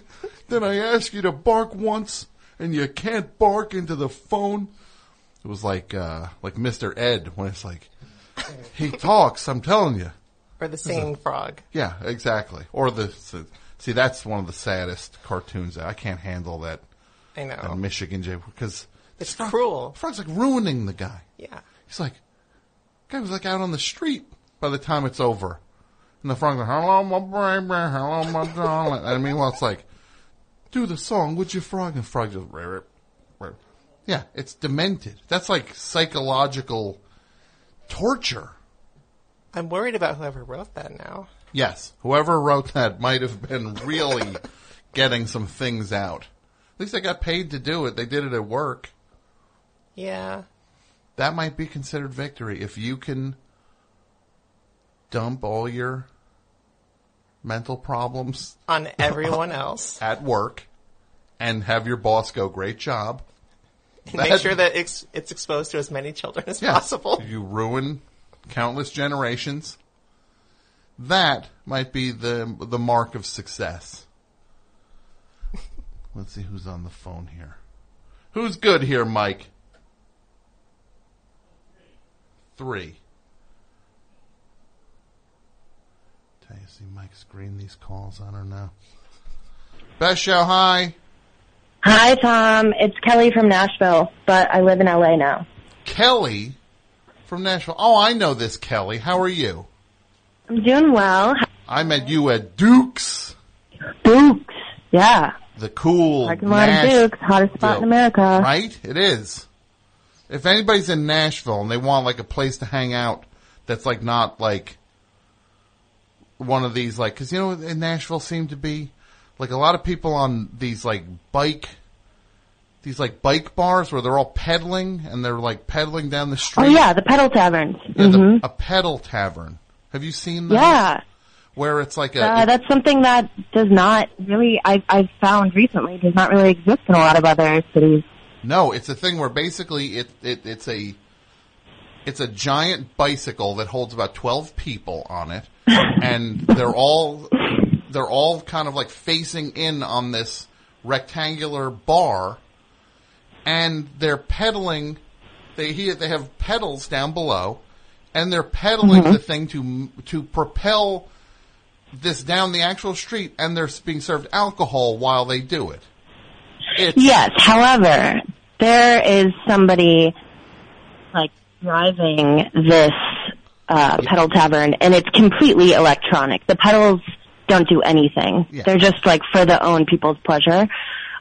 Speaker 1: Then I ask you to bark once, and you can't bark into the phone. It was like uh like Mr. Ed when it's like he talks. I'm telling you.
Speaker 18: Or the singing frog.
Speaker 1: Yeah, exactly. Or the so- see that's one of the saddest cartoons. I can't handle that.
Speaker 18: I know.
Speaker 1: that Michigan J because
Speaker 18: It's cruel.
Speaker 1: Frog's like ruining the guy.
Speaker 18: Yeah.
Speaker 1: He's like, guy was like out on the street by the time it's over, and the frog's like, "Hello, my baby, hello, my darling." and meanwhile, it's like, do the song, would you, frog? And frog just, rah, rah, rah. yeah, it's demented. That's like psychological torture.
Speaker 18: I'm worried about whoever wrote that now.
Speaker 1: Yes, whoever wrote that might have been really getting some things out. At least they got paid to do it. They did it at work.
Speaker 18: Yeah.
Speaker 1: That might be considered victory if you can dump all your mental problems
Speaker 18: On everyone else.
Speaker 1: at work and have your boss go, "Great job."
Speaker 18: And make sure that it's, it's exposed to as many children as possible.
Speaker 1: You ruin countless generations. That might be the the mark of success. Let's see who's on the phone here. Who's good here, Mike? Three. Tell you, see Mike screen these calls. I don't know. Best show, hi.
Speaker 19: Hi, Tom. It's Kelly from Nashville, but I live in LA now.
Speaker 1: Kelly from Nashville. Oh, I know this Kelly. How are you?
Speaker 19: I'm doing well.
Speaker 1: I met you at Duke's,
Speaker 19: Dukes. Yeah.
Speaker 1: the cool
Speaker 19: Parking lot of
Speaker 1: Nash-
Speaker 19: Dukes, hottest spot in
Speaker 1: Bill.
Speaker 19: America.
Speaker 1: Right? It is. If anybody's in Nashville and they want like a place to hang out that's like not like one of these like, cause you know what in Nashville seem to be? Like a lot of people on these like bike, these like bike bars where they're all pedaling and they're like pedaling down the
Speaker 19: Oh
Speaker 1: street.
Speaker 19: yeah, the Pedal Taverns.
Speaker 1: Yeah, the-
Speaker 19: hmm
Speaker 1: a pedal tavern. Have you seen that?
Speaker 19: Yeah.
Speaker 1: Where it's like a,
Speaker 19: Uh, that's something that does not really I I've found recently does not really exist in a lot of other cities.
Speaker 1: No, it's a thing where basically it, it it's a it's a giant bicycle that holds about twelve people on it, and they're all they're all kind of like facing in on this rectangular bar, and they're pedaling. They he- they have pedals down below, and they're pedaling
Speaker 20: Mhm.
Speaker 1: the thing to to propel this down the actual street, and they're being served alcohol while they do it.
Speaker 19: Yes. However, there is somebody like driving this uh, pedal tavern, and it's completely electronic. The pedals don't do anything.
Speaker 1: Yeah.
Speaker 19: They're just like for the own people's pleasure,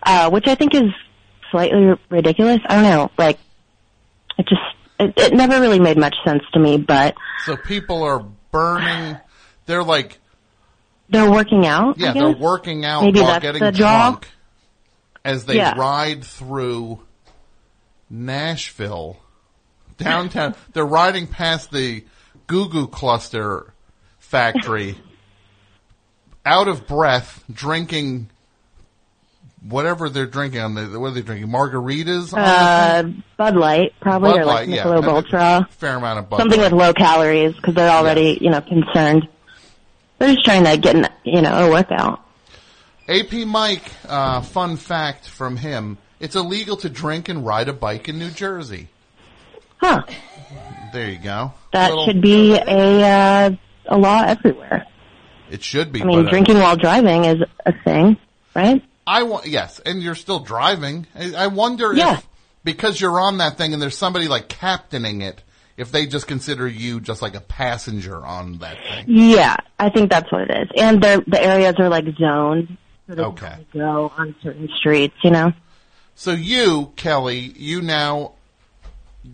Speaker 19: uh, which I think is slightly r- ridiculous. I don't know. Like, it just it, it never really made much sense to me, but
Speaker 1: So people are burning. They're like,
Speaker 19: they're working out. I
Speaker 1: yeah,
Speaker 19: guess?
Speaker 1: they're working out
Speaker 19: Maybe
Speaker 1: while
Speaker 19: that's
Speaker 1: getting
Speaker 19: the draw.
Speaker 1: drunk as they
Speaker 19: Yeah.
Speaker 1: ride through Nashville downtown. they're riding past the Goo Goo Cluster factory, out of breath, drinking whatever they're drinking. On the what are they drinking? Margaritas. on the
Speaker 19: Uh,
Speaker 1: thing?
Speaker 19: Bud Light, probably,
Speaker 1: Bud
Speaker 19: or like
Speaker 1: Light, yeah.
Speaker 19: Michelob
Speaker 1: And a
Speaker 19: Ultra.
Speaker 1: Fair amount of Bud
Speaker 19: something
Speaker 1: Light.
Speaker 19: with low calories because they're already you know concerned. They're just trying to get in, you know a workout.
Speaker 1: AP Mike, uh, fun fact from him. It's illegal to drink and ride a bike in New Jersey.
Speaker 19: Huh?
Speaker 1: There you go.
Speaker 19: That
Speaker 1: Little-
Speaker 19: should be a uh, a law everywhere.
Speaker 1: It should be.
Speaker 19: I mean,
Speaker 1: but, uh,
Speaker 19: drinking while driving is a thing, right?
Speaker 1: I want yes, and you're still driving. I, I wonder if because you're on that thing and there's somebody like captaining it, if they just consider you just like a passenger on that thing.
Speaker 19: Yeah, I think that's what it is. And they're, the areas are like zoned. So they
Speaker 1: Okay.
Speaker 19: only Go on certain streets, you know.
Speaker 1: So you, Kelly, you now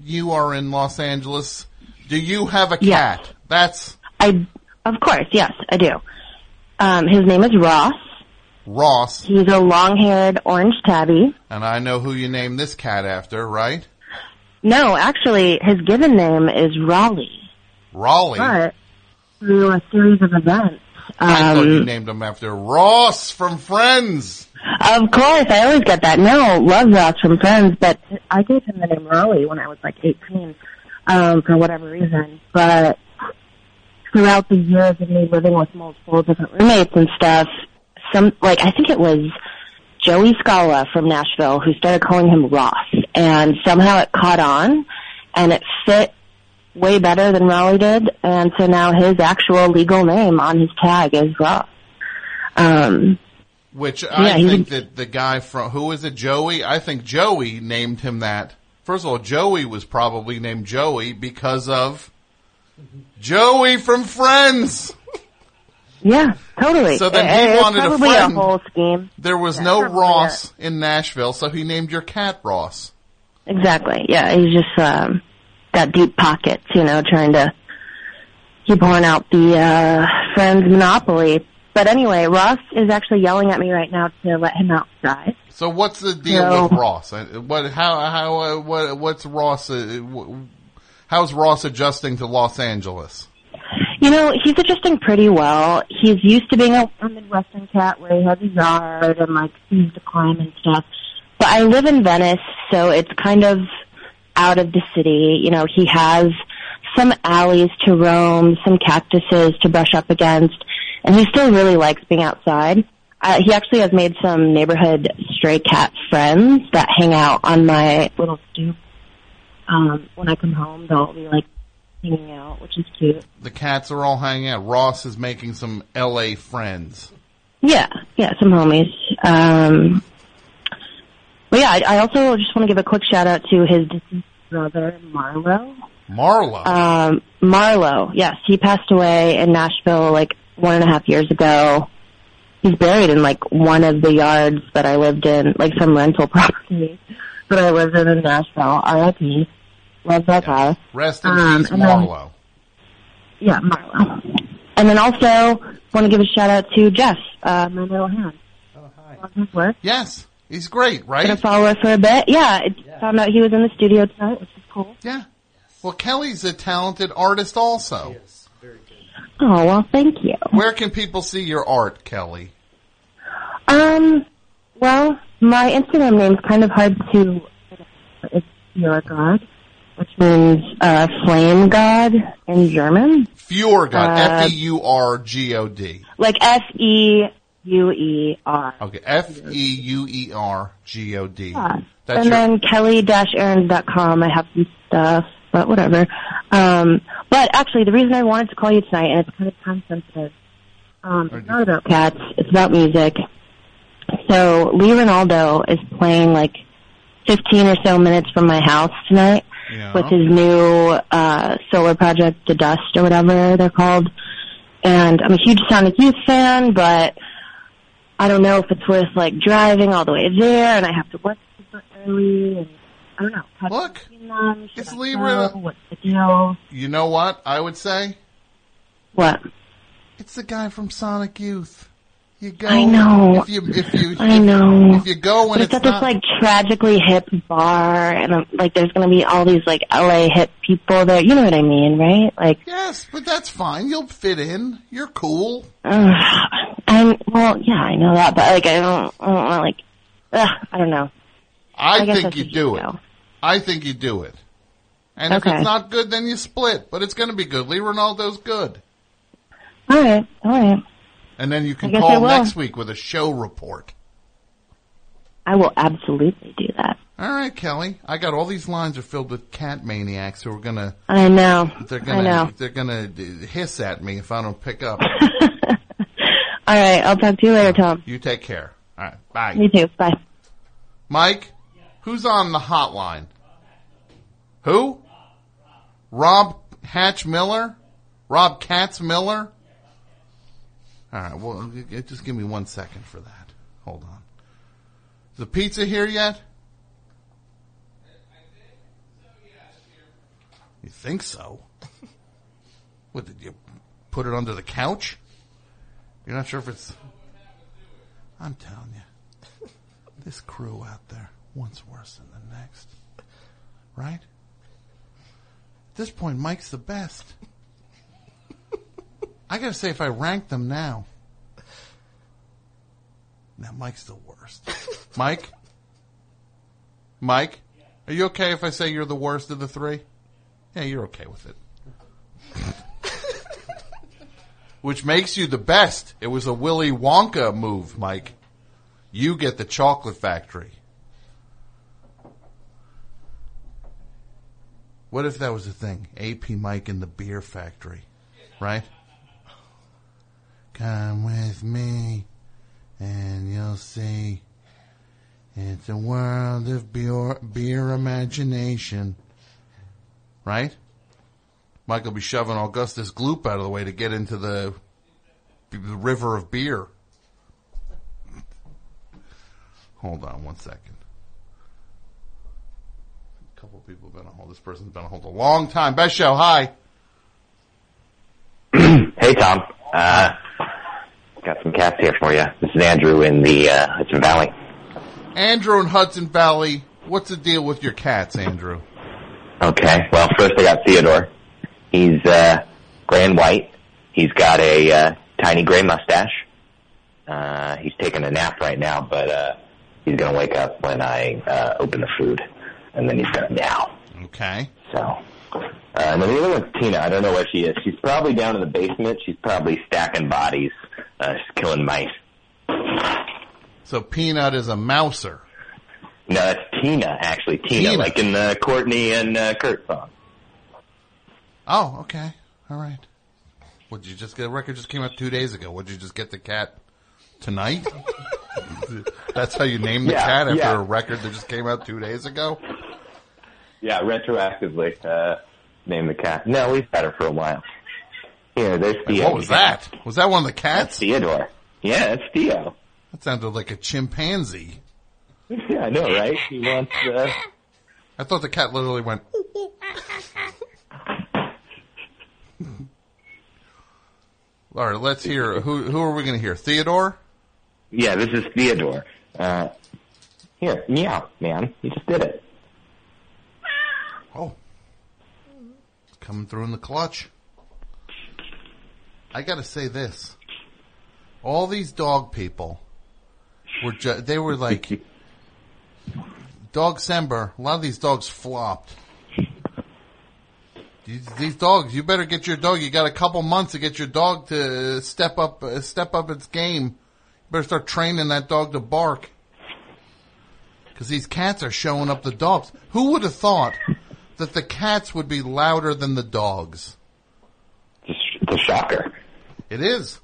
Speaker 1: you are in Los Angeles. Do you have a cat? That's
Speaker 19: I, of course, yes, I do. Um, his name is Ross.
Speaker 1: Ross,
Speaker 19: He's a long-haired orange tabby.
Speaker 1: and I know who you named this cat after, right?
Speaker 19: No, actually, his given name is Raleigh.
Speaker 1: Raleigh.
Speaker 19: But through a series of events,
Speaker 1: I thought you
Speaker 19: um,
Speaker 1: named him after Ross from Friends.
Speaker 19: of course, I always get that. No, love Ross from Friends, but I gave him the name Raleigh when I was like 18, um, for whatever reason. But throughout the years of me living with multiple different roommates and stuff, some like I think it was Joey Scala from Nashville who started calling him Ross, and somehow it caught on, and it fit way better than Raleigh did, and so now his actual legal name on his tag is Ross. Um,
Speaker 1: Which
Speaker 19: Yeah,
Speaker 1: I
Speaker 19: he-
Speaker 1: think that the guy from who is it, Joey? I think Joey named him that. First of all, Joey was probably named Joey because of Joey from Friends.
Speaker 19: yeah, totally.
Speaker 1: So then
Speaker 19: It-
Speaker 1: he
Speaker 19: it's
Speaker 1: wanted a
Speaker 19: probably
Speaker 1: friend.
Speaker 19: whole scheme.
Speaker 1: There was no Ross in Nashville, so he named your cat Ross.
Speaker 19: Exactly. Yeah, he's just um, got deep pockets, you know, trying to keep pouring out the uh, friend's monopoly. But anyway, Ross is actually yelling at me right now to let him outside.
Speaker 1: So what's the deal
Speaker 19: No.
Speaker 1: with Ross? Uh, What? How? How? uh, What? What's Ross? uh, wh- How's Ross adjusting to Los Angeles?
Speaker 19: You know, he's adjusting pretty well. He's used to being a, a Midwestern cat where he has a yard and like seems to climb and stuff. But I live in Venice, so it's kind of out of the city. You know, he has some alleys to roam, some cactuses to brush up against, and he still really likes being outside. Uh, he actually has made some neighborhood stray cat friends that hang out on my little stoop. Um, when I come home, they'll be like hanging out, which is cute.
Speaker 1: The cats are all hanging out. Ross is making some L.A. friends.
Speaker 19: Yeah, yeah, some homies. Um, but yeah, I, I also just want to give a quick shout out to his deceased brother, Marlo.
Speaker 1: Marlo.
Speaker 19: Um, Marlo, yes, he passed away in Nashville like one and a half years ago. He's buried in like one of the yards that I lived in, like some rental property that I lived in in Nashville. R.I.P. Love that guy.
Speaker 1: Rest in
Speaker 19: Um,
Speaker 1: peace,
Speaker 19: and then-
Speaker 1: Marlo.
Speaker 19: Yeah, Marlo. And then also want to give a shout out to Jeff, uh, my middle hand. Oh, hi. His work.
Speaker 1: Yes, he's great, right?
Speaker 19: Gonna follow her for a bit. Yeah, I found out he was in the studio tonight, which is cool.
Speaker 1: Yeah. Well, Kelly's a talented artist also.
Speaker 19: Oh well, thank you.
Speaker 1: Where can people see your art, Kelly?
Speaker 19: Um, well, my Instagram name's kind of hard to is your god, which means uh, flame god in German.
Speaker 1: Fjord God.
Speaker 19: Uh,
Speaker 1: F E U R G O D.
Speaker 19: Like F E U E R.
Speaker 1: Okay. F E U E R G O D.
Speaker 19: Yeah. and
Speaker 1: That's your.
Speaker 19: then kelly-errands.com. I have some stuff, but whatever. Um, but actually, the reason I wanted to call you tonight, and it's kind of time sensitive, um, it's not about cats. It's about music. So Lee Ronaldo is playing like 15 or so minutes from my house tonight with his new uh, solar project, The Dust or whatever they're called. And I'm a huge Sonic Youth fan, but I don't know if it's worth like driving all the way there, and I have to work super early. And I don't know. Have you
Speaker 1: Look,
Speaker 19: seen them? Should
Speaker 1: it's
Speaker 19: I
Speaker 1: Libra.
Speaker 19: go? What's the deal?
Speaker 1: You know what I would say?
Speaker 19: What?
Speaker 1: It's the guy from Sonic Youth. You go.
Speaker 19: I know.
Speaker 1: If you, if you,
Speaker 19: I know.
Speaker 1: If you go
Speaker 19: but
Speaker 1: and
Speaker 19: it's
Speaker 1: it's,
Speaker 19: at
Speaker 1: not,
Speaker 19: this like tragically hip bar, and um, like there's gonna be all these like LA hip people there. You know what I mean, right? Like,
Speaker 1: yes, but that's fine. You'll fit in. You're cool.
Speaker 19: ugh, I'm well, yeah, I know that, but like I don't, I don't want like, ugh, I don't know.
Speaker 1: I,
Speaker 19: guess
Speaker 1: think
Speaker 19: that's
Speaker 1: you
Speaker 19: what
Speaker 1: do it.
Speaker 19: know.
Speaker 1: I think you do it. And if
Speaker 19: Okay.
Speaker 1: it's not good, then you split. But it's going to be good. Lee Ronaldo's good.
Speaker 19: All right, all right.
Speaker 1: And then you can
Speaker 19: I guess I
Speaker 1: call
Speaker 19: will.
Speaker 1: next week with a show report.
Speaker 19: I will absolutely do that.
Speaker 1: All right, Kelly. I got all these lines are filled with cat maniacs who are going to.
Speaker 19: I know.
Speaker 1: They're
Speaker 19: I know.
Speaker 1: gonna they're gonna uh, hiss at me if I don't pick up.
Speaker 19: All right, I'll talk to you later, Tom.
Speaker 1: you take care. All right, bye.
Speaker 19: Me too. Bye.
Speaker 1: Mike, who's on the hotline? Who? Rob Hatch Miller? Rob Katz Miller? All right, well, g- g- just give me one second for that. Hold on. Is the pizza here yet? You think so? What did you put it under the couch? You're not sure if it's. I'm telling you. This crew out there, one's worse than the next. Right? At this point, Mike's the best. I gotta say, if I rank them now, now Mike's the worst. Mike? Mike? Are you okay if I say you're the worst of the three? Yeah, you're okay with it. Which makes you the best. It was a Willy Wonka move, Mike. You get the chocolate factory. What if that was a thing? AP Mike in the beer factory, right? Come with me, and you'll see. It's a world of beer, beer imagination, right? Mike will be shoving Augustus Gloop out of the way to get into the, the river of beer. Hold on one second. A couple people have been on hold. This person's been on hold a long time. Best show. Hi.
Speaker 20: Hey, Tom. Uh, got some cats here for you. This is Andrew in the uh, Hudson Valley.
Speaker 1: Andrew in Hudson Valley. What's the deal with your cats, Andrew?
Speaker 20: Okay. Well, first I got Theodore. He's uh, gray and white. He's got a uh, tiny gray mustache. Uh, he's taking a nap right now, but uh, he's gonna wake up when I uh, open the food, and then he's gonna meow.
Speaker 1: Okay.
Speaker 20: So, uh, and then the other one's Tina. I don't know where she is. She's probably down in the basement. She's probably stacking bodies. Uh, she's killing mice.
Speaker 1: So Peanut is a mouser.
Speaker 20: No, that's Tina, actually. Tina,
Speaker 1: Tina.
Speaker 20: like in the Courtney and uh, Kurt song.
Speaker 1: Oh, okay. All right. What did you just get? The record just came out two days ago. What did you just get the cat tonight? That's how you name the
Speaker 20: Yeah,
Speaker 1: cat after
Speaker 20: yeah.
Speaker 1: a record that just came out two days ago?
Speaker 20: Yeah, retroactively uh, name the cat. No, we've had her for a while. Here, there's
Speaker 1: Wait,
Speaker 20: Theo.
Speaker 1: what was that? Was that one of the cats?
Speaker 20: Theodore. Yeah, that's Theo.
Speaker 1: That sounded like a chimpanzee.
Speaker 20: Yeah, I know, right? He wants. Uh...
Speaker 1: I thought the cat literally went. All right, let's hear. Who who are we going to hear? Theodore.
Speaker 20: Yeah, this is Theodore. Uh, here, meow, man. You just did it.
Speaker 1: Oh, it's coming through in the clutch. I got to say this: all these dog people were ju- they were like Dog Sember. A lot of these dogs flopped. These- These dogs, you better get your dog. You got a couple months to get your dog to step up, uh, step up its game. You better start training that dog to bark. Because these cats are showing up the dogs. Who would have thought that the cats would be louder than the dogs?
Speaker 20: It's a shocker.
Speaker 1: It is,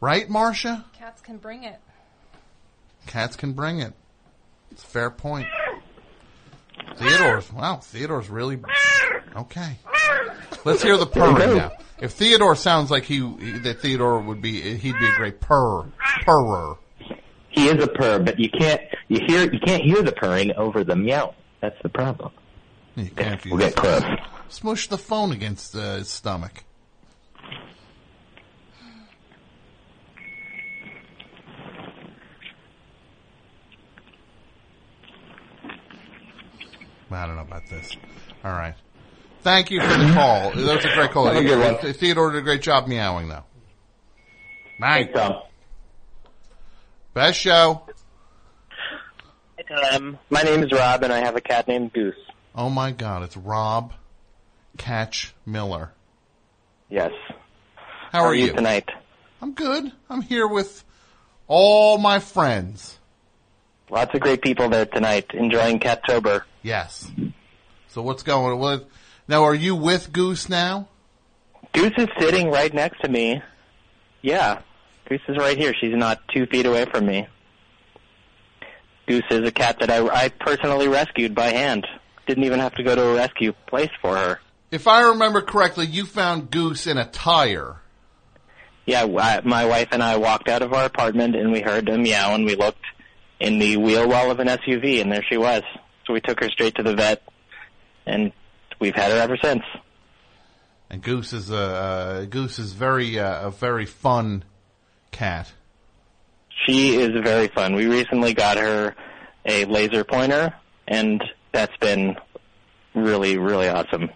Speaker 1: right, Marcia?
Speaker 13: Cats can bring it.
Speaker 1: Cats can bring it. It's a fair point. Theodore's wow, Theodore's really okay. Let's hear the purring now. If Theodore sounds like he that Theodore would be, he'd be a great purr purrer.
Speaker 20: He is a purr, but you can't you hear you can't hear the purring over the meow. That's the problem.
Speaker 1: You can't
Speaker 20: we'll get close.
Speaker 1: Smush the phone against uh, his stomach. I don't know about this. All right. Thank you for the call. That was a great call.
Speaker 20: Have a good one.
Speaker 1: Uh, Theodore did a great job meowing, though. Night. Best show.
Speaker 15: Um, my name is Rob, and I have a cat named Goose.
Speaker 1: Oh my God! It's Rob Catch Miller.
Speaker 15: Yes.
Speaker 1: How are, you
Speaker 15: tonight?
Speaker 1: I'm good. I'm here with all my friends.
Speaker 15: Lots of great people there tonight, enjoying Cattober.
Speaker 1: Yes. So what's going on? What, now, are you with Goose now?
Speaker 15: Goose is sitting right next to me. Yeah, Goose is right here. She's not two feet away from me. Goose is a cat that I, I personally rescued by hand. Didn't even have to go to a rescue place for her.
Speaker 1: If I remember correctly, you found Goose in a tire.
Speaker 15: Yeah, w- I- my wife and I walked out of our apartment and we heard a meow and we looked in the wheel well of an SUV and there she was. So we took her straight to the vet and we've had her ever since.
Speaker 1: And Goose is a uh, Goose is very uh, a very fun cat.
Speaker 15: She is very fun. We recently got her a laser pointer and that's been really, really awesome.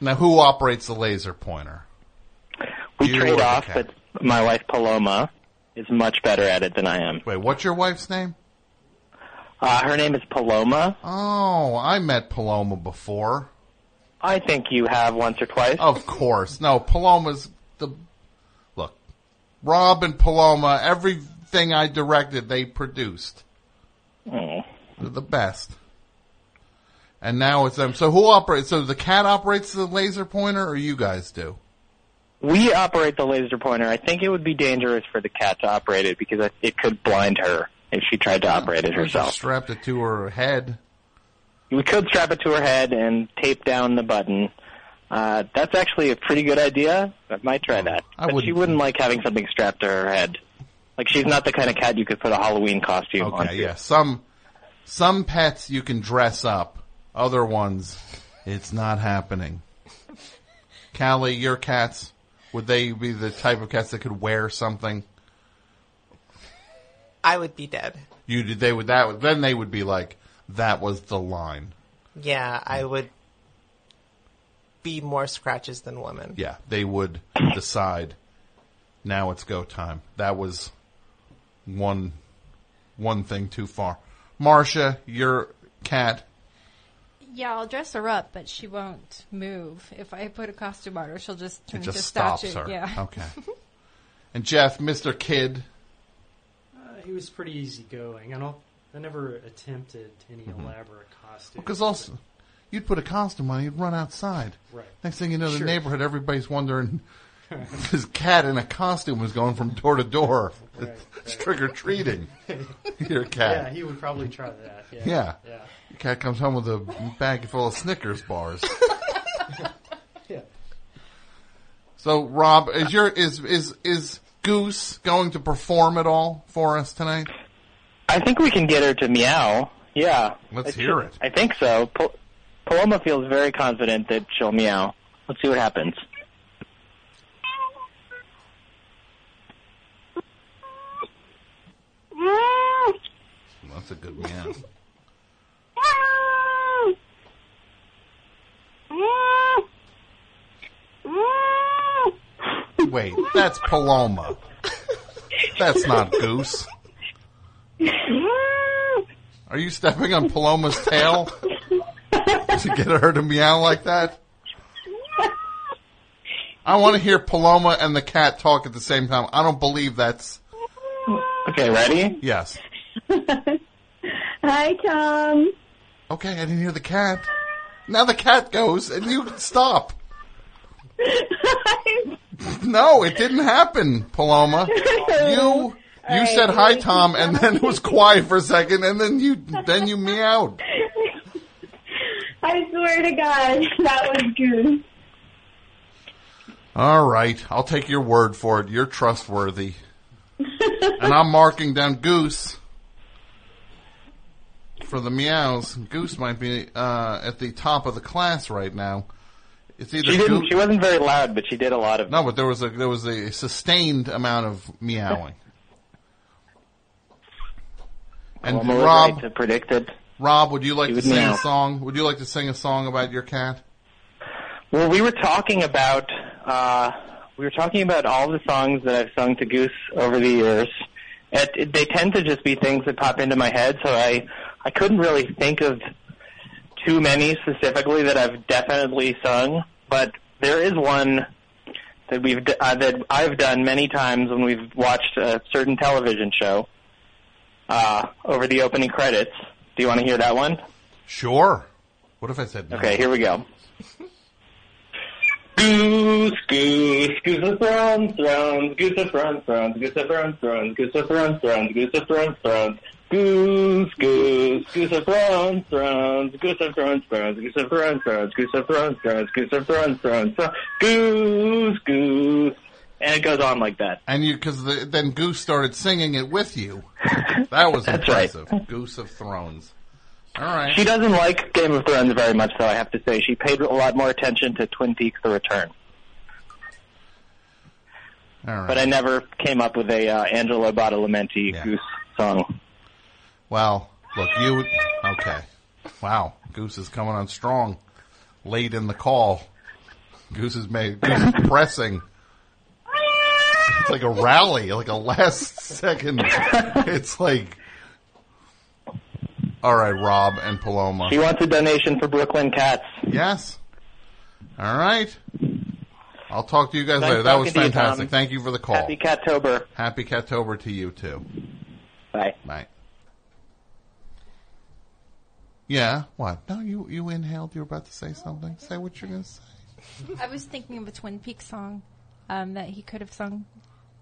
Speaker 1: Now, who operates the laser pointer?
Speaker 15: We
Speaker 1: You or
Speaker 15: trade
Speaker 1: the
Speaker 15: off,
Speaker 1: cat?
Speaker 15: but my wife Paloma is much better at it than I am.
Speaker 1: Wait, what's your wife's name?
Speaker 15: Uh, her name is Paloma.
Speaker 1: Oh, I met Paloma before.
Speaker 15: I think you have once or twice.
Speaker 1: Of course. No, Paloma's the look. Rob and Paloma, everything I directed, they produced.
Speaker 15: Oh.
Speaker 1: They're the best. And now it's them. So who operates? So the cat operates the laser pointer, or you guys do?
Speaker 15: We operate the laser pointer. I think it would be dangerous for the cat to operate it because it could blind her if she tried
Speaker 1: Oh,
Speaker 15: to operate it herself.
Speaker 1: Strapped it to her head.
Speaker 15: We could strap it to her head and tape down the button. Uh, that's actually a pretty good idea. I might try that.
Speaker 1: Oh, I
Speaker 15: but she wouldn't like having something strapped to her head. Like she's not the kind of cat you could put a Halloween costume on.
Speaker 1: Okay, yeah. Some some pets you can dress up. Other ones, it's not happening. Callie, your cats would they be the type of cats that could wear something?
Speaker 18: I would be dead.
Speaker 1: You did they would that then they would be like that was the line.
Speaker 18: Yeah, I would be more scratches than women.
Speaker 1: Yeah, they would decide now it's go time. That was one one thing too far. Marcia, your cat.
Speaker 13: Yeah, I'll dress her up, but she won't move. If I put a costume on her, she'll just turn
Speaker 1: It just
Speaker 13: into a
Speaker 1: stops
Speaker 13: statue.
Speaker 1: her.
Speaker 13: Yeah.
Speaker 1: Okay. And Jeff, Mr. Kid,
Speaker 12: Uh, he was pretty easygoing. I don't. I never attempted any elaborate costume.
Speaker 1: Mm-hmm. because also you'd put a costume on, you'd run outside.
Speaker 12: Right.
Speaker 1: Next thing you know, the
Speaker 12: Sure.
Speaker 1: neighborhood, everybody's wondering if this cat in a costume was going from door to door. It's trick or treating. your cat.
Speaker 12: Yeah, he would probably try that. Yeah.
Speaker 1: Yeah.
Speaker 12: Yeah.
Speaker 1: Your cat comes home with a bag full of Snickers bars.
Speaker 12: Yeah.
Speaker 1: So, Rob, is your is is is Goose going to perform at all for us tonight?
Speaker 15: I think we can get her to meow. Yeah.
Speaker 1: Let's
Speaker 15: It
Speaker 1: hear
Speaker 15: should- I think so. Pal- Paloma feels very confident that she'll meow. Let's see what happens.
Speaker 1: That's a good meow. Wait, that's Paloma. That's not Goose. Are you stepping on Paloma's tail to get her to meow like that? I want to hear Paloma and the cat talk at the same time. I don't believe that's.
Speaker 15: Okay, ready?
Speaker 1: Yes.
Speaker 3: Hi, Tom.
Speaker 1: Okay, I didn't hear the cat. Now the cat goes, and you can stop. no, it didn't happen, Paloma. You you
Speaker 3: right,
Speaker 1: said hi,
Speaker 3: thank you,
Speaker 1: Tom, and then it was quiet for a second, and then you then you meowed.
Speaker 3: I swear to God, that was good.
Speaker 1: All right, I'll take your word for it. You're trustworthy, and I'm marking down Goose for the meows. Goose might be uh, at the top of the class right now. It's either
Speaker 15: She didn't-
Speaker 1: Goo-
Speaker 15: she wasn't very loud, but she did a lot of.
Speaker 1: No, but there was a there was a sustained amount of meowing. And
Speaker 15: Paloma was
Speaker 1: Rob
Speaker 15: right to predict it.
Speaker 1: Rob, would you like
Speaker 15: She
Speaker 1: to
Speaker 15: would
Speaker 1: sing
Speaker 15: meow.
Speaker 1: a song? Would you like to sing a song about your cat?
Speaker 15: Well, we were talking about uh, we were talking about all the songs that I've sung to Goose over the years. It, they tend to just be things that pop into my head, so I I couldn't really think of too many specifically that I've definitely sung. But there is one that we've d- uh, that I've done many times when we've watched a certain television show uh, over the opening credits. Do you want to hear that one?
Speaker 1: Sure. What if I said no?
Speaker 15: Okay, here we go. Goose, goose, goose of runs, runs, goose of runs, runs, goose of runs, runs, goose of runs, runs, goose of runs, runs, goose, goose, goose of runs, runs, goose of runs, runs, goose of runs, runs, goose of runs, runs, goose of runs, runs, runs, goose, goose, and it goes on like that.
Speaker 1: And you because the, then Goose started singing it with you. That was
Speaker 15: That's right.
Speaker 1: impressive. Goose of Thrones. All right.
Speaker 15: She doesn't like Game of Thrones very much, though. I have to say, she paid a lot more attention to Twin Peaks: The Return.
Speaker 1: All right.
Speaker 15: But I never came up with a uh, Angelo Badalamenti goose song.
Speaker 1: Wow. Look, you. Okay. Wow. Goose is coming on strong. Late in the call. Goose is made. Goose is pressing. It's like a rally, like a last second. It's like. All right, Rob and Paloma.
Speaker 15: She wants a donation for Brooklyn Cats.
Speaker 1: Yes. All right. I'll talk to you guys
Speaker 15: Nice
Speaker 1: later. That was
Speaker 15: talking to you, Tom.
Speaker 1: fantastic. Thank you for the call.
Speaker 15: Happy Cattober.
Speaker 1: Happy Cattober to you too.
Speaker 15: Bye.
Speaker 1: Bye. Yeah. What? No, you you inhaled. You were about to say something. Say what you're gonna say.
Speaker 13: I was thinking of a Twin Peaks song um, that he could have sung.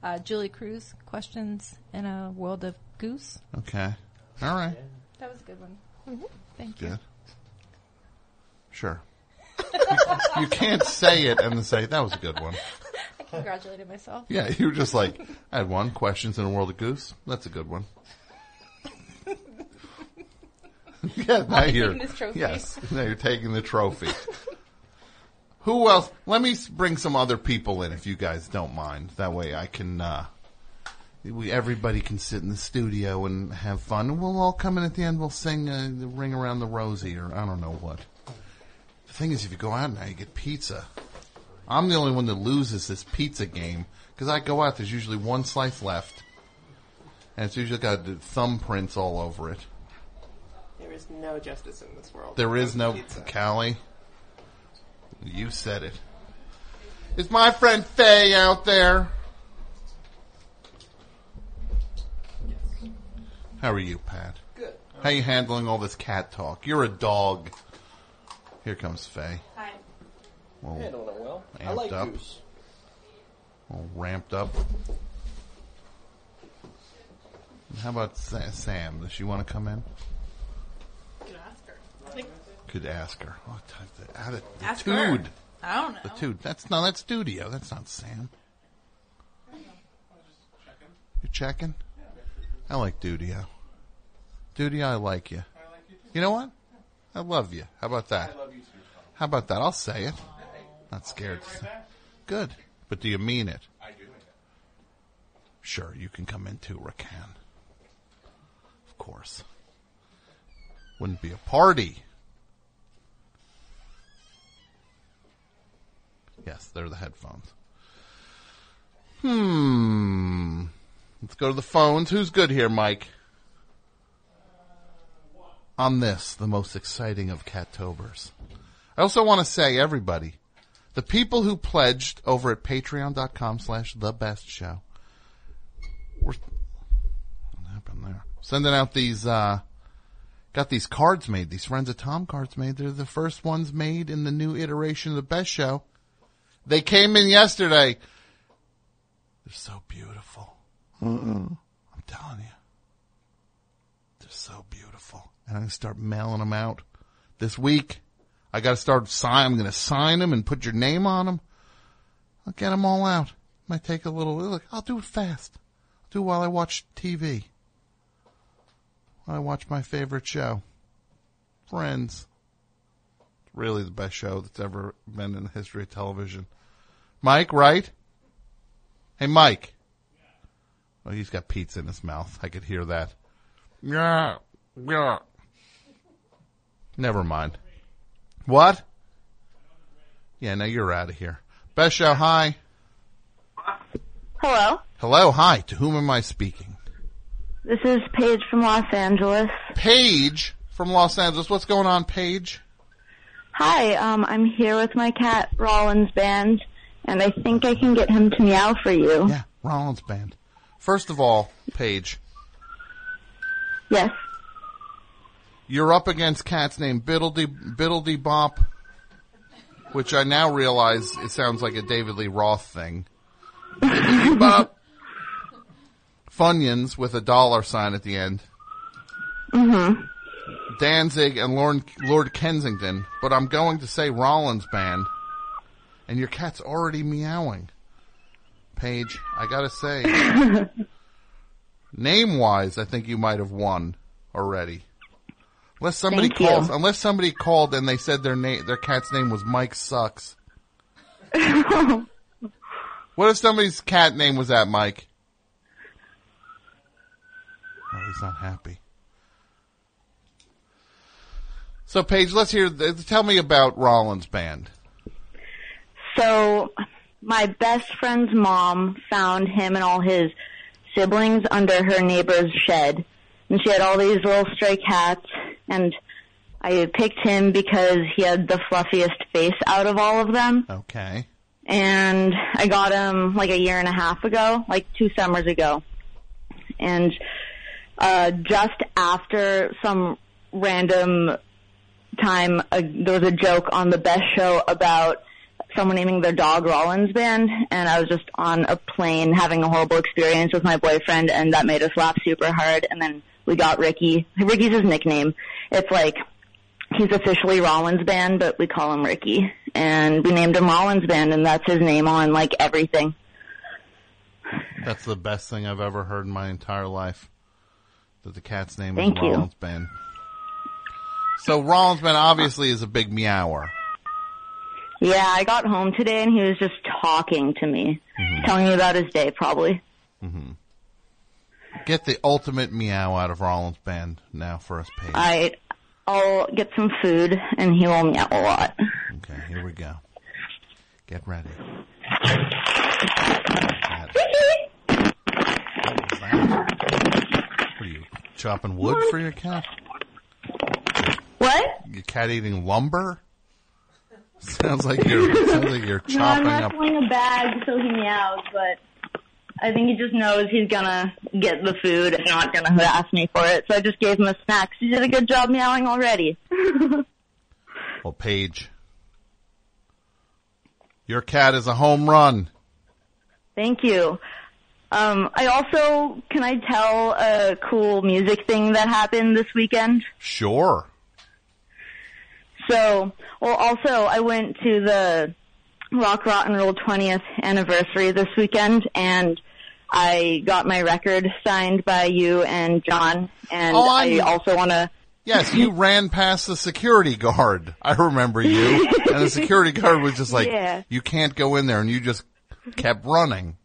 Speaker 13: Uh, Julie Cruz, Questions in a World of Goose.
Speaker 1: Okay. All right.
Speaker 13: That was a good one. Thank you.
Speaker 1: Good. Sure. You can't say it and then say that was a good one.
Speaker 13: I congratulated myself.
Speaker 1: Yeah, you were just like I had one. Questions in a world of goose. That's a good one. yeah, now
Speaker 13: I'm
Speaker 1: you're
Speaker 13: taking this trophy.
Speaker 1: yes. Now you're taking the trophy. Who else? Let me s- bring some other people in if you guys don't mind. That way I can. Uh, we everybody can sit in the studio and have fun. And we'll all come in at the end. We'll sing uh, the "Ring Around the Rosie" or I don't know what. The thing is, if you go out now, you get pizza. I'm the only one that loses this pizza game because I go out. There's usually one slice left, and it's usually got the thumbprints all over it.
Speaker 3: There is no justice in this world.
Speaker 1: There is no Callie. You said it. Is my friend Faye out there? How are you, Pat?
Speaker 3: Good.
Speaker 1: How you handling all this cat talk? You're a dog. Here comes Faye.
Speaker 3: Hi.
Speaker 1: Well,
Speaker 21: Handling it well. I
Speaker 1: amped
Speaker 21: like
Speaker 1: up.
Speaker 21: goose.
Speaker 1: All ramped up. How about Sa- Sam? Does she want to come in?
Speaker 2: Could ask her. Like,
Speaker 1: Could ask her. Oh, t- the, out of, the
Speaker 2: Ask her.
Speaker 1: dude.
Speaker 2: I don't know.
Speaker 1: The dude. That's no. That's studio. That's not Sam. You checking? I like Dudio. Dudio, I like you. You know what? I love you. How about that? How about that? I'll say it. Not scared. to say- Good. But do you mean it?
Speaker 21: I do.
Speaker 1: Sure, you can come in too, Rakan. Of course. Wouldn't be a party. Yes, they're the headphones. Hmm. Let's go to the phones. Who's good here, Mike? on this, the most exciting of Catobers. I also want to say, everybody, the people who pledged over at patreon.com slash the best show, we're, what happened there? Sending out these, uh, got these cards made, these Friends of Tom cards made. They're the first ones made in the new iteration of the best show. They came in yesterday. They're so beautiful.
Speaker 22: Mm-mm.
Speaker 1: I'm telling you. They're so beautiful. And I'm going to start mailing them out this week. I got to start sign. I'm going to sign them and put your name on them. I'll get them all out. Might take a little, look, I'll do it fast. I'll do it while I watch TV. While I watch my favorite show. Friends. It's really the best show that's ever been in the history of television. Mike, right? Hey, Mike. Oh, he's got pizza in his mouth. I could hear that. Yeah, yeah. Never mind. What? Yeah, no, you're out of here. Best show, hi.
Speaker 23: Hello,
Speaker 1: Hello, hi. To whom am I speaking?
Speaker 23: this is Paige from Los Angeles.
Speaker 1: Paige from Los Angeles. What's going on, Paige?
Speaker 23: Hi, um, I'm here with my cat Rollins Band, and I think I can get him to meow for you.
Speaker 1: Yeah. Rollins Band. First of all, Paige,
Speaker 23: Yes.
Speaker 1: you're up against cats named Biddledy, Biddledy Bop, which I now realize it sounds like a David Lee Roth thing. Biddledy Bop. Funyuns with a dollar sign at the end.
Speaker 23: Mm-hmm.
Speaker 1: Danzig and Lord, Lord Kensington, but I'm going to say Rollins Band, and your cat's already meowing. Paige, I gotta say, name wise, I think you might have won already. Unless somebody
Speaker 23: Thank you.
Speaker 1: calls, unless somebody called and they said their name, their cat's name was Mike Sucks. What if somebody's cat name was that, Mike? Oh, he's not happy. So, Paige, let's hear. th- Tell me about Rollins Band.
Speaker 23: So my best friend's mom found him and all his siblings under her neighbor's shed. And she had all these little stray cats and I picked him because he had the fluffiest face out of all of them.
Speaker 1: Okay.
Speaker 23: And I got him like a year and a half ago, like two summers ago. And uh just after some random time uh, there was a joke on the best show about someone naming their dog Rollins Band, and I was just on a plane having a horrible experience with my boyfriend, and that made us laugh super hard. And then we got Ricky. Ricky's his nickname. It's like he's officially Rollins Band, but we call him Ricky, and we named him Rollins Band, and that's his name on like everything.
Speaker 1: That's the best thing I've ever heard in my entire life. That the cat's name
Speaker 23: Thank
Speaker 1: is
Speaker 23: you.
Speaker 1: Rollins Band. So Rollins Band obviously is a big meower.
Speaker 23: Yeah, I got home today, and he was just talking to me, telling me about his day, probably.
Speaker 1: hmm Get the ultimate meow out of Rollins Band now for us, Paige.
Speaker 23: I, I'll get some food, and he will meow a lot.
Speaker 1: Okay, here we go. Get ready. Chopping wood for your cat?
Speaker 23: What?
Speaker 1: Your cat eating lumber? Sounds like you're sounds like you're
Speaker 23: No, I'm
Speaker 1: chopping
Speaker 23: not
Speaker 1: up.
Speaker 23: pulling a bag so he meows, but I think he just knows he's gonna get the food and not gonna harass me for it. So I just gave him a snack. He did a good job meowing already.
Speaker 1: Well, Paige, your cat is a home run.
Speaker 23: Thank you. Um, I also can I tell a cool music thing that happened this weekend?
Speaker 1: Sure.
Speaker 23: So, well, also I went to the Rock Rot and Roll 20th anniversary this weekend, and I got my record signed by you and John. And
Speaker 1: Oh,
Speaker 23: I
Speaker 1: I'm-
Speaker 23: also want to.
Speaker 1: Yes, you ran past the security guard. I remember you. And the security guard was just like,
Speaker 23: Yeah.
Speaker 1: you can't go in there. And you just kept running.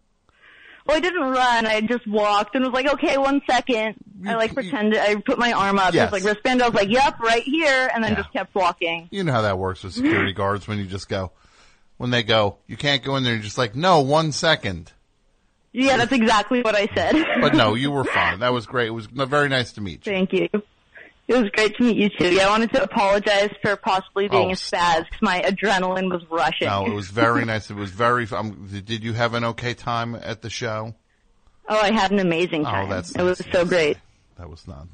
Speaker 23: Well, I didn't run. I just walked and was like, okay, one second. I like pretended. I put my arm up.
Speaker 1: Yes.
Speaker 23: It was like wristband. I was like, yep, right here, and then
Speaker 1: Yeah.
Speaker 23: just kept walking.
Speaker 1: You know how that works with security guards when you just go, when they go, you can't go in there. You're just like, no, one second.
Speaker 23: Yeah, that's exactly what I said.
Speaker 1: But no, you were fine. That was great. It was no, very nice to meet you.
Speaker 23: Thank you. It was great to meet you too. Yeah, I wanted to apologize for possibly being
Speaker 1: Oh,
Speaker 23: a spaz 'cause my adrenaline was rushing.
Speaker 1: No, it was very nice. It was very. Um, did you have an okay time at the show?
Speaker 23: Oh, I had an amazing
Speaker 1: Oh,
Speaker 23: time.
Speaker 1: that's
Speaker 23: it was so great.
Speaker 1: That was not.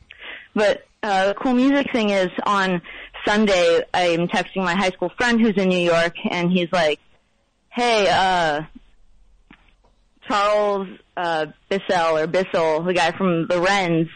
Speaker 23: But uh, the cool music thing is on Sunday. I'm texting my high school friend who's in New York, and he's like, "Hey, uh, Charles uh, Bissell or Bissell, the guy from the Wrens,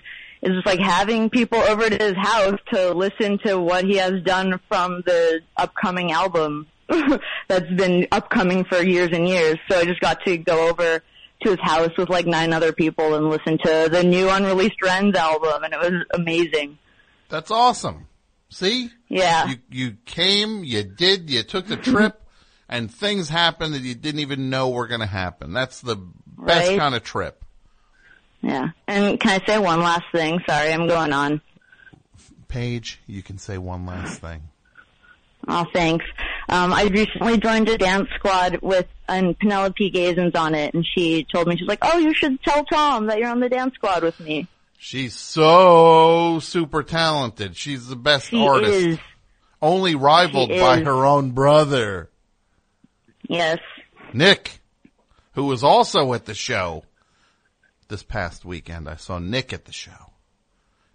Speaker 23: is just like having people over to his house to listen to what he has done from the upcoming album that's been upcoming for years and years." So I just got to go over to his house with like nine other people and listen to the new unreleased Ren's album, and it was amazing.
Speaker 1: That's awesome. See?
Speaker 23: Yeah.
Speaker 1: You you came, you did, you took the trip, and things happened that you didn't even know were going to happen. That's the best
Speaker 23: Right.
Speaker 1: kind of trip.
Speaker 23: Yeah. And can I say one last thing? Sorry, I'm going on.
Speaker 1: Paige, you can say one last thing.
Speaker 23: Oh, thanks. Um, I recently joined a dance squad with and Penelope Gazin's on it, and she told me she's like, "Oh, you should tell Tom that you're on the dance squad with me."
Speaker 1: She's so super talented. She's the best
Speaker 23: She
Speaker 1: artist.
Speaker 23: is.
Speaker 1: Only rivaled
Speaker 23: She
Speaker 1: by
Speaker 23: is.
Speaker 1: her own brother,
Speaker 23: Yes.
Speaker 1: Nick, who was also at the show this past weekend. I saw Nick at the show.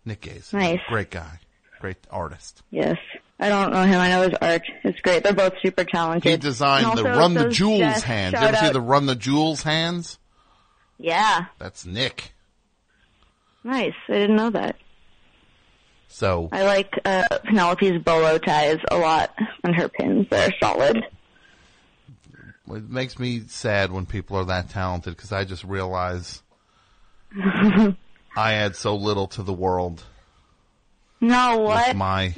Speaker 1: Nick Gaze.
Speaker 23: Nice.
Speaker 1: Great guy. Great artist.
Speaker 23: Yes. I don't know him. I know his art. It's great. They're both super talented.
Speaker 1: He designed
Speaker 23: And
Speaker 1: the
Speaker 23: also
Speaker 1: Run the
Speaker 23: those
Speaker 1: Jewels
Speaker 23: Jess
Speaker 1: hands. You
Speaker 23: shout
Speaker 1: ever see
Speaker 23: out-
Speaker 1: the Run the Jewels hands?
Speaker 23: Yeah.
Speaker 1: That's Nick.
Speaker 23: Nice. I didn't know that.
Speaker 1: So
Speaker 23: I like uh, Penelope's bolo ties a lot and her pins. They're solid.
Speaker 1: it makes me sad when people are that talented because I just realize I add so little to the world
Speaker 23: no, what?
Speaker 1: with my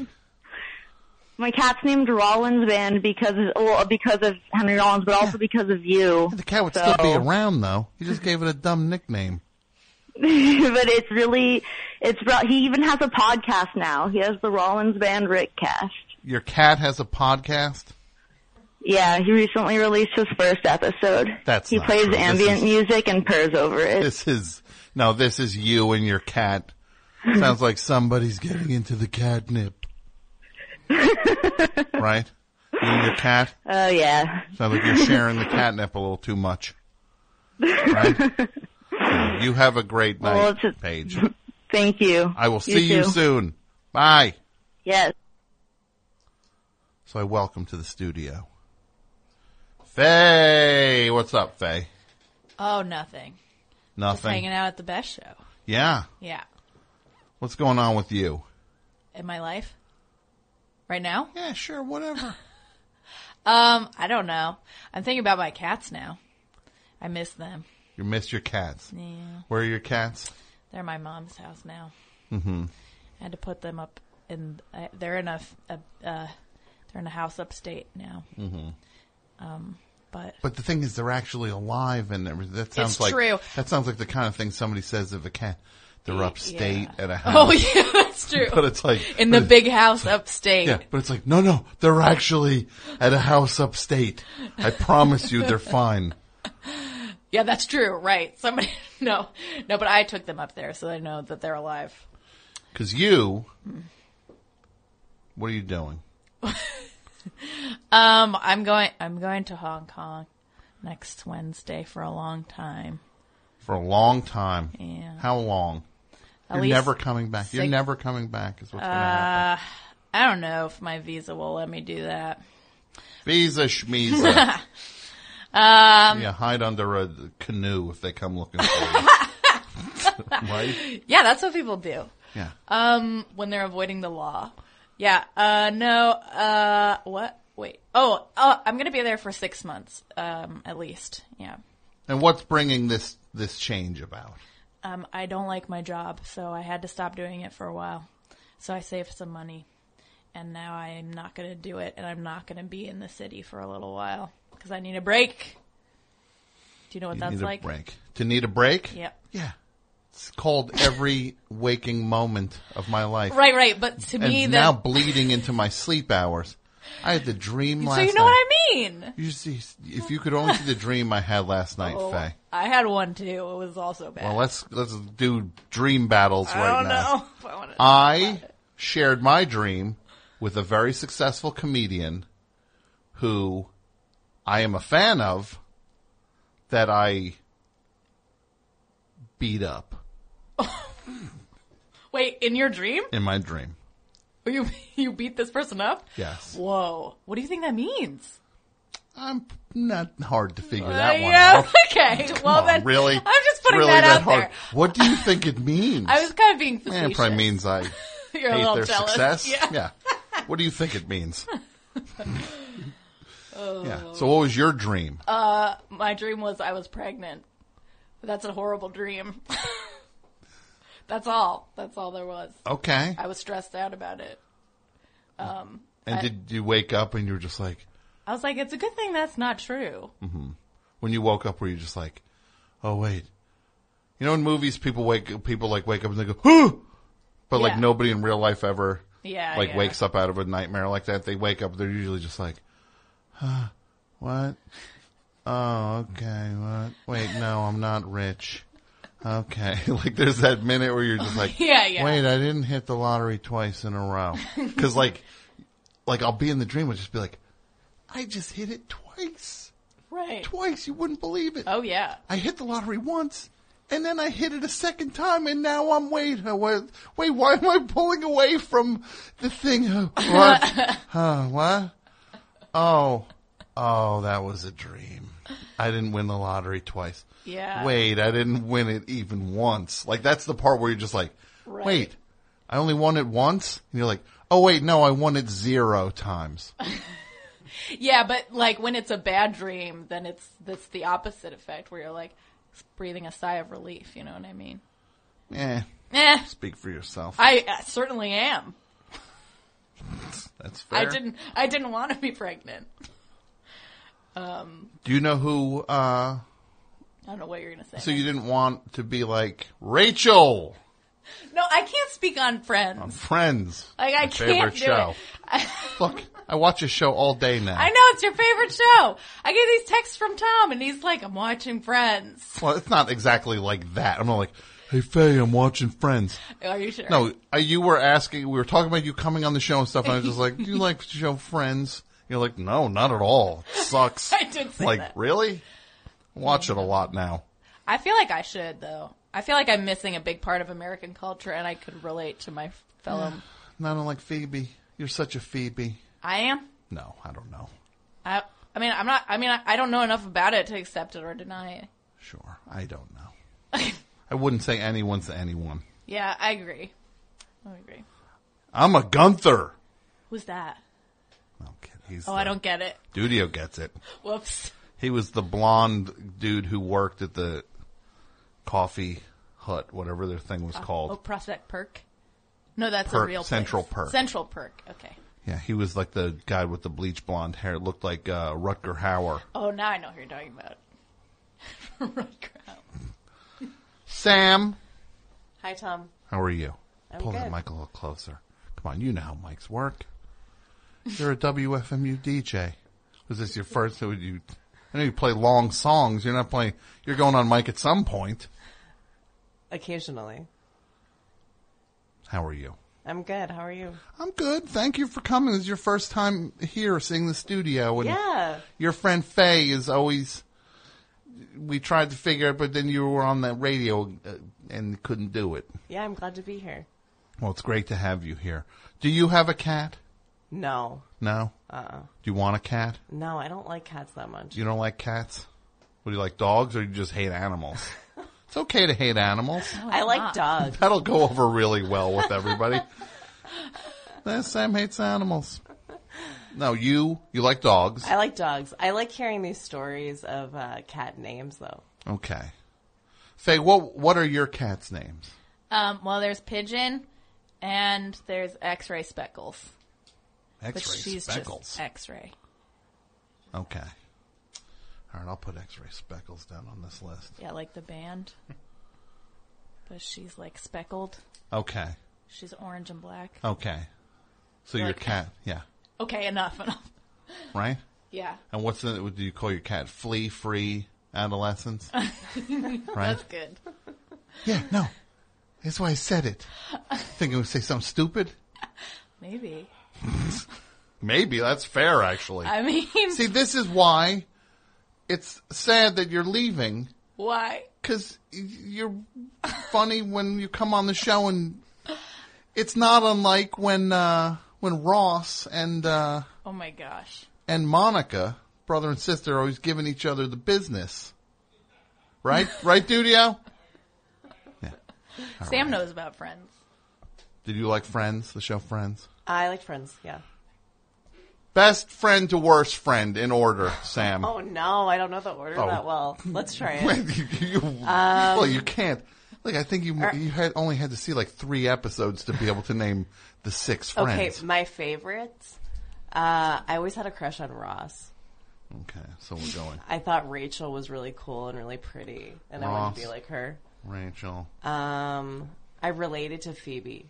Speaker 23: My cat's named Rollins Band because well, because of Henry Rollins, but also because of you.
Speaker 1: The cat would still be around though. You just gave it a dumb nickname.
Speaker 23: but it's really it's re- he even has a podcast now. He has the Rollins Band Rickcast.
Speaker 1: Your cat has a podcast.
Speaker 23: Yeah, he recently released his first episode.
Speaker 1: That's
Speaker 23: he
Speaker 1: not
Speaker 23: plays
Speaker 1: true. This
Speaker 23: ambient
Speaker 1: is-
Speaker 23: music and purrs over it.
Speaker 1: This is no, this is you and your cat. Sounds like somebody's getting into the catnip. right? You and your cat?
Speaker 23: Oh yeah.
Speaker 1: Sounds like you're sharing the catnip a little too much. Right? you have a great night,
Speaker 23: Well, it's
Speaker 1: Paige.
Speaker 23: Thank you.
Speaker 1: I will see you,
Speaker 23: too.
Speaker 1: soon. Bye.
Speaker 23: Yes.
Speaker 1: So I welcome to the studio. Faye, what's up, Faye?
Speaker 24: Oh, nothing. Just
Speaker 1: Nothing.
Speaker 24: hanging out at the best show.
Speaker 1: Yeah.
Speaker 24: Yeah.
Speaker 1: What's going on with you?
Speaker 24: In my life. Right now?
Speaker 1: Yeah, sure, whatever.
Speaker 24: um, I don't know. I'm thinking about my cats now. I miss them.
Speaker 1: You miss your cats.
Speaker 24: Yeah.
Speaker 1: Where are your cats?
Speaker 24: They're my mom's house now.
Speaker 1: Mm-hmm.
Speaker 24: I had to put them up in. I, they're in a, f- a- uh, they're in a house upstate now.
Speaker 1: Mm-hmm.
Speaker 24: Um, but
Speaker 1: But the thing is, they're actually alive, and everything. that sounds
Speaker 24: It's
Speaker 1: like
Speaker 24: true.
Speaker 1: that sounds like the kind of thing somebody says of a cat. They're upstate at a house.
Speaker 24: oh yeah, that's true.
Speaker 1: But it's like
Speaker 24: in
Speaker 1: but
Speaker 24: the
Speaker 1: it-
Speaker 24: big house upstate.
Speaker 1: Yeah, but it's like no, no, they're actually at a house upstate. I promise you, they're fine.
Speaker 24: Yeah, that's true. Right. Somebody, no, no, but I took them up there, so I know that they're alive.
Speaker 1: Because you, what are you doing?
Speaker 24: Um, I'm going, I'm going to Hong Kong next Wednesday for a long time.
Speaker 1: for a long time.
Speaker 24: Yeah.
Speaker 1: How long?
Speaker 24: At
Speaker 1: You're
Speaker 24: least
Speaker 1: never coming back. you You're
Speaker 24: six-
Speaker 1: never coming back is what's going to happen.
Speaker 24: Uh, I don't know if my visa will let me do that.
Speaker 1: Visa schmiza.
Speaker 24: um,
Speaker 1: yeah, hide under a canoe if they come looking for you. right?
Speaker 24: yeah, that's what people do.
Speaker 1: Yeah.
Speaker 24: Um, when they're avoiding the law. Yeah. Uh, no. Uh, what? Wait. Oh, uh, I'm gonna be there for six months, um, at least. Yeah.
Speaker 1: And what's bringing this this change about?
Speaker 24: Um, I don't like my job, so I had to stop doing it for a while. So I saved some money, and now I'm not gonna do it, and I'm not gonna be in the city for a little while because I need a break. Do you know what
Speaker 1: You
Speaker 24: that's
Speaker 1: need a
Speaker 24: like?
Speaker 1: break. To need a break?
Speaker 24: Yep.
Speaker 1: Yeah. It's called every waking moment of my life.
Speaker 24: Right, right, but to
Speaker 1: and
Speaker 24: me,
Speaker 1: now
Speaker 24: that-
Speaker 1: bleeding into my sleep hours. I had the dream last
Speaker 24: So you know
Speaker 1: night.
Speaker 24: what I mean?
Speaker 1: You see, if you could only see the dream I had last night,
Speaker 24: Oh,
Speaker 1: Faye.
Speaker 24: I had one too. It was also bad.
Speaker 1: Well, let's let's do dream battles
Speaker 24: I
Speaker 1: right
Speaker 24: don't
Speaker 1: now.
Speaker 24: know if I wanna
Speaker 1: I shared my dream with a very successful comedian who I am a fan of that I beat up
Speaker 24: Wait, in your dream?
Speaker 1: in my dream.
Speaker 24: You you beat this person up?
Speaker 1: Yes.
Speaker 24: Whoa. What do you think that means?
Speaker 1: I'm not hard to figure
Speaker 24: Uh,
Speaker 1: that one
Speaker 24: yeah,
Speaker 1: out.
Speaker 24: Okay. well,
Speaker 1: Oh,
Speaker 24: then
Speaker 1: really?
Speaker 24: I'm just putting
Speaker 1: really
Speaker 24: that, out
Speaker 1: hard.
Speaker 24: there.
Speaker 1: What do you think it means?
Speaker 24: I was kind of being
Speaker 1: Man, it
Speaker 24: facetious.
Speaker 1: probably means I
Speaker 24: You're a
Speaker 1: hate
Speaker 24: little
Speaker 1: their
Speaker 24: jealous.
Speaker 1: success.
Speaker 24: Yeah.
Speaker 1: What do you think it means?
Speaker 24: oh.
Speaker 1: Yeah. So what was your dream?
Speaker 24: Uh, my dream was I was pregnant. That's a horrible dream. That's all. That's all there was.
Speaker 1: Okay.
Speaker 24: I was stressed out about it. Um,
Speaker 1: And
Speaker 24: I-
Speaker 1: did you wake up and you were just like,
Speaker 24: I was like, it's a good thing that's not true.
Speaker 1: hmm when you woke up, were you just like, oh wait, you know, in movies people wake people like wake up and they go, Huh! but like
Speaker 24: Yeah.
Speaker 1: nobody in real life ever
Speaker 24: Yeah,
Speaker 1: like
Speaker 24: yeah.
Speaker 1: wakes up out of a nightmare like that. They wake up, they're usually just like, huh, what? Oh, okay. What? Wait, no, I'm not rich. Okay, like there's that minute where you're just like,
Speaker 24: Yeah, yeah.
Speaker 1: Wait, I didn't hit the lottery twice in a row because like, like I'll be in the dream and just be like, I just hit it twice.
Speaker 24: Right.
Speaker 1: Twice, you wouldn't believe it.
Speaker 24: Oh yeah.
Speaker 1: I hit the lottery once, and then I hit it a second time, and now I'm wait, uh, wait, wait, why am I pulling away from the thing? Uh, What? huh, what? Oh, oh, that was a dream. I didn't win the lottery twice.
Speaker 24: Yeah.
Speaker 1: Wait, I didn't win it even once. Like that's the part where you're just like,
Speaker 24: Right.
Speaker 1: wait, I only won it once, and you're like, oh wait, no, I won it zero times.
Speaker 24: Yeah, but like when it's a bad dream, then it's that's the opposite effect where you're like breathing a sigh of relief. You know what I mean?
Speaker 1: Eh.
Speaker 24: Eh.
Speaker 1: Speak for yourself.
Speaker 24: I uh, certainly am.
Speaker 1: That's fair.
Speaker 24: I didn't. I didn't want to be pregnant. Um,
Speaker 1: Do you know who? uh
Speaker 24: I don't know what you're gonna say.
Speaker 1: So you didn't want to be like Rachel
Speaker 24: no, I can't speak on Friends.
Speaker 1: on Friends.
Speaker 24: Like, I
Speaker 1: my
Speaker 24: can't do
Speaker 1: show.
Speaker 24: it.
Speaker 1: Look, I watch a show all day now.
Speaker 24: I know it's your favorite show. I get these texts from Tom, and he's like, "I'm watching Friends."
Speaker 1: Well, it's not exactly like that. I'm not like, hey Faye, I'm watching Friends.
Speaker 24: Are you sure?
Speaker 1: No, uh, you were asking. We were talking about you coming on the show and stuff, and I was just like, do you like the show Friends? You're like, no, not at all. It sucks.
Speaker 24: I did say
Speaker 1: like,
Speaker 24: that.
Speaker 1: really? Watch it a lot now.
Speaker 24: I feel like I should though. I feel like I'm missing a big part of American culture, and I could relate to my fellow.
Speaker 1: Not unlike Phoebe. You're such a Phoebe.
Speaker 24: I am.
Speaker 1: No, I don't know.
Speaker 24: I. I mean, I'm not. I mean, I, I don't know enough about it to accept it or deny it.
Speaker 1: Sure, I don't know. I wouldn't say anyone's anyone.
Speaker 24: Yeah, I agree. I agree.
Speaker 1: I'm a Gunther.
Speaker 24: Who's that?
Speaker 1: He's
Speaker 24: oh, I don't get it.
Speaker 1: Studio gets it.
Speaker 24: Whoops.
Speaker 1: He was the blonde dude who worked at the coffee hut, whatever their thing was called.
Speaker 24: Oh, Prospect Perk. No, that's a
Speaker 1: Perk,
Speaker 24: real place.
Speaker 1: Central Perk.
Speaker 24: Central Perk. Okay.
Speaker 1: Yeah, he was like the guy with the bleach blonde hair. Looked like uh, Rutger Hauer.
Speaker 24: Oh, now I know who you're talking about.
Speaker 1: Sam,
Speaker 4: Hi, Tom.
Speaker 1: how are you?
Speaker 4: I'm
Speaker 1: Pull that
Speaker 4: good.
Speaker 1: mic a little closer. Come on, you know how mics work. You're a WFMU DJ. Was this your first? So you, I know you play long songs. You're not playing. You're going on mic at some point.
Speaker 4: Occasionally.
Speaker 1: How are you?
Speaker 4: I'm good. How are you?
Speaker 1: I'm good. Thank you for coming. This is your first time here seeing the studio. And
Speaker 4: Yeah.
Speaker 1: Your friend Faye is always. We tried to figure it, but then you were on that radio uh, and couldn't do it.
Speaker 4: Yeah, I'm glad to be here.
Speaker 1: Well, it's great to have you here. Do you have a cat?
Speaker 4: No.
Speaker 1: No?
Speaker 4: Uh-uh.
Speaker 1: Do you want a cat?
Speaker 4: No, I don't like cats that much.
Speaker 1: You don't like cats? What do you like, dogs, or you just hate animals? it's okay to hate animals.
Speaker 4: I like Oh, dogs.
Speaker 1: That'll go over really well with everybody. Eh, Sam hates animals. No, you, you like dogs.
Speaker 4: I like dogs. I like hearing these stories of uh, cat names, though.
Speaker 1: Okay. Faye, what, what are your cat's names?
Speaker 24: Um, well, there's Pigeon, and there's X-ray Speckles. But
Speaker 1: X-ray
Speaker 24: she's just
Speaker 1: speckles.
Speaker 24: X-ray.
Speaker 1: Okay. All right, I'll put X-ray speckles down on this list.
Speaker 24: Yeah, like the band. But she's like speckled.
Speaker 1: Okay.
Speaker 24: She's orange and black.
Speaker 1: Okay. So your
Speaker 24: Like-
Speaker 1: cat, yeah,
Speaker 24: Okay, enough, enough.
Speaker 1: right?
Speaker 24: Yeah.
Speaker 1: And what's the, what do you call your cat? Flea free adolescence?
Speaker 24: That's good.
Speaker 1: yeah, no. That's why I said it. Think I'm going to say something stupid?
Speaker 24: Maybe.
Speaker 1: Maybe that's fair, actually.
Speaker 24: I mean-
Speaker 1: see, this is why it's sad that you're leaving
Speaker 24: Why?
Speaker 1: because you're funny when you come on the show, and it's not unlike when uh, when Ross and uh,
Speaker 24: Oh my gosh.
Speaker 1: and Monica, brother and sister, are always giving each other the business. Right, right, Dudio. All
Speaker 24: Sam knows about friends.
Speaker 1: Did you like Friends? The show Friends.
Speaker 4: I like Friends. Yeah.
Speaker 1: Best friend to worst friend in order, Sam.
Speaker 4: Oh no, I don't know the order
Speaker 1: Oh.
Speaker 4: that well. Let's try
Speaker 1: Wait,
Speaker 4: it.
Speaker 1: you- you-
Speaker 4: Um,
Speaker 1: well, you can't. Like, I think
Speaker 4: er,
Speaker 1: you you had only had to see like three episodes to be able to name the six
Speaker 4: Okay,
Speaker 1: friends.
Speaker 4: my favorites. Uh, I always had a crush on Ross.
Speaker 1: Okay, so we're going.
Speaker 4: I thought Rachel was really cool and really pretty, and I wanted to be
Speaker 1: Ross.
Speaker 4: like her.
Speaker 1: Rachel.
Speaker 4: Um, I related to Phoebe,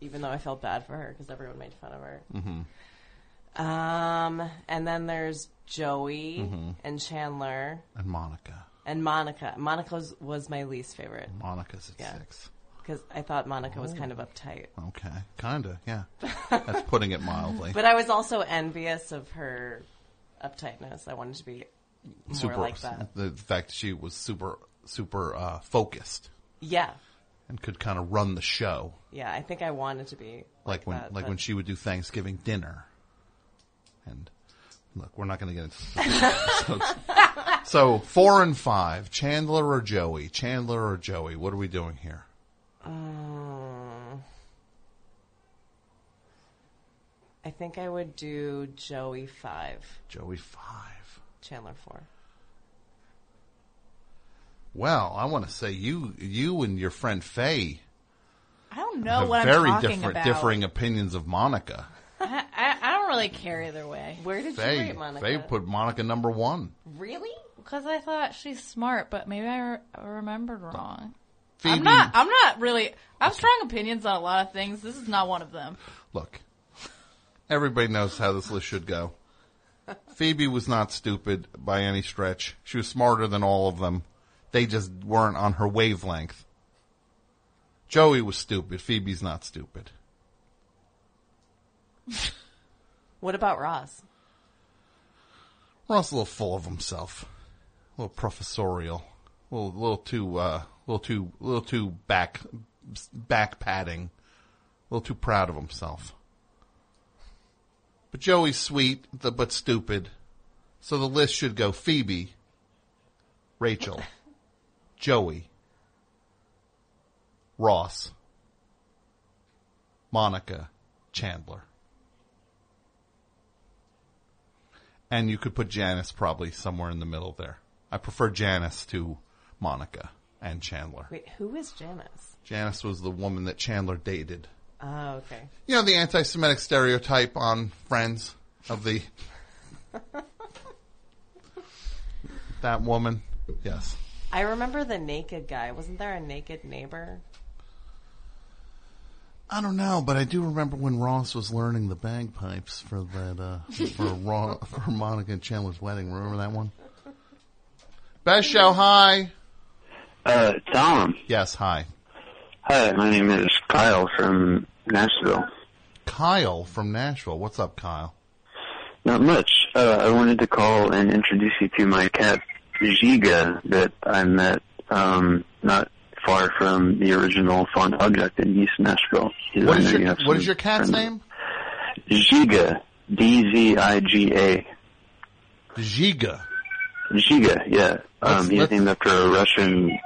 Speaker 4: even though I felt bad for her because everyone made fun of her.
Speaker 1: Mhm.
Speaker 4: Um, and then there's Joey
Speaker 1: Mhm.
Speaker 4: and Chandler
Speaker 1: And Monica.
Speaker 4: and Monica. Monica's was my least favorite.
Speaker 1: Monica's at six
Speaker 4: because I thought Monica was
Speaker 1: Oh.
Speaker 4: kind of uptight.
Speaker 1: Okay, kinda, yeah. That's putting it mildly.
Speaker 4: But I was also envious of her uptightness. I wanted to be more
Speaker 1: super
Speaker 4: like that.
Speaker 1: The fact that she was super super uh, focused
Speaker 4: Yeah,
Speaker 1: and could kind of run the show,
Speaker 4: yeah. I think I wanted to be like,
Speaker 1: like, when
Speaker 4: that,
Speaker 1: like
Speaker 4: but-
Speaker 1: when she would do Thanksgiving dinner. And look, we're not going to get into. so, so four and five, Chandler or Joey, Chandler or Joey. What are we doing here?
Speaker 4: Um, I think I would do Joey five,
Speaker 1: Joey five,
Speaker 4: Chandler four.
Speaker 1: Well, I want to say you you and your friend Faye
Speaker 24: I don't know
Speaker 1: have
Speaker 24: what
Speaker 1: very
Speaker 24: I'm talking
Speaker 1: different
Speaker 24: about.
Speaker 1: differing opinions of Monica.
Speaker 24: I, I, I don't really care either way.
Speaker 4: Where did
Speaker 1: Faye, Faye put Monica number one.
Speaker 4: Really?
Speaker 24: Because I thought she's smart, but maybe I re- remembered wrong.
Speaker 1: Phoebe-
Speaker 24: I'm not. I'm not really. I have strong opinions on a lot of things. This is not one of them.
Speaker 1: Look, everybody knows how this list should go. Phoebe was not stupid by any stretch. She was smarter than all of them. They just weren't on her wavelength. Joey was stupid. Phoebe's not stupid.
Speaker 4: What about Ross?
Speaker 1: Ross a little full of himself, a little professorial, a little, little too, uh, little too, little too back, back padding, a little too proud of himself. But Joey's sweet, th- but stupid, so the list should go Phoebe, Rachel, Joey, Ross, Monica, Chandler. And you could put Janice probably somewhere in the middle there. I prefer Janice to Monica and Chandler.
Speaker 4: Wait, who is Janice?
Speaker 1: Janice was the woman that Chandler dated.
Speaker 4: Oh, okay.
Speaker 1: You know the anti Semitic stereotype on Friends of the. that woman? Yes.
Speaker 4: I remember the naked guy. Wasn't there a naked neighbor?
Speaker 1: I don't know, but I do remember when Ross was learning the bagpipes for that uh, for Ro- for Monica and Chandler's wedding. Remember that one? Best show. Hi.
Speaker 25: Uh, Tom.
Speaker 1: Yes. Hi.
Speaker 25: Hi, my name is Kyle from Nashville.
Speaker 1: Kyle from Nashville. What's up, Kyle?
Speaker 25: Not much. Uh, I wanted to call and introduce you to my cat Giga that I met um, not far from the original Fond Object in East Nashville.
Speaker 1: What
Speaker 25: I know
Speaker 1: is
Speaker 25: you
Speaker 1: your
Speaker 25: have
Speaker 1: What is
Speaker 25: some
Speaker 1: your cat's name?
Speaker 25: friends. Giga. D Z I G A.
Speaker 1: Giga.
Speaker 25: Giga. Yeah.
Speaker 1: Let's-
Speaker 25: Um, he's
Speaker 1: let's-
Speaker 25: named after a Russian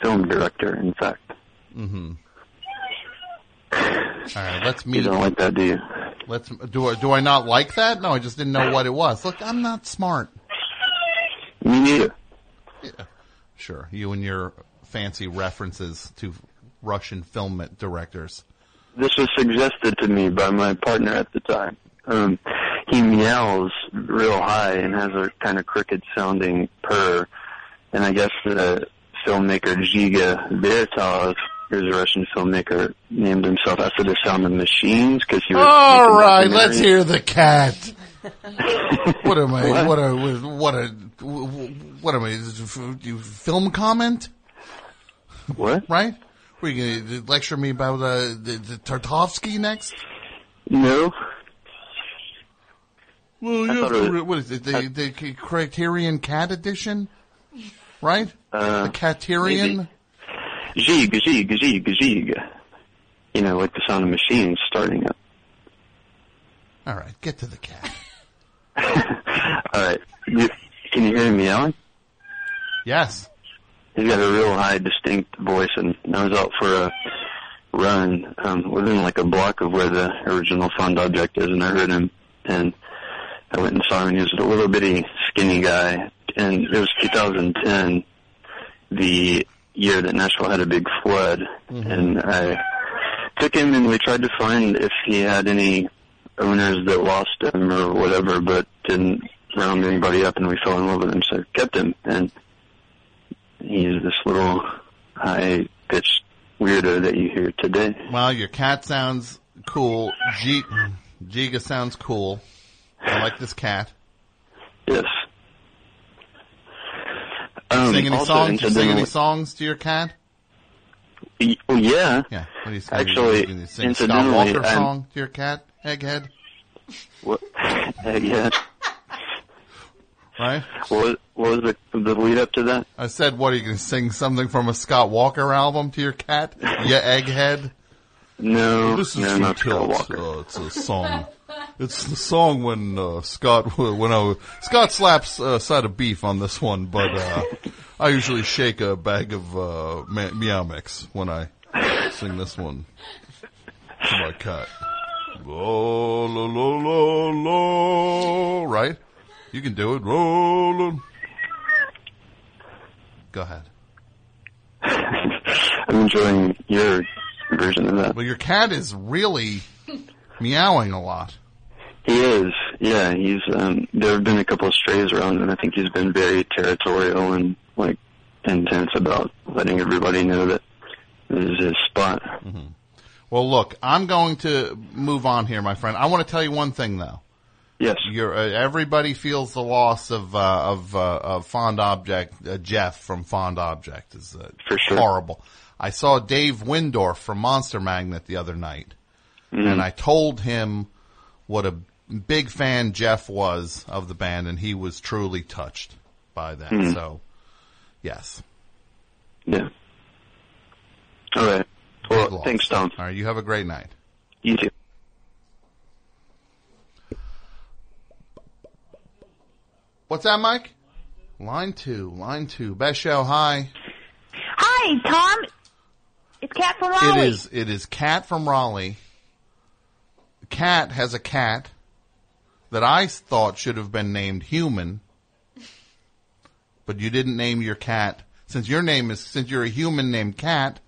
Speaker 25: film director. In fact,
Speaker 1: Mm-hmm. All right, let's meet.
Speaker 25: you don't like that, do you?
Speaker 1: Let's do. I do I not like that? No, I just didn't know what it was. Look, I'm not smart.
Speaker 25: Me neither.
Speaker 1: Sure, you and your fancy references to Russian film directors.
Speaker 25: This was suggested to me by my partner at the time. Um, he meows real high and has a kind of crooked sounding purr. And I guess the filmmaker Giga Bertov, who's a Russian filmmaker, named himself after the sound of machines because he was.
Speaker 1: All
Speaker 25: making
Speaker 1: right, let's
Speaker 25: documentaries.
Speaker 1: hear the cat. what am I? What a what a what am I? is it You film comment?
Speaker 25: What?
Speaker 1: Right? Were you going to lecture me about uh, the, the Tartovsky next?
Speaker 9: No.
Speaker 1: Well,
Speaker 25: I
Speaker 1: you have
Speaker 25: thought it
Speaker 1: to
Speaker 25: was-
Speaker 1: re- what is it? The, the c- Criterion Cat Edition, right?
Speaker 25: Uh,
Speaker 1: the Caterion.
Speaker 25: Zig, zig, zig, zig. You know, like the sound of machines starting up.
Speaker 1: All right, get to the cat.
Speaker 25: All right. You- Can you hear me, Alan?
Speaker 1: Yes.
Speaker 25: He's got a real high, distinct voice, and I was out for a run um, within like a block of where the original found object is, and I heard him. And I went and saw him, and he was a little bitty, skinny guy. And it was 2010, the year that Nashville had a big flood, and I took him, and we tried to find if he had any owners that lost him or whatever, but didn't round anybody up, and we fell in love with him, so kept him. And he's this little high pitched weirdo that you hear today.
Speaker 1: Well, your cat sounds cool. G- Giga sounds cool. I like this cat.
Speaker 25: Yes.
Speaker 1: You
Speaker 25: Um,
Speaker 1: sing any
Speaker 25: also,
Speaker 1: songs? You sing any
Speaker 25: incidentally-
Speaker 1: songs to your cat?
Speaker 25: Y- Oh yeah.
Speaker 1: Yeah. What do you sing?
Speaker 25: Actually,
Speaker 1: You sing a Scott
Speaker 25: incidentally,
Speaker 1: Walker
Speaker 25: I'm-
Speaker 1: song to your cat, Egghead?
Speaker 25: What? Uh, yeah.
Speaker 1: Right?
Speaker 25: What was, what was the, the lead up to that?
Speaker 1: I said, what are you going to sing something from a Scott Walker album to your cat? Yeah, Egghead?
Speaker 25: No,
Speaker 1: This is
Speaker 25: no,
Speaker 1: from
Speaker 25: not Scott
Speaker 1: Tilt.
Speaker 25: Walker.
Speaker 1: Uh, it's a song. It's the song when uh, Scott when I Scott slaps a side of beef on this one, but uh, I usually shake a bag of uh, ma- meow mix when I sing this one to my cat. Lo lo lo lo lo. Right? You can do it. Lo, lo. Go ahead.
Speaker 25: I'm enjoying your version of that.
Speaker 1: Well, your cat is really meowing a lot.
Speaker 25: He is, yeah. He's um there have been a couple of strays around and I think he's been very territorial and like intense about letting everybody know that this is his spot.
Speaker 1: Mm-hmm. Well, look, I'm going to move on here, my friend. I want to tell you one thing, though.
Speaker 25: Yes.
Speaker 1: You're, uh, everybody feels the loss of uh, of, uh, of Fond Object. Uh, Jeff from Fond Object is uh,
Speaker 25: For sure.
Speaker 1: horrible. I saw Dave Windorf from Monster Magnet the other night,
Speaker 25: Mhm.
Speaker 1: and I told him what a big fan Jeff was of the band, and he was truly touched by that.
Speaker 25: Mhm.
Speaker 1: So, yes.
Speaker 25: Yeah. All right. Well, thanks, Tom.
Speaker 1: All right. You have a great night.
Speaker 25: You too.
Speaker 1: What's that, Mike? Line two, line two. Best show. Hi.
Speaker 22: Hi, Tom. It's Kat from
Speaker 1: It
Speaker 22: Raleigh.
Speaker 1: is. It is Cat from Raleigh. Cat has a cat that I thought should have been named Human, but you didn't name your cat since your name is since you're a human named Cat.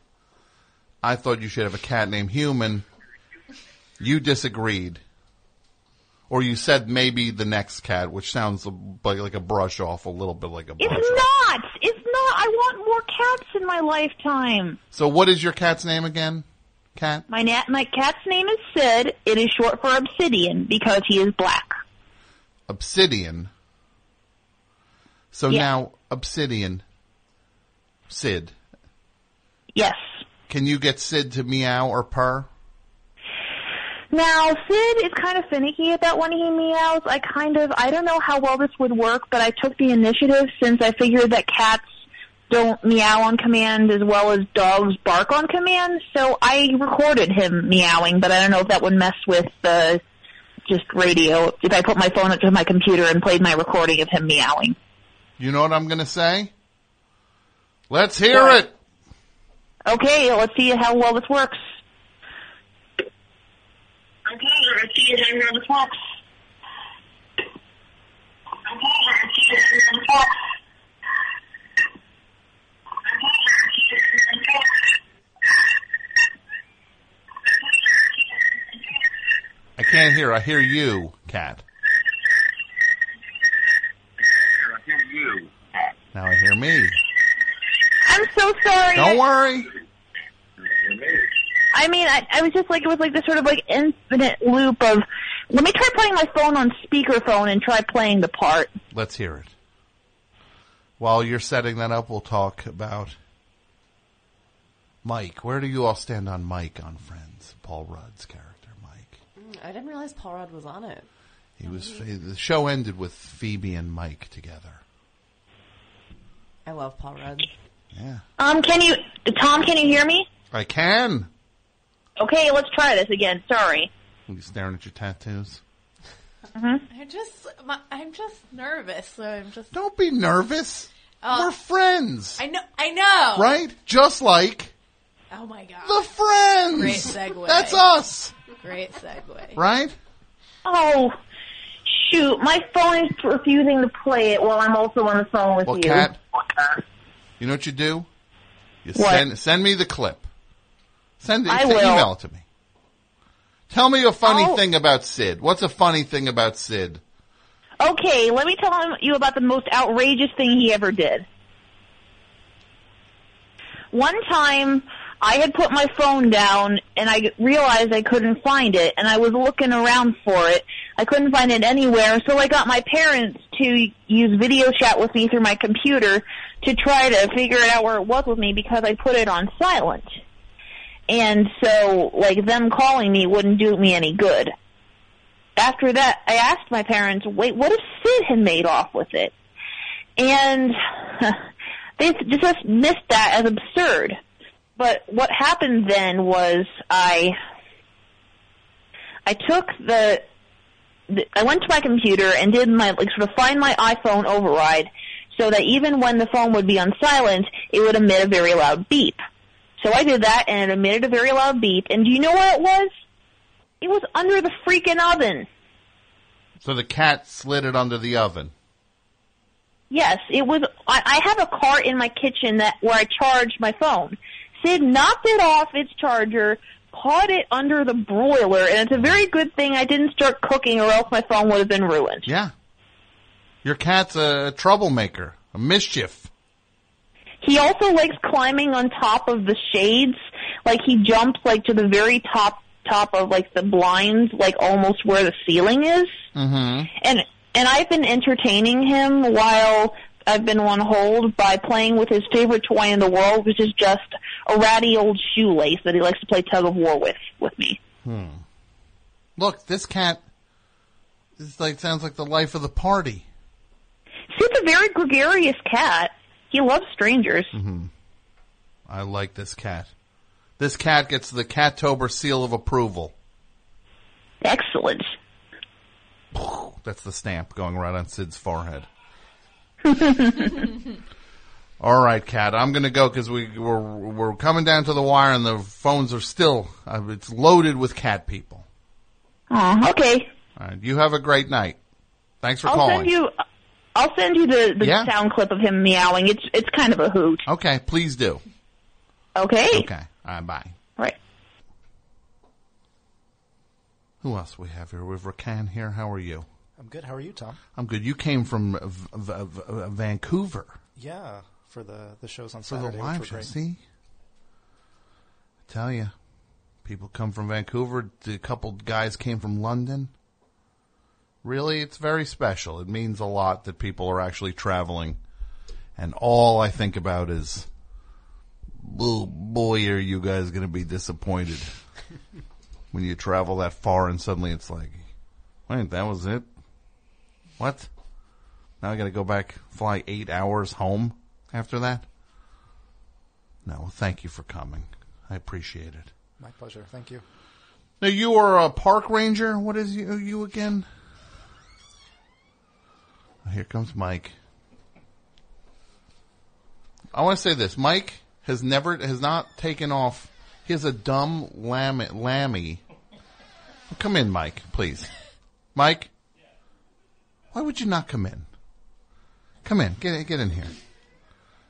Speaker 1: I thought you should have a cat named Human. You disagreed, or you said maybe the next cat, which sounds like like a brush off, a little bit like a brush off.
Speaker 22: It's not. It's not. I want more cats in my lifetime.
Speaker 1: So, what is your cat's name again? Cat.
Speaker 22: My nat- my cat's name is Sid. It is short for Obsidian because he is black.
Speaker 1: Obsidian. So
Speaker 22: Yeah.
Speaker 1: now Obsidian. Sid.
Speaker 22: Yes.
Speaker 1: Can you get Sid to meow or purr?
Speaker 22: Now, Sid is kind of finicky about when he meows. I kind of, I don't know how well this would work, but I took the initiative since I figured that cats don't meow on command as well as dogs bark on command. So I recorded him meowing, but I don't know if that would mess with the just radio. If I put my phone up to my computer and played my recording of him meowing.
Speaker 1: You know what I'm gonna say? Let's hear it.
Speaker 22: Okay, let's see how well this works.
Speaker 6: Okay, let's see if I know the fox.
Speaker 1: I can't hear. I hear you, cat. Now I hear me.
Speaker 22: I'm so sorry.
Speaker 1: Don't worry.
Speaker 22: I mean, I, I was just like, it was like this sort of like infinite loop of, let me try putting my phone on speakerphone and try playing the part.
Speaker 1: Let's hear it. While you're setting that up, we'll talk about Mike. Where do you all stand on Mike on Friends? Paul Rudd's character, Mike.
Speaker 4: Mm, I didn't realize Paul Rudd was on it.
Speaker 1: He was. The show ended with Phoebe and Mike together.
Speaker 4: I love Paul Rudd.
Speaker 1: Yeah,
Speaker 22: Um, can you, Tom, can you hear me?
Speaker 1: I can.
Speaker 22: Okay, let's try this again. Sorry.
Speaker 1: You staring at your tattoos.
Speaker 4: Mm-hmm.
Speaker 24: I just, my, I'm just nervous. So I'm just. uh,
Speaker 1: Don't Be nervous. We're friends,
Speaker 24: I know. I know.
Speaker 1: right? Just like
Speaker 24: Oh my god.
Speaker 1: the friends.
Speaker 24: Great segue.
Speaker 1: That's us,
Speaker 24: Great segue.
Speaker 1: right?
Speaker 22: Oh, shoot. My phone is refusing to play it while I'm also on the phone with
Speaker 1: Well,
Speaker 22: you.
Speaker 1: Kat, you know what you do? You
Speaker 22: What?
Speaker 1: send send me the clip. Send it,
Speaker 22: I
Speaker 1: send-
Speaker 22: will. Oh.
Speaker 1: email it to me. Tell me a funny
Speaker 22: I'll-
Speaker 1: thing about Sid. What's a funny thing about Sid?
Speaker 22: Okay, let me tell him- you about the most outrageous thing he ever did. One time, I had put my phone down and I realized I couldn't find it, and I was looking around for it. I couldn't find it anywhere, so I got my parents to use video chat with me through my computer to try to figure it out where it was with me because I put it on silent. And so, like, them calling me wouldn't do me any good after that, I asked my parents, wait, what if Sid had made off with it? And they just missed that as absurd. But what happened then was I, I took the, the, I went to my computer and did my, like, sort of find my iPhone override so that even when the phone would be on silent, it would emit a very loud beep. So I did that and it emitted a very loud beep. And do you know what it was? It was under the freaking oven.
Speaker 1: So the cat slid it under the oven.
Speaker 22: Yes, it was. I, I have a cart in my kitchen that where I charge my phone. Sid knocked it off its charger, caught it under the broiler, and it's a very good thing I didn't start cooking, or else my phone would have been ruined.
Speaker 1: Yeah. Your cat's a troublemaker, a mischief.
Speaker 22: He also likes climbing on top of the shades. Like he jumps like to the very top top of like the blinds, like almost where the ceiling is.
Speaker 1: Mm-hmm.
Speaker 22: and and I've been entertaining him while I've been on hold by playing with his favorite toy in the world, which is just a ratty old shoelace that he likes to play tug of war with with me.
Speaker 1: Hmm. Look, this cat is like sounds like the life of the party.
Speaker 22: Sid's a very gregarious cat. He loves strangers.
Speaker 1: Mm-hmm. I like this cat. This cat gets the Cattober seal of approval.
Speaker 22: Excellent.
Speaker 1: That's the stamp going right on Sid's forehead. All right, Kat, I'm going to go because we, we're, we're coming down to the wire and the phones are still, uh, it's loaded with cat people.
Speaker 22: Aw, okay.
Speaker 1: All right, you have a great night. Thanks for
Speaker 22: I'll
Speaker 1: calling.
Speaker 22: send Oh, you. I'll send you the, the
Speaker 1: Yeah.
Speaker 22: sound clip of him meowing. It's it's kind of a hoot.
Speaker 1: Okay, please do.
Speaker 22: Okay.
Speaker 1: Okay. All right, bye.
Speaker 22: Right.
Speaker 1: Who else we have here? We have Rakan here. How are you?
Speaker 26: I'm good. How are you, Tom?
Speaker 1: I'm good. You came from uh, v- v- v- Vancouver
Speaker 26: Yeah, for the the shows on
Speaker 1: for
Speaker 26: Saturday,
Speaker 1: the
Speaker 26: which
Speaker 1: live
Speaker 26: were
Speaker 1: show.
Speaker 26: great.
Speaker 1: See, I tell you, people come from Vancouver. A couple guys came from London. Really, it's very special. It means a lot that people are actually traveling. And all I think about is, oh boy, are you guys going to be disappointed when you travel that far and suddenly it's like, wait, that was it? What? Now I got to go back, fly eight hours home after that? No, thank you for coming. I appreciate it.
Speaker 26: My pleasure. Thank you.
Speaker 1: Now you are a park ranger. What is you, you again? Here comes Mike. I want to say this: Mike has never has not taken off. He has a dumb lammy. lammy. Come in, Mike, please. Mike, why would you not come in? Come in, get in- get in here.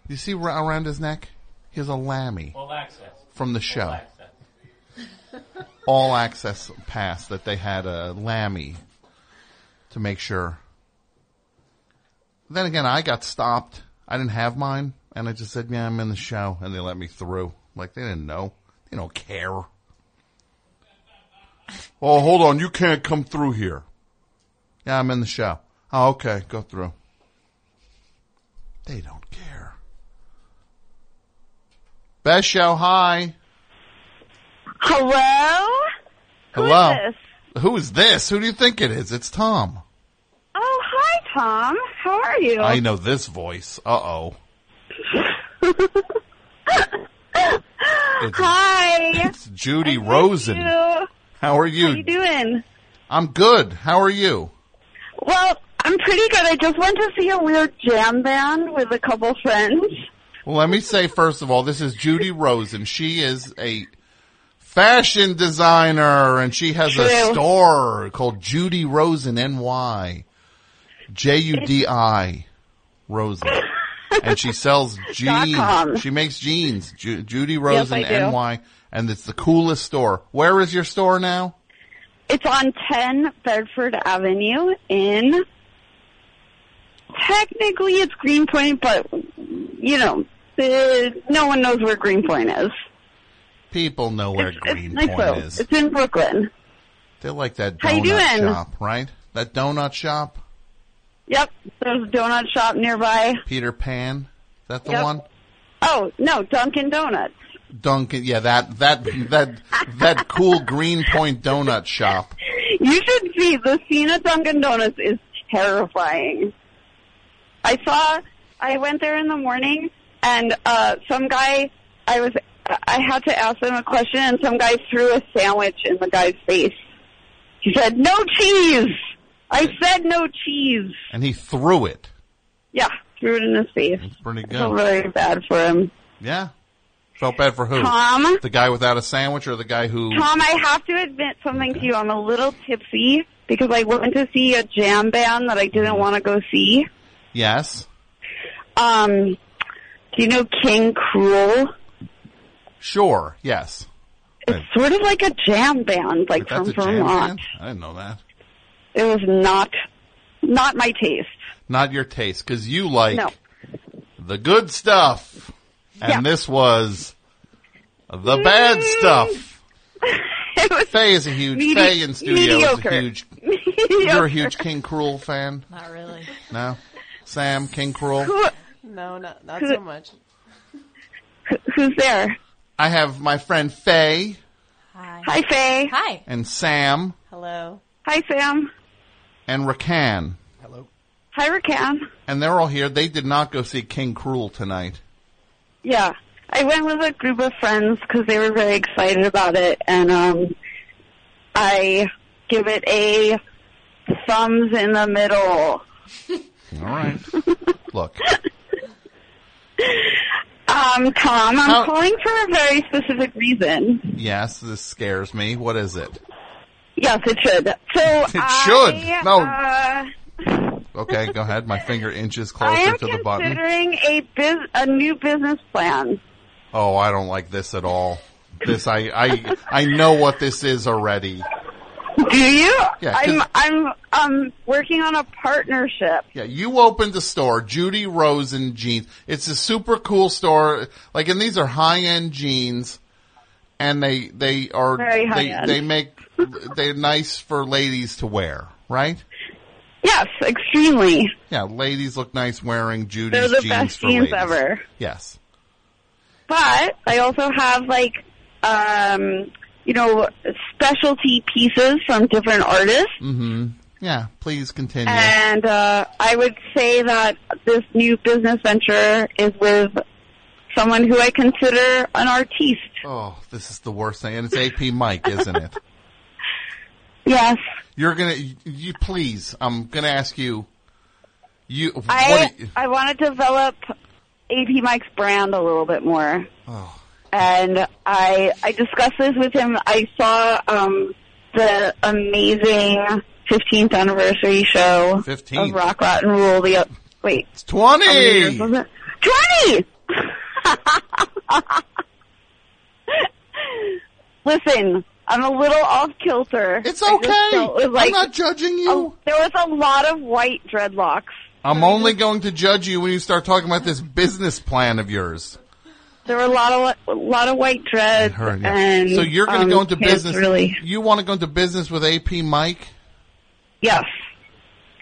Speaker 1: You see ra- around his neck, he has a lammy
Speaker 2: All access.
Speaker 1: from the show
Speaker 2: All access.
Speaker 1: all access pass that they had a Lammy to make sure. Then again, I got stopped. I didn't have mine, and I just said, "Yeah, I'm in the show," and they let me through. Like they didn't know. They don't care. Oh, hold on, you can't come through here. Yeah, I'm in the show. Oh, okay, go through. They don't care. Best show, hi.
Speaker 22: Hello.
Speaker 1: Hello.
Speaker 22: Who is this?
Speaker 1: Who is this? Who do you think it is? It's Tom.
Speaker 10: Oh, hi, Tom. How are you?
Speaker 1: I know this voice. Uh oh. It's
Speaker 10: Hi.
Speaker 1: Judy
Speaker 10: You.
Speaker 1: Rosen. How are you?
Speaker 10: How you doing?
Speaker 1: I'm good. How are you?
Speaker 10: Well, I'm pretty good. I just went to see a weird jam band with a couple friends.
Speaker 1: Well, let me say first of all, this is Judy Rosen. She is a fashion designer and she has a
Speaker 10: True.
Speaker 1: store called Judy Rosen NY. J U D I Rosen. And she sells
Speaker 10: com.
Speaker 1: jeans. She makes jeans. Ju- Judy Rosen
Speaker 10: I do.
Speaker 1: NY and it's the coolest store. Where is your store now?
Speaker 10: It's on 10 Bedford Avenue in. Technically, it's Greenpoint, but you know, uh, no one knows where Greenpoint is.
Speaker 1: People know where
Speaker 10: Nice
Speaker 1: Greenpoint
Speaker 10: though.
Speaker 1: is.
Speaker 10: It's in Brooklyn.
Speaker 1: They like that donut
Speaker 10: How you doing?
Speaker 1: shop, right? That donut shop,
Speaker 10: Yep, there's a donut shop nearby.
Speaker 1: Peter Pan. Is that the
Speaker 10: Yep.
Speaker 1: one?
Speaker 10: Oh no, Dunkin' Donuts.
Speaker 1: Dunkin', yeah, that that that that cool Greenpoint donut shop.
Speaker 10: You should see the scene at Dunkin' Donuts is terrifying. I saw. I went there in the morning, and uh, some guy. I was. I had to ask them a question, and some guy threw a sandwich in the guy's face. He said, "No cheese." I said, "No cheese."
Speaker 1: And he threw it.
Speaker 10: Yeah, threw it in his face.
Speaker 1: Pretty good.
Speaker 10: I feel really bad for him.
Speaker 1: Yeah. Felt bad for who?
Speaker 10: Tom?
Speaker 1: The guy without a sandwich or the guy who
Speaker 10: Tom, I have to admit something to you. I'm a little tipsy because I went to see a jam band that I didn't want to go see.
Speaker 1: Yes.
Speaker 10: Um, do you know King Cruel?
Speaker 1: Sure, yes.
Speaker 10: Sort of like a jam band, like
Speaker 1: That's
Speaker 10: from
Speaker 1: a jam
Speaker 10: Vermont.
Speaker 1: band? I didn't know that.
Speaker 10: It was not, not my taste.
Speaker 1: Not your taste, because you like
Speaker 10: No.
Speaker 1: the good stuff. And
Speaker 10: Yeah.
Speaker 1: this was the bad stuff. Faye is a huge
Speaker 10: medi-
Speaker 1: Faye in studio
Speaker 10: mediocre.
Speaker 1: is a huge You're a huge King Cruel fan?
Speaker 10: Not really.
Speaker 1: No? Sam, King Cruel?
Speaker 4: No, not not
Speaker 10: Who-
Speaker 4: so much.
Speaker 10: Who's there?
Speaker 1: I have my friend Faye
Speaker 10: Hi. Hi, Faye. Hi.
Speaker 1: and Sam
Speaker 10: Hello. Hi, Sam.
Speaker 1: and Rakan.
Speaker 10: Hi, Rakan.
Speaker 1: And they're all here. They did not go see King Cruel tonight.
Speaker 10: Yeah. I went with a group of friends because they were very excited about it, and um, I give it a thumbs in the middle.
Speaker 1: All right. Look.
Speaker 10: Um, Tom, I'm
Speaker 1: How-
Speaker 10: calling for a very specific reason.
Speaker 1: Yes, this scares me. What is it?
Speaker 10: Yes, it should. So
Speaker 1: It should. No.
Speaker 10: Uh,
Speaker 1: Okay, go ahead. My finger inches
Speaker 10: I
Speaker 1: closer
Speaker 10: am
Speaker 1: to the button.
Speaker 10: considering a biz- a new business plan.
Speaker 1: Oh, I don't like this at all. This I I I know what this is already.
Speaker 10: Do you?
Speaker 1: Yeah, 'cause-
Speaker 10: I'm I'm um working on a partnership.
Speaker 1: Yeah, you opened a store, Judy Rosen Jeans. It's a super cool store. Like, and these are high end jeans, and they they are
Speaker 10: Very
Speaker 1: they
Speaker 10: high-end.
Speaker 1: they make they're nice for ladies to wear, right?
Speaker 10: Yes, extremely.
Speaker 1: Yeah, ladies look nice wearing Judy's
Speaker 10: They're the
Speaker 1: jeans
Speaker 10: best
Speaker 1: for
Speaker 10: jeans
Speaker 1: ladies.
Speaker 10: ever.
Speaker 1: Yes.
Speaker 10: But I also have like um you know specialty pieces from different artists.
Speaker 1: Mm-hmm. Yeah. Please continue.
Speaker 10: And uh, I would say that this new business venture is with someone who I consider an artiste.
Speaker 1: oh, this is the worst thing, and it's AP Mike, isn't it?
Speaker 10: Yes.
Speaker 1: You're gonna you, you please. I'm gonna ask you. You what?
Speaker 10: I
Speaker 1: do you-
Speaker 10: I want to develop AP Mike's brand a little bit more.
Speaker 1: Oh.
Speaker 10: And I I discussed this with him. I saw um, the amazing 15th anniversary show
Speaker 1: 15th.
Speaker 10: of Rock Rotten Rule. The wait, it's
Speaker 1: 20.
Speaker 10: Twenty. Listen, I'm a little off kilter. It's
Speaker 1: okay. I'm not
Speaker 10: judging you. there was a lot of white dreadlocks.
Speaker 1: I'm only going to judge you when you start talking about this business plan of yours.
Speaker 10: There were a lot of a lot of white dreads.
Speaker 1: Heard, yeah.
Speaker 10: And
Speaker 1: so you're going to
Speaker 10: um,
Speaker 1: go into
Speaker 10: kids
Speaker 1: business.
Speaker 10: Really?
Speaker 1: You want to go into business with AP Mike?
Speaker 10: Yes.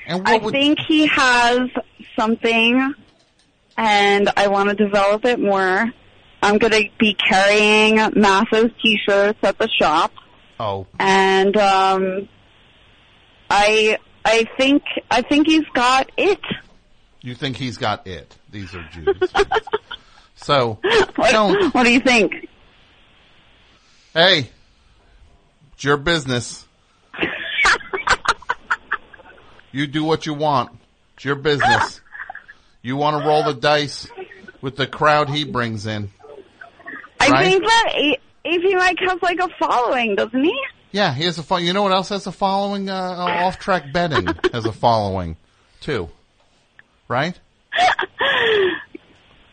Speaker 1: And
Speaker 10: I
Speaker 1: what would
Speaker 10: think he has something, and I want to develop it more. I'm going to be carrying Masso's t-shirts at the shop,
Speaker 1: oh
Speaker 10: and um, I I think I think he's got it.
Speaker 1: You think he's got it. These are Jews. so,
Speaker 10: What, what do you think?
Speaker 1: hey, it's your business. you do what you want. It's your business. You want to roll the dice with the crowd he brings in.
Speaker 10: I
Speaker 1: Right?
Speaker 10: think that A- AP Mike has like a following, doesn't he?
Speaker 1: Yeah, he has a fo- You know what else has a following? Uh, off track betting has a following, too. Right?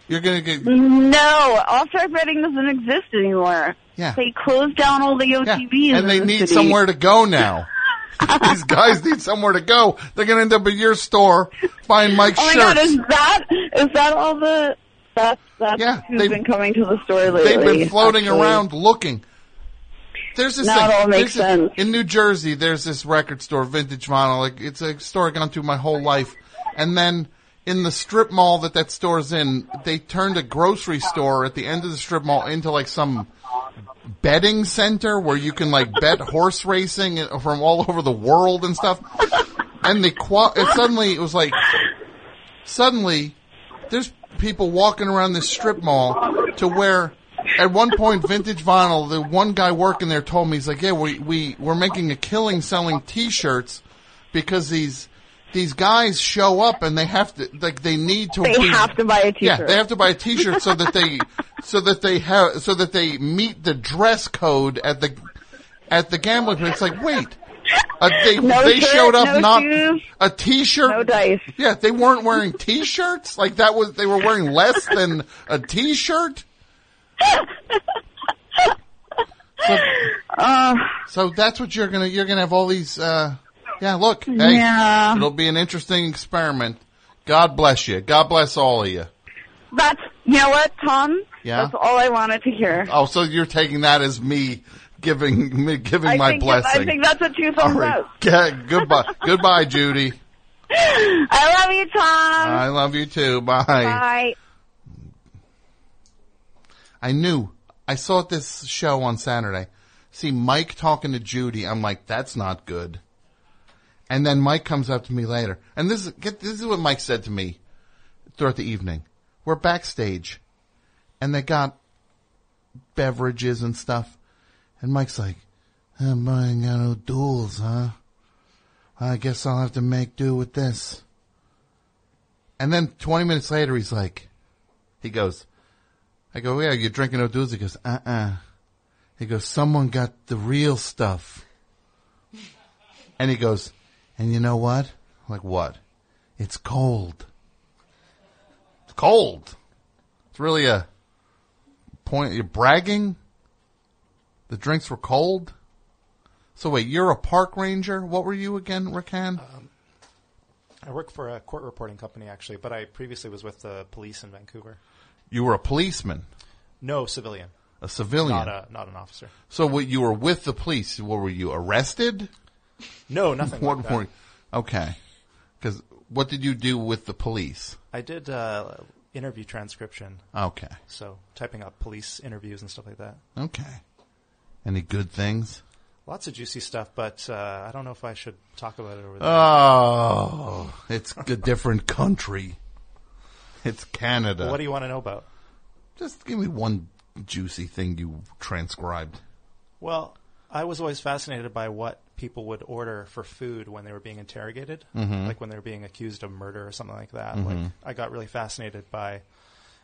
Speaker 1: You're gonna get
Speaker 10: No, off track betting doesn't exist anymore.
Speaker 1: Yeah.
Speaker 10: They closed down all the OTVs.
Speaker 1: and they
Speaker 10: in the
Speaker 1: need
Speaker 10: city.
Speaker 1: somewhere to go now. These guys need somewhere to go. They're gonna end up at your store, find Mike's
Speaker 10: Oh my
Speaker 1: shirts.
Speaker 10: god, is that is that all the that's that's who's been coming to the store lately?
Speaker 1: They've been floating
Speaker 10: actually.
Speaker 1: around looking. There's this
Speaker 10: Now
Speaker 1: thing.
Speaker 10: it all makes
Speaker 1: there's this-
Speaker 10: sense.
Speaker 1: in New Jersey, there's this record store, Vintage Vinyl. Like it's a store I've gone to my whole life. And then in the strip mall that that store's in, they turned a grocery store at the end of the strip mall into like some betting center where you can like bet horse racing from all over the world and stuff. And the qua- it suddenly it was like suddenly there's people walking around this strip mall to where at one point vintage vinyl the one guy working there told me he's like yeah we, we we're making a killing selling t-shirts because these these guys show up and they have to like they need to
Speaker 10: They
Speaker 1: be-
Speaker 10: have to buy a
Speaker 1: yeah
Speaker 10: t-shirt.
Speaker 1: they have to buy a t-shirt so that they so that they have so that they meet the dress code at the at the gambling place it's like wait uh, they
Speaker 10: No
Speaker 1: they
Speaker 10: shirt,
Speaker 1: showed up
Speaker 10: no
Speaker 1: not
Speaker 10: shoes.
Speaker 1: a t-shirt. No
Speaker 10: dice.
Speaker 1: Yeah, they weren't wearing t-shirts. Like that was they were wearing less than a t-shirt. So,
Speaker 10: Uh,
Speaker 1: so that's what you're gonna you're gonna have all these. Uh, yeah, look, hey,
Speaker 10: Yeah.
Speaker 1: it'll be an interesting experiment. God bless you. God bless all of you.
Speaker 10: That's you know what, Tom?
Speaker 1: Yeah?
Speaker 10: That's all I wanted to hear.
Speaker 1: Oh, so you're taking that as me giving me giving
Speaker 10: I
Speaker 1: my
Speaker 10: think that-
Speaker 1: blessing.
Speaker 10: I think that's a two thumbs up.
Speaker 1: Yeah, goodbye, goodbye, Judy.
Speaker 10: I love you, Tom.
Speaker 1: I love you too.
Speaker 10: Um, Bye.
Speaker 1: I knew. I saw this show on Saturday. See Mike talking to Judy. I'm like, that's not good. And then Mike comes up to me later, and this is get, this is what Mike said to me throughout the evening. We're backstage, and they got beverages and stuff, and Mike's like, "I'm buying got no duels, huh? I guess I'll have to make do with this." And then 20 minutes later, he's like, he goes, I go, yeah, you're drinking O'Doul's? He goes, uh-uh. He goes, someone got the real stuff. And he goes, and you know what? I'm like, what? It's cold. It's cold. It's really a point. You're bragging. The drinks were cold. So wait, you're a park ranger? What were you again, Rakan?
Speaker 8: I work for a court reporting company, actually, but I previously was with the police in Vancouver.
Speaker 1: you were a policeman,
Speaker 8: No, civilian.
Speaker 1: a civilian.
Speaker 8: Not, a, not an officer.
Speaker 1: So what you were with the police? What were you arrested?
Speaker 8: No, nothing
Speaker 1: What
Speaker 8: like that.
Speaker 1: were- okay, because what did you do with the police?
Speaker 8: I did uh, interview transcription.
Speaker 1: Okay.
Speaker 8: So typing up police interviews and stuff like that.
Speaker 1: Okay, any good things?
Speaker 8: Lots of juicy stuff, but uh, I don't know if I should talk about it over there.
Speaker 1: Oh, it's a different country. It's Canada.
Speaker 8: what do you want to know about?
Speaker 1: Just give me one juicy thing you transcribed.
Speaker 8: Well, I was always fascinated by what people would order for food when they were being interrogated,
Speaker 1: Mhm.
Speaker 8: like when they were being accused of murder or something like that. Like
Speaker 1: Mhm.
Speaker 8: I got really fascinated by,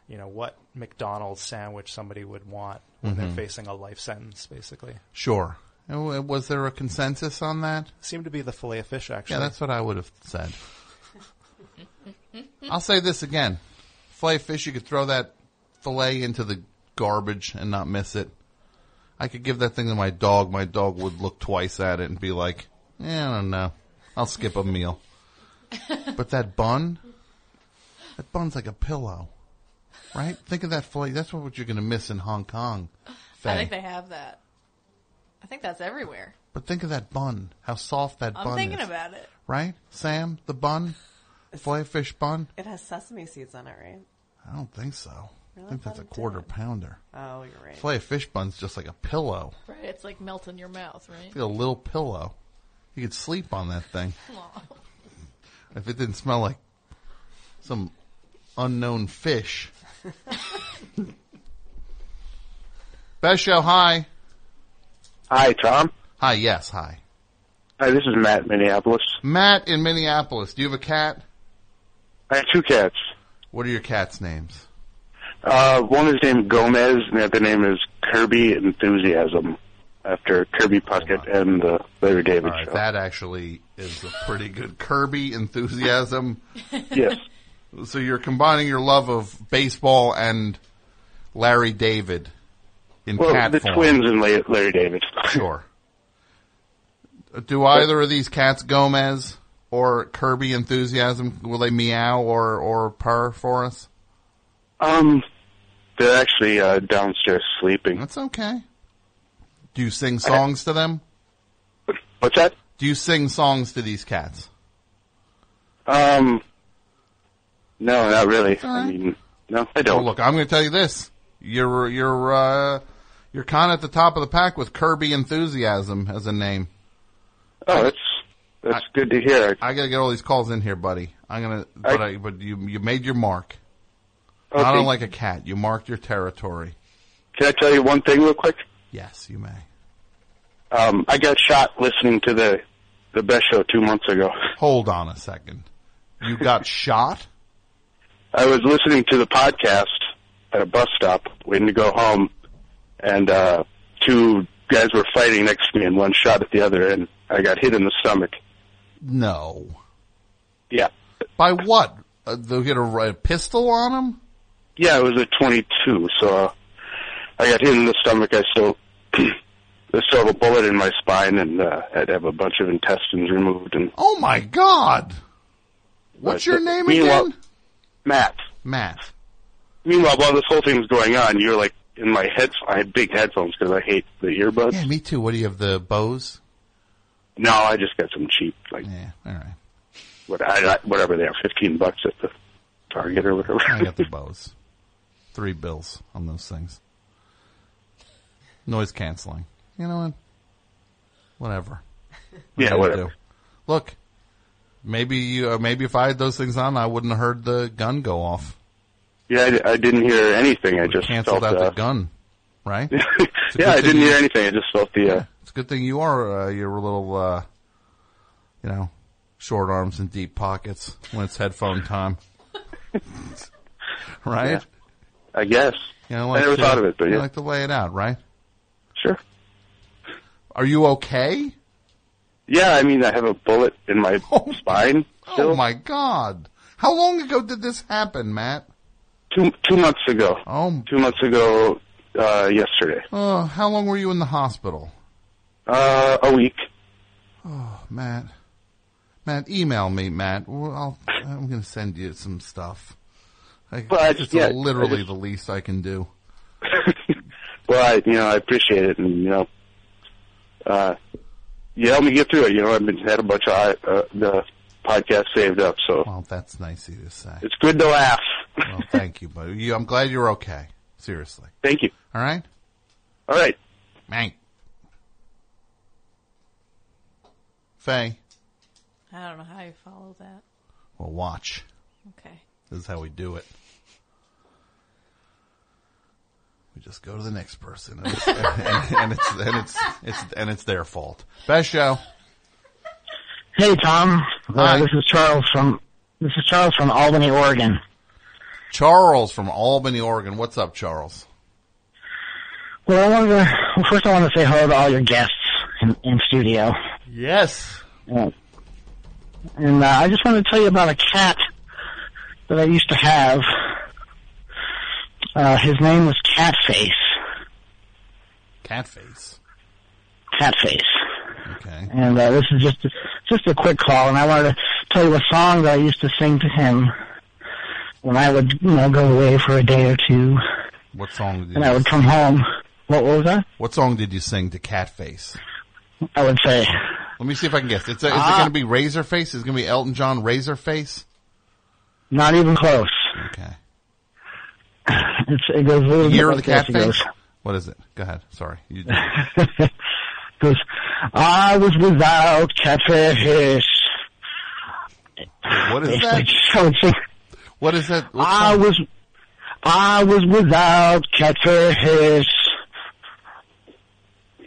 Speaker 8: you know, what McDonald's sandwich somebody would want when
Speaker 1: Mhm.
Speaker 8: they're facing a life sentence, basically.
Speaker 1: Sure. And Was there a consensus on that?
Speaker 8: Seemed to be the fillet of fish, actually.
Speaker 1: Yeah, that's what I would have said. I'll say this again. Filet fish, you could throw that filet into the garbage and not miss it. I could give that thing to my dog. My dog would look twice at it and be like, eh, I don't know. I'll skip a meal. but that bun, that bun's like a pillow, right? Think of that filet. That's what you're going to miss in Hong Kong.
Speaker 24: I
Speaker 1: Faye.
Speaker 24: think they have that. I think that's everywhere.
Speaker 1: But think of that bun. How soft that
Speaker 24: I'm
Speaker 1: bun
Speaker 24: thinking
Speaker 1: is.
Speaker 24: about it.
Speaker 1: Right? Sam, the bun? Filet fish bun?
Speaker 4: It has sesame seeds on it, right?
Speaker 1: I don't think so.
Speaker 4: Really?
Speaker 1: I think
Speaker 4: I
Speaker 1: that's a
Speaker 4: thought it
Speaker 1: quarter
Speaker 4: did.
Speaker 1: pounder.
Speaker 4: Oh, you're right.
Speaker 1: Filet fish bun's just like a pillow.
Speaker 24: Right, it's like melt in your mouth,
Speaker 1: It's
Speaker 24: right?
Speaker 1: like a little pillow. You could sleep on that thing. If it didn't smell like some unknown fish. Best show, hi.
Speaker 11: Hi, Tom.
Speaker 1: Hi, yes, hi.
Speaker 11: Hi, this is Matt in Minneapolis.
Speaker 1: Matt in Minneapolis, do you have a cat?
Speaker 11: I have two cats.
Speaker 1: What are your cat's names?
Speaker 11: Uh, one is named Gomez, and the other name is Kirby Enthusiasm, after Kirby Puckett and the Larry David
Speaker 1: All right,
Speaker 11: show.
Speaker 1: that actually is a pretty good Kirby enthusiasm.
Speaker 11: yes.
Speaker 1: So you're combining your love of baseball and Larry David in
Speaker 11: well,
Speaker 1: cat
Speaker 11: the
Speaker 1: form.
Speaker 11: twins and La- Larry David.
Speaker 1: Sure. Do either of these cats, Gomez or Kirby enthusiasm, will they meow or or purr for us?
Speaker 11: Um, they're actually uh, downstairs sleeping.
Speaker 1: That's okay. Do you sing songs to them?
Speaker 11: What's that?
Speaker 1: Do you sing songs to these cats?
Speaker 11: Um, no, not really.
Speaker 1: All right.
Speaker 11: I mean, no, I don't.
Speaker 1: Well, look, I'm going to tell you this: you're you're uh, you're kind of at the top of the pack with Kirby enthusiasm as a name.
Speaker 11: Oh, that's that's good to hear.
Speaker 1: I got to get all these calls in here, buddy. I'm gonna, but I, but you you made your mark. Not
Speaker 11: Okay.
Speaker 1: unlike a cat, you marked your territory.
Speaker 11: Can I tell you one thing real quick?
Speaker 1: Yes, you may.
Speaker 11: Um, I got shot listening to the the best show two months ago.
Speaker 1: Hold on a second. You got shot?
Speaker 11: I was listening to the podcast at a bus stop, waiting to go home, and uh, two guys were fighting next to me, and one shot at the other, and I got hit in the stomach.
Speaker 1: No.
Speaker 11: Yeah,
Speaker 1: By what? Uh, they'll get a, a pistol on him?
Speaker 11: yeah, it was a twenty-two, so uh, I got hit in the stomach. I still I still have a bullet in my spine, and uh, I had to have a bunch of intestines removed. And
Speaker 1: Oh my God! What's your name
Speaker 11: meanwhile,
Speaker 1: again?
Speaker 11: Matt.
Speaker 1: Matt.
Speaker 11: Meanwhile, while this whole thing's going on, you're like in my head. I had big headphones because I hate the earbuds.
Speaker 1: Yeah, me too. What do you have? The Bose?
Speaker 11: No, I just got some cheap, like
Speaker 1: All right.
Speaker 11: what, I, I- whatever they are, fifteen bucks at the Target or whatever.
Speaker 1: I got the Bose. Three bills on those things. Noise canceling. You know what? Whatever. What
Speaker 11: Yeah,
Speaker 1: do you
Speaker 11: whatever.
Speaker 1: do? Look, maybe you, uh, maybe if I had those things on, I wouldn't have heard the gun go off.
Speaker 11: yeah, I, I didn't hear anything. I just
Speaker 1: Canceled
Speaker 11: felt,
Speaker 1: out
Speaker 11: uh,
Speaker 1: the gun, right? It's a
Speaker 11: Yeah,
Speaker 1: good
Speaker 11: I
Speaker 1: thing
Speaker 11: didn't
Speaker 1: you-
Speaker 11: hear anything. I just felt the. Uh,
Speaker 1: It's a good thing you are uh, your little, uh, you know, short arms and deep pockets when it's headphone time, right?
Speaker 11: yeah, I guess.
Speaker 1: You know,
Speaker 11: I
Speaker 1: like
Speaker 11: never
Speaker 1: to-
Speaker 11: thought of it, but
Speaker 1: you
Speaker 11: yeah.
Speaker 1: like to lay it out, right?
Speaker 11: Sure.
Speaker 1: Are you okay?
Speaker 11: yeah, I mean, I have a bullet in my spine.
Speaker 1: Oh my God! How long ago did this happen, Matt?
Speaker 11: Two two months ago.
Speaker 1: Oh.
Speaker 11: Two months ago, uh, yesterday.
Speaker 1: Oh, how long were you in the hospital, Oh,
Speaker 11: Uh, a week.
Speaker 1: Matt? Matt, email me, Matt. Well, I'll, I'm going to send you some stuff. I,
Speaker 11: Well, I
Speaker 1: it's
Speaker 11: just- yeah, I
Speaker 1: literally
Speaker 11: just-
Speaker 1: the least I can do.
Speaker 11: Well, I, you know, I appreciate it, and you know, uh, you helped me get through it. You know, I've been had a bunch of uh, the podcast saved up, so
Speaker 1: Well, that's nice of you to say.
Speaker 11: it's good to laugh.
Speaker 1: Well, thank you, buddy. You, I'm glad you're okay. Seriously.
Speaker 11: Thank you.
Speaker 1: All right.
Speaker 11: All right.
Speaker 1: Man. Faye.
Speaker 24: I don't know how you follow that.
Speaker 1: Well, watch.
Speaker 24: Okay.
Speaker 1: This is how we do it. We just go to the next person, and it's and, and it's, and it's it's and it's their fault. Best show.
Speaker 2: Hey Tom, uh, this is Charles from this is Charles from Albany, Oregon.
Speaker 1: Charles from Albany, Oregon. What's up, Charles?
Speaker 2: Well, I wanted to well, first I want to say hello to all your guests in, in studio,
Speaker 1: Yes.
Speaker 2: Uh, and uh, I just wanted to tell you about a cat that I used to have. Uh, his name was Catface.
Speaker 1: Catface.
Speaker 2: Catface.
Speaker 1: Okay.
Speaker 2: And uh, this is just just a quick call, and I wanted to tell you a song that I used to sing to him when I would you know go away for a day or two,
Speaker 1: What song? Did
Speaker 2: and
Speaker 1: you
Speaker 2: I would come home. What was that?
Speaker 1: What song did you sing to Catface?
Speaker 2: I would say.
Speaker 1: Let me see if I can guess. It's, is it
Speaker 2: Ah.
Speaker 1: going to be Razorface? Is it going to be Elton John Razorface?
Speaker 2: Not even close.
Speaker 1: Okay.
Speaker 2: It's, it goes a little
Speaker 1: Year of
Speaker 2: bit
Speaker 1: the
Speaker 2: like this. It
Speaker 1: Catface? What is it? Go ahead. Sorry. You,
Speaker 2: goes, goes,
Speaker 11: I was without catfish.
Speaker 1: What is
Speaker 11: It's
Speaker 1: that?
Speaker 11: like so it's-
Speaker 1: What is that?
Speaker 11: I was, I was without catfish.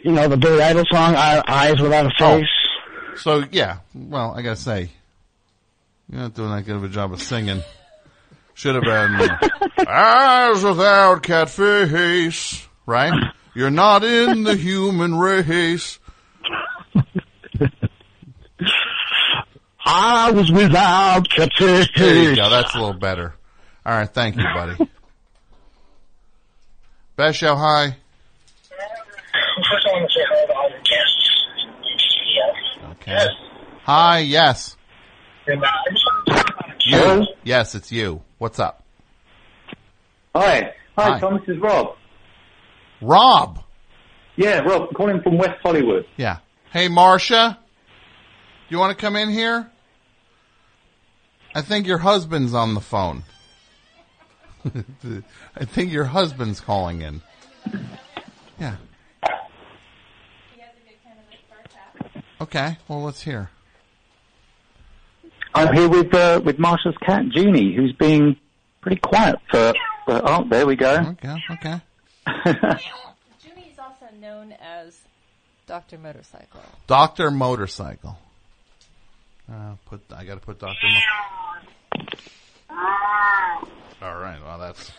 Speaker 11: You know the Billy Idol song, "I- "Eyes Without a
Speaker 2: Oh.
Speaker 11: Face."
Speaker 1: So yeah, well, I gotta say, you're not doing that good of a job of singing. Should have been uh, eyes without catfish, right? You're not in the human race.
Speaker 11: I was without catfish.
Speaker 1: There you go. That's a little better. All right, thank you, buddy. Best show high.
Speaker 11: First, I want to say hello to all your guests.
Speaker 1: Okay. Hi, yes.
Speaker 11: And, uh, I just want to talk about
Speaker 1: You. Yes, it's you. What's up?
Speaker 25: Hi. Hi,
Speaker 1: Hi.
Speaker 25: Tom. This is Rob.
Speaker 1: Rob.
Speaker 25: Yeah, Rob. Calling from West Hollywood.
Speaker 1: Yeah. Hey, Marcia, do you want to come in here? I think your husband's on the phone. I think your husband's calling in. Yeah. Okay. Well, let's hear.
Speaker 25: I'm here with uh, with Marsha's cat, Junie, who's being pretty quiet for. for oh, there we go.
Speaker 1: Okay. Okay. Mm-hmm.
Speaker 13: Jimmy is also known as Doctor Motorcycle.
Speaker 1: Doctor Motorcycle. Uh, put I got to put Doctor. All right. Well, that's.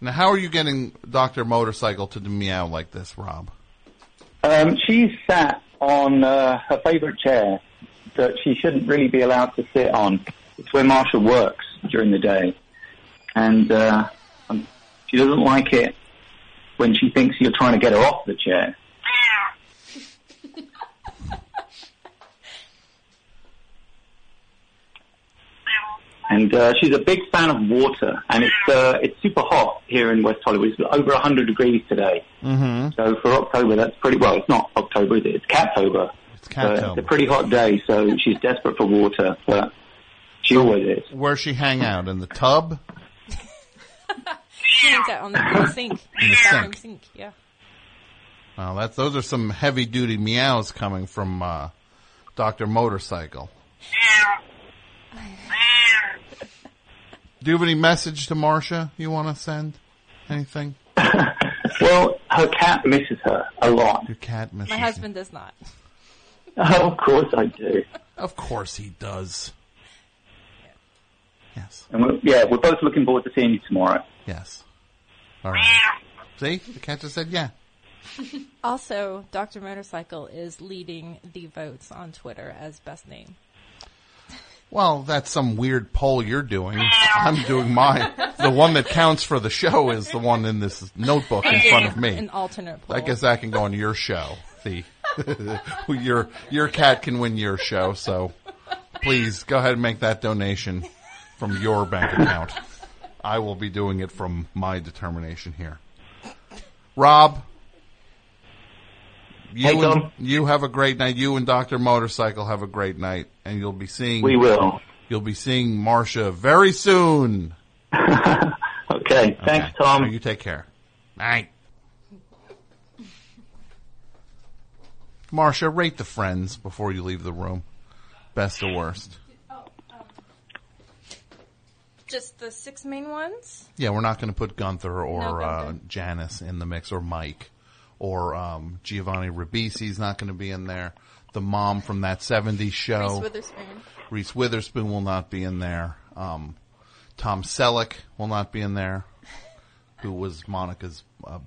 Speaker 1: Now, how are you getting Doctor Motorcycle to meow like this, Rob?
Speaker 25: Um, she's sat on uh, her favourite chair that she shouldn't really be allowed to sit on. It's where Marsha works during the day, and uh, um, she doesn't like it when she thinks you're trying to get her off the chair. And uh, she's a big fan of water, and it's uh, it's super hot here in West Hollywood. It's over 100 degrees today.
Speaker 1: Mm-hmm.
Speaker 25: So for October, that's pretty well. It's not October, is it? It's Cattober. It's
Speaker 1: Cattober.
Speaker 25: it's a pretty hot day, so she's desperate for water, but she always is.
Speaker 1: Where she hang out in the tub?
Speaker 13: She hangs out on the, on the sink.
Speaker 1: In the
Speaker 13: bathroom
Speaker 1: sink.
Speaker 13: sink. Yeah.
Speaker 1: Well, that's those are some heavy duty meows coming from uh, Doctor Motorcycle. Do you have any message to Marcia you want to send? Anything?
Speaker 25: Well, her cat misses her a lot.
Speaker 1: Your cat misses.
Speaker 13: My husband does not.
Speaker 25: Oh, of course I do.
Speaker 1: Of course he does. Yes.
Speaker 25: And we're, yeah, we're both looking forward to seeing you tomorrow.
Speaker 1: Yes. All right. See, the cat just said yeah.
Speaker 13: Also, Doctor Motorcycle is leading the votes on Twitter as best name.
Speaker 1: Well, that's some weird poll you're doing. I'm doing mine. The one that counts for the show is the one in this notebook in front of me.
Speaker 13: An alternate
Speaker 1: I guess that can go on your show. The your your cat can win your show. So please go ahead and make that donation from your bank account. I will be doing it from my determination here. Rob, you
Speaker 25: Hey, Tom.
Speaker 1: and, you have a great night. You and Doctor Motorcycle have a great night, and you'll be seeing.
Speaker 25: We will.
Speaker 1: You'll be seeing Marcia very soon.
Speaker 25: okay. Thanks, Tom.
Speaker 1: You take care. Night. Marcia, rate the friends before you leave the room. Best or worst?
Speaker 13: Oh, um, Just the six main ones.
Speaker 1: Yeah, we're not going to put Gunther or
Speaker 13: No,
Speaker 1: uh, Janice in the mix, or Mike, or um, Giovanni Ribisi's not going to be in there. The mom from that '70s show,
Speaker 24: Reese Witherspoon.
Speaker 1: Reese Witherspoon will not be in there. Um, Tom Selleck will not be in there, who was Monica's uh,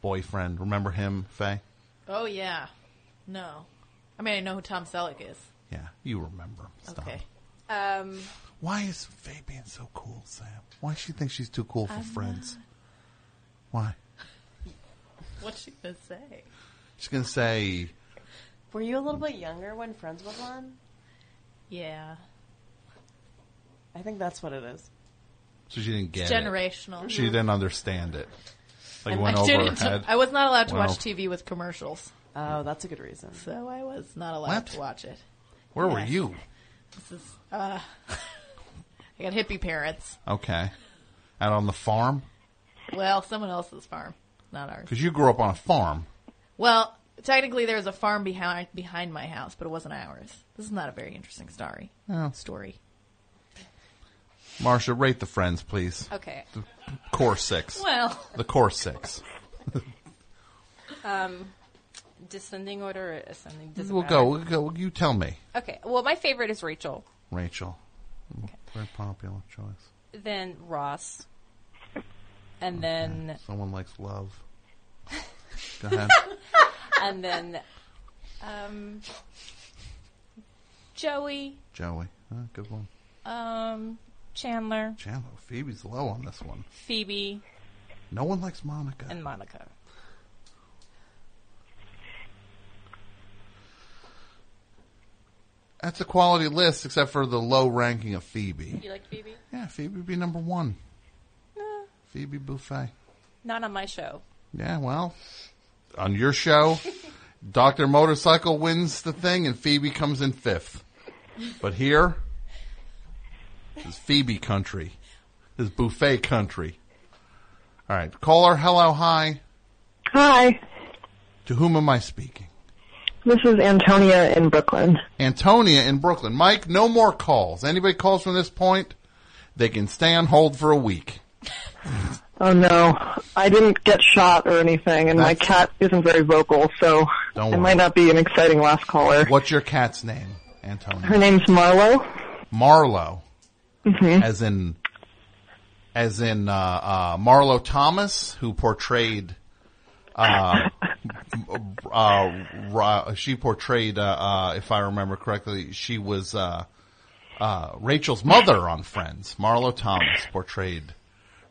Speaker 1: boyfriend. Remember him, Faye?
Speaker 24: Oh yeah. No. I mean, I know who Tom Selleck is.
Speaker 1: Yeah, you remember. him. Stop.
Speaker 24: Okay. Um,
Speaker 1: Why is Faye being so cool, Sam? Why she thinks she's too cool for
Speaker 24: I'm
Speaker 1: friends?
Speaker 24: not.
Speaker 1: Why?
Speaker 24: what's she gonna say?
Speaker 1: She's gonna say,
Speaker 4: Were you a little bit younger when Friends was on?
Speaker 24: Yeah.
Speaker 4: I think that's what it is.
Speaker 1: so she didn't get
Speaker 24: It's generational.
Speaker 1: It. She didn't understand it. Like
Speaker 24: And
Speaker 1: went
Speaker 24: I
Speaker 1: over
Speaker 24: didn't-
Speaker 1: her head.
Speaker 24: I was not allowed to
Speaker 1: Wow.
Speaker 24: watch TV with commercials.
Speaker 4: Oh, that's a good reason.
Speaker 24: So I was not allowed
Speaker 4: What?
Speaker 24: to watch it.
Speaker 1: Where were
Speaker 24: Yes.
Speaker 1: you?
Speaker 24: This is uh I got hippie parents.
Speaker 1: Okay, out on the farm
Speaker 24: Well, someone else's farm, not ours.
Speaker 1: because you grew up on a farm.
Speaker 24: Well,
Speaker 15: Technically, there was a farm behind behind my house, but it wasn't ours. This is not a very interesting story.
Speaker 1: Oh.
Speaker 15: Story.
Speaker 1: Marcia, rate the friends, please.
Speaker 13: Okay.
Speaker 1: The core six.
Speaker 13: Well.
Speaker 1: the core six.
Speaker 13: Um, descending order or ascending? Doesn't
Speaker 1: we'll
Speaker 13: matter.
Speaker 1: go. We'll go. You tell me,
Speaker 13: Okay. Well, my favorite is Rachel,
Speaker 1: Rachel. Very popular choice.
Speaker 13: then Ross, and then
Speaker 1: Someone likes love. go ahead.
Speaker 13: and then um, Joey,
Speaker 1: Joey. Uh, good one.
Speaker 13: um, Chandler,
Speaker 1: Chandler. Phoebe's low on this one.
Speaker 13: Phoebe,
Speaker 1: No one likes Monica.
Speaker 13: and Monica.
Speaker 1: That's a quality list, except for the low ranking of Phoebe.
Speaker 13: You like Phoebe?
Speaker 1: Yeah, Phoebe would be number one. Phoebe Buffet.
Speaker 13: Not on my show.
Speaker 1: Yeah, well, on your show, Dr. Motorcycle wins the thing and Phoebe comes in fifth. But here, this is Phoebe country. This is buffet country. All right, caller, hello, hi.
Speaker 16: Hi,
Speaker 1: To whom am I speaking?
Speaker 16: this is Antonia in Brooklyn.
Speaker 1: Antonia in Brooklyn. Mike, no more calls. Anybody calls from this point, they can stay on hold for a week.
Speaker 16: Oh no, I didn't get shot or anything, and my cat isn't very vocal, so
Speaker 1: Don't
Speaker 16: it
Speaker 1: worry.
Speaker 16: might not be an exciting last caller.
Speaker 1: What's your cat's name, Antonia?
Speaker 16: Her name's Marlo.
Speaker 1: Marlo,
Speaker 16: Mhm.
Speaker 1: as in, as in uh, uh, Marlo Thomas, who portrayed, uh, uh, Ra- she portrayed, uh, uh, if I remember correctly, she was uh, uh, Rachel's mother on Friends. Marlo Thomas portrayed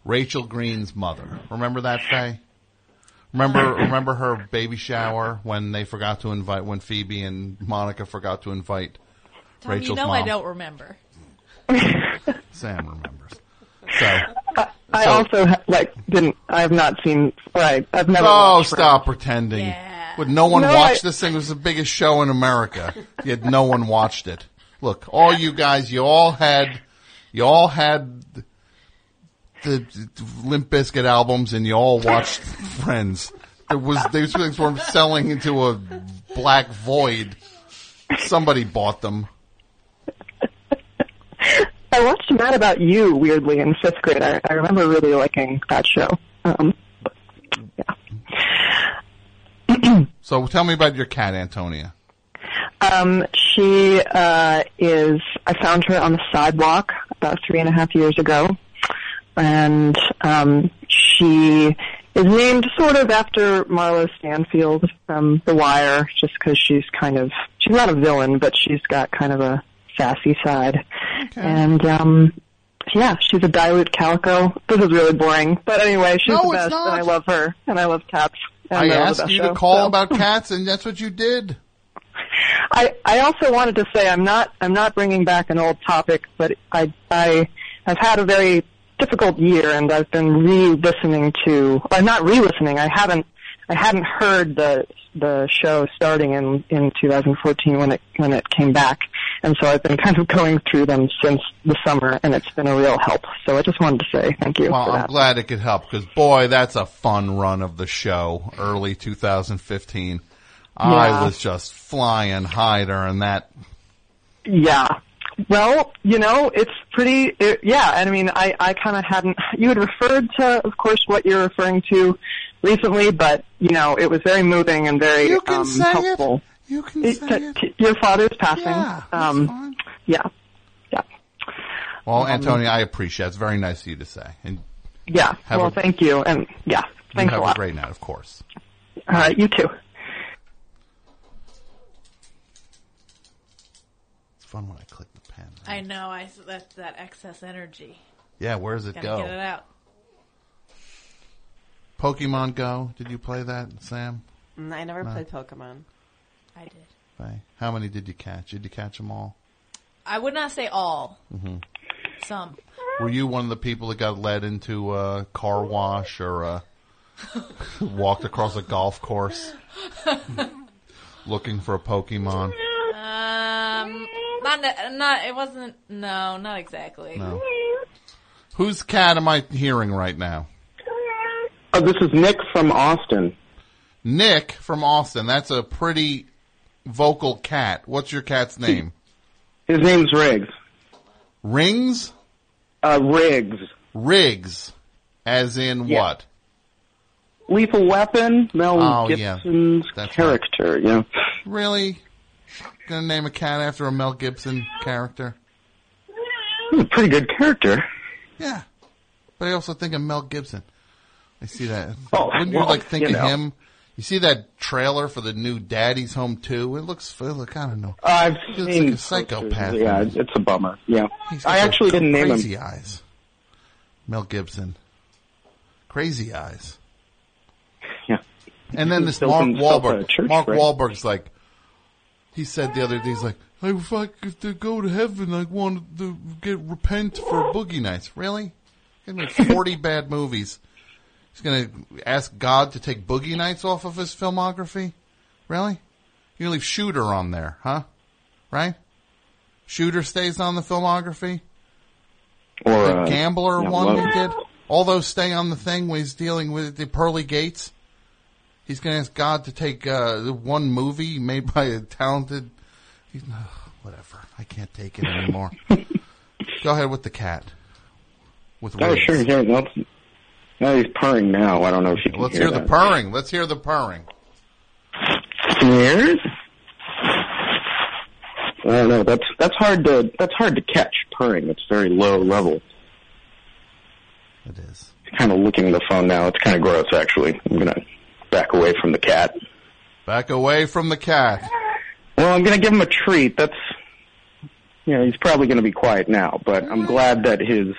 Speaker 1: Rachel Green's mother. Remember that, Faye? Remember, remember her baby shower when they forgot to invite when Phoebe and Monica forgot to invite
Speaker 15: Tom,
Speaker 1: Rachel's
Speaker 15: you know
Speaker 1: mom.
Speaker 15: I don't remember.
Speaker 1: Sam remembers. So,
Speaker 16: I also ha- like didn't. I've not seen. Right, I've never.
Speaker 1: oh,
Speaker 16: watched Friends.
Speaker 1: stop pretending. Would no one
Speaker 16: No,
Speaker 1: watch
Speaker 16: I-
Speaker 1: this thing? It was the biggest show in America. Yet no one watched it. Look, all you guys, you all had, you all had the, the Limp Bizkit albums, and you all watched Friends. It was these things were selling into a black void. Somebody bought them.
Speaker 16: I watched Mad About You weirdly in fifth grade. I, I remember really liking that show. Um,
Speaker 1: So tell me about your cat, Antonia.
Speaker 16: Um, she uh, is. I found her on the sidewalk about three and a half years ago, and um, she is named sort of after Marlo Stanfield from The Wire, just because she's kind of she's not a villain, but she's got kind of a sassy side, and. Um, yeah, she's a dilute calico. This is really boring, but anyway, she's
Speaker 1: No,
Speaker 16: the
Speaker 1: it's
Speaker 16: best,
Speaker 1: not.
Speaker 16: and I love her, and I love cats. and
Speaker 1: I
Speaker 16: they're the
Speaker 1: asked
Speaker 16: best
Speaker 1: you
Speaker 16: show,
Speaker 1: to call
Speaker 16: so.
Speaker 1: about cats, and that's what you did.
Speaker 16: I, I also wanted to say I'm not I'm not bringing back an old topic, but I I have had a very difficult year, and I've been re-listening to or not re-listening. I haven't I hadn't heard the the show starting in in 2014 when it when it came back, and so I've been kind of going through them since the summer, and it's been a real help. So I just wanted to say thank you
Speaker 1: Well,
Speaker 16: for
Speaker 1: I'm
Speaker 16: that.
Speaker 1: glad it could help because boy, that's a fun run of the show. Early 2015, I
Speaker 16: Yeah.
Speaker 1: was just flying high during that.
Speaker 16: Yeah. Well, you know, it's pretty. It, yeah, and I mean, I I kind of hadn't. You had referred to, of course, what you're referring to recently, but you know, it was very moving and very
Speaker 1: You can
Speaker 16: um,
Speaker 1: say it.
Speaker 16: helpful.
Speaker 1: You can
Speaker 16: It-
Speaker 1: say
Speaker 16: to-
Speaker 1: it.
Speaker 16: to- Your father's passing.
Speaker 1: Yeah,
Speaker 16: um, Yeah.
Speaker 1: Well,
Speaker 16: Um,
Speaker 1: Antonia, I appreciate. it. It's very nice of you to say. And
Speaker 16: Yeah.
Speaker 1: Have
Speaker 16: well,
Speaker 1: a-
Speaker 16: thank you, and yeah,
Speaker 1: you
Speaker 16: thanks
Speaker 1: have
Speaker 16: a lot.
Speaker 1: great night, of course.
Speaker 16: All right, you too.
Speaker 1: It's fun when I click the pen.
Speaker 15: I know. I that's that excess energy.
Speaker 1: Yeah, where does it
Speaker 15: Gotta
Speaker 1: go?
Speaker 15: Get it out.
Speaker 1: Pokemon Go. Did you play that, Sam?
Speaker 4: Mm, I never
Speaker 1: No.
Speaker 4: played Pokemon.
Speaker 15: I did.
Speaker 1: Faye? How many did you catch? Did you catch them all?
Speaker 15: I would not say all.
Speaker 16: Mm-hmm.
Speaker 1: hmm
Speaker 15: Some.
Speaker 1: Were you one of the people that got led into a car wash or uh walked across a golf course looking for a Pokemon?
Speaker 15: Um, not ne- not it wasn't. No, not exactly.
Speaker 1: No. Whose cat am I hearing right now?
Speaker 11: Uh,
Speaker 19: Oh, this is Nick from Austin.
Speaker 1: Nick from Austin. That's a pretty vocal cat. What's your cat's name?
Speaker 11: His name's Riggs.
Speaker 1: Rings?
Speaker 11: Uh, Riggs.
Speaker 1: Riggs. As in
Speaker 11: Yeah.
Speaker 1: what?
Speaker 11: Lethal Weapon, Mel
Speaker 1: Oh, yeah.
Speaker 11: Gibson's character. Yeah.
Speaker 1: Really? Gonna name a cat after a Mel Gibson character?
Speaker 11: He's a pretty good character.
Speaker 1: Yeah. But I also think of Mel Gibson. I see that. Wouldn't you like think
Speaker 11: Oh, you
Speaker 1: of
Speaker 11: know.
Speaker 1: him? You see that trailer for the new Daddy's Home 2? It looks, I don't know.
Speaker 11: I've
Speaker 1: He looks
Speaker 11: seen
Speaker 1: like a psychopath.
Speaker 11: Yeah, it's a bummer. Yeah.
Speaker 1: He's got
Speaker 11: I
Speaker 1: those
Speaker 11: actually didn't name
Speaker 1: crazy
Speaker 11: him.
Speaker 1: eyes. Mel Gibson. Crazy eyes.
Speaker 11: Yeah.
Speaker 1: And then this
Speaker 11: Built
Speaker 1: Mark
Speaker 11: himself a
Speaker 1: Wahlberg.
Speaker 11: church,
Speaker 1: Mark
Speaker 11: right?
Speaker 1: Wahlberg's like, he said the other day, he's like, hey, if I could go to heaven, I want to get repent for boogie nights. Really? He's gonna make 40 bad movies. He's gonna ask God to take boogie nights off of his filmography? Really? You're gonna leave Shooter on there, huh? Right? Shooter stays on the filmography?
Speaker 11: Or
Speaker 1: the
Speaker 11: uh,
Speaker 1: gambler
Speaker 11: yeah,
Speaker 1: one
Speaker 11: Logan.
Speaker 1: he did. All those stay on the thing when he's dealing with the pearly gates. He's going to ask God to take uh, the one movie made by a talented. He's, whatever. I can't take it anymore. Go ahead with the cat. With
Speaker 11: Oh,
Speaker 1: Riggs.
Speaker 11: sure. Yeah, that's, no, he's purring now. I don't know if you can
Speaker 1: Let's
Speaker 11: hear,
Speaker 1: hear the
Speaker 11: that.
Speaker 1: purring. Let's hear the purring.
Speaker 11: Snares? I don't know. That's that's hard to that's hard to catch purring. It's very low level. It is. Kind of looking at the phone now. It's kind of gross, actually. I'm gonna back away from the cat.
Speaker 1: Back away from the cat.
Speaker 11: Well, I'm gonna give him a treat. That's you know he's probably gonna be quiet now, but I'm glad that his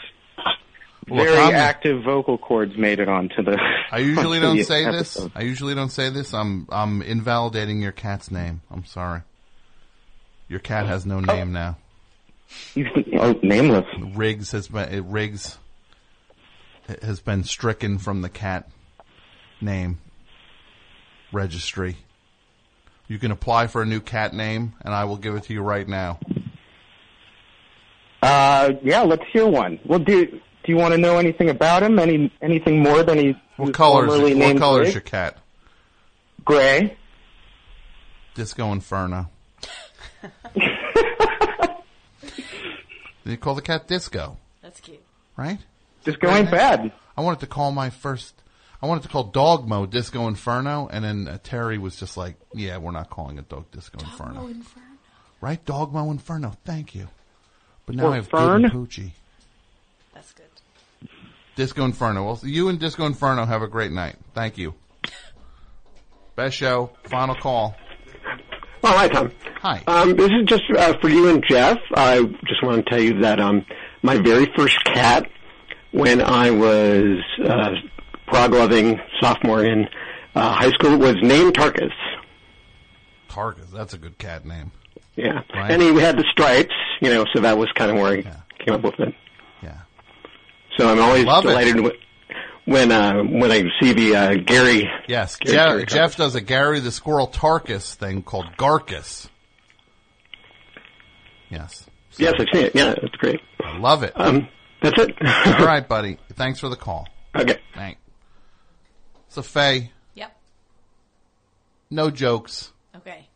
Speaker 1: Well,
Speaker 11: very
Speaker 1: I'm-
Speaker 11: active vocal cords made it onto the.
Speaker 1: I usually don't
Speaker 11: onto the
Speaker 1: say
Speaker 11: episode.
Speaker 1: this. I usually don't say this. I'm I'm invalidating your cat's name. I'm sorry. Your cat has no name now.
Speaker 11: oh, nameless.
Speaker 1: Riggs has been uh, Riggs has been stricken from the cat name registry. You can apply for a new cat name, and I will give it to you right now.
Speaker 11: Uh, yeah, let's hear one. Well, do do you want to know anything about him? Any anything more than he's
Speaker 1: What color is
Speaker 11: formerly
Speaker 1: it? What
Speaker 11: named
Speaker 1: color is
Speaker 11: Rick?
Speaker 1: your cat?
Speaker 11: Gray.
Speaker 1: Disco Inferno. They call the cat Disco,
Speaker 4: That's cute.
Speaker 1: right?
Speaker 11: Disco ain't bad.
Speaker 1: I wanted to call my first. I wanted to call Dog Mo Disco Inferno, and then uh, Terry was just like, "Yeah, we're not calling it Dog Disco Inferno." Right? Dogmo Inferno. Thank you. But now
Speaker 11: Or
Speaker 1: I have
Speaker 11: Fern?
Speaker 1: Good and Poochie.
Speaker 4: That's good.
Speaker 1: Disco Inferno. Well, you and Disco Inferno have a great night. Thank you. Best show. Final call.
Speaker 14: Oh, hi, Tom.
Speaker 1: Hi.
Speaker 14: Um, this is just uh, for you and Jeff. I just want to tell you that um, my very first cat, when I was uh, prog loving sophomore in uh, high school, was named Tarkus.
Speaker 1: Targus. That's a good cat name.
Speaker 14: Yeah,
Speaker 1: Right.
Speaker 14: and he had the stripes, you know, so that was kind of where I came up with it.
Speaker 1: Yeah.
Speaker 14: So I'm always
Speaker 1: Love it.
Speaker 14: delighted when when, uh, when I see the uh, Gary.
Speaker 1: Yes.
Speaker 14: Gary
Speaker 1: Jeff,
Speaker 14: Tarkus.
Speaker 1: Jeff does a Gary the Squirrel Tarkus thing called Garkus. Yes.
Speaker 14: Yes, I've seen it. Yeah, that's great.
Speaker 1: I love it.
Speaker 14: Um, that's it.
Speaker 1: All right, buddy. Thanks for the call.
Speaker 14: Okay.
Speaker 1: Thanks. So, Faye.
Speaker 24: Yep.
Speaker 1: No jokes.
Speaker 24: Okay.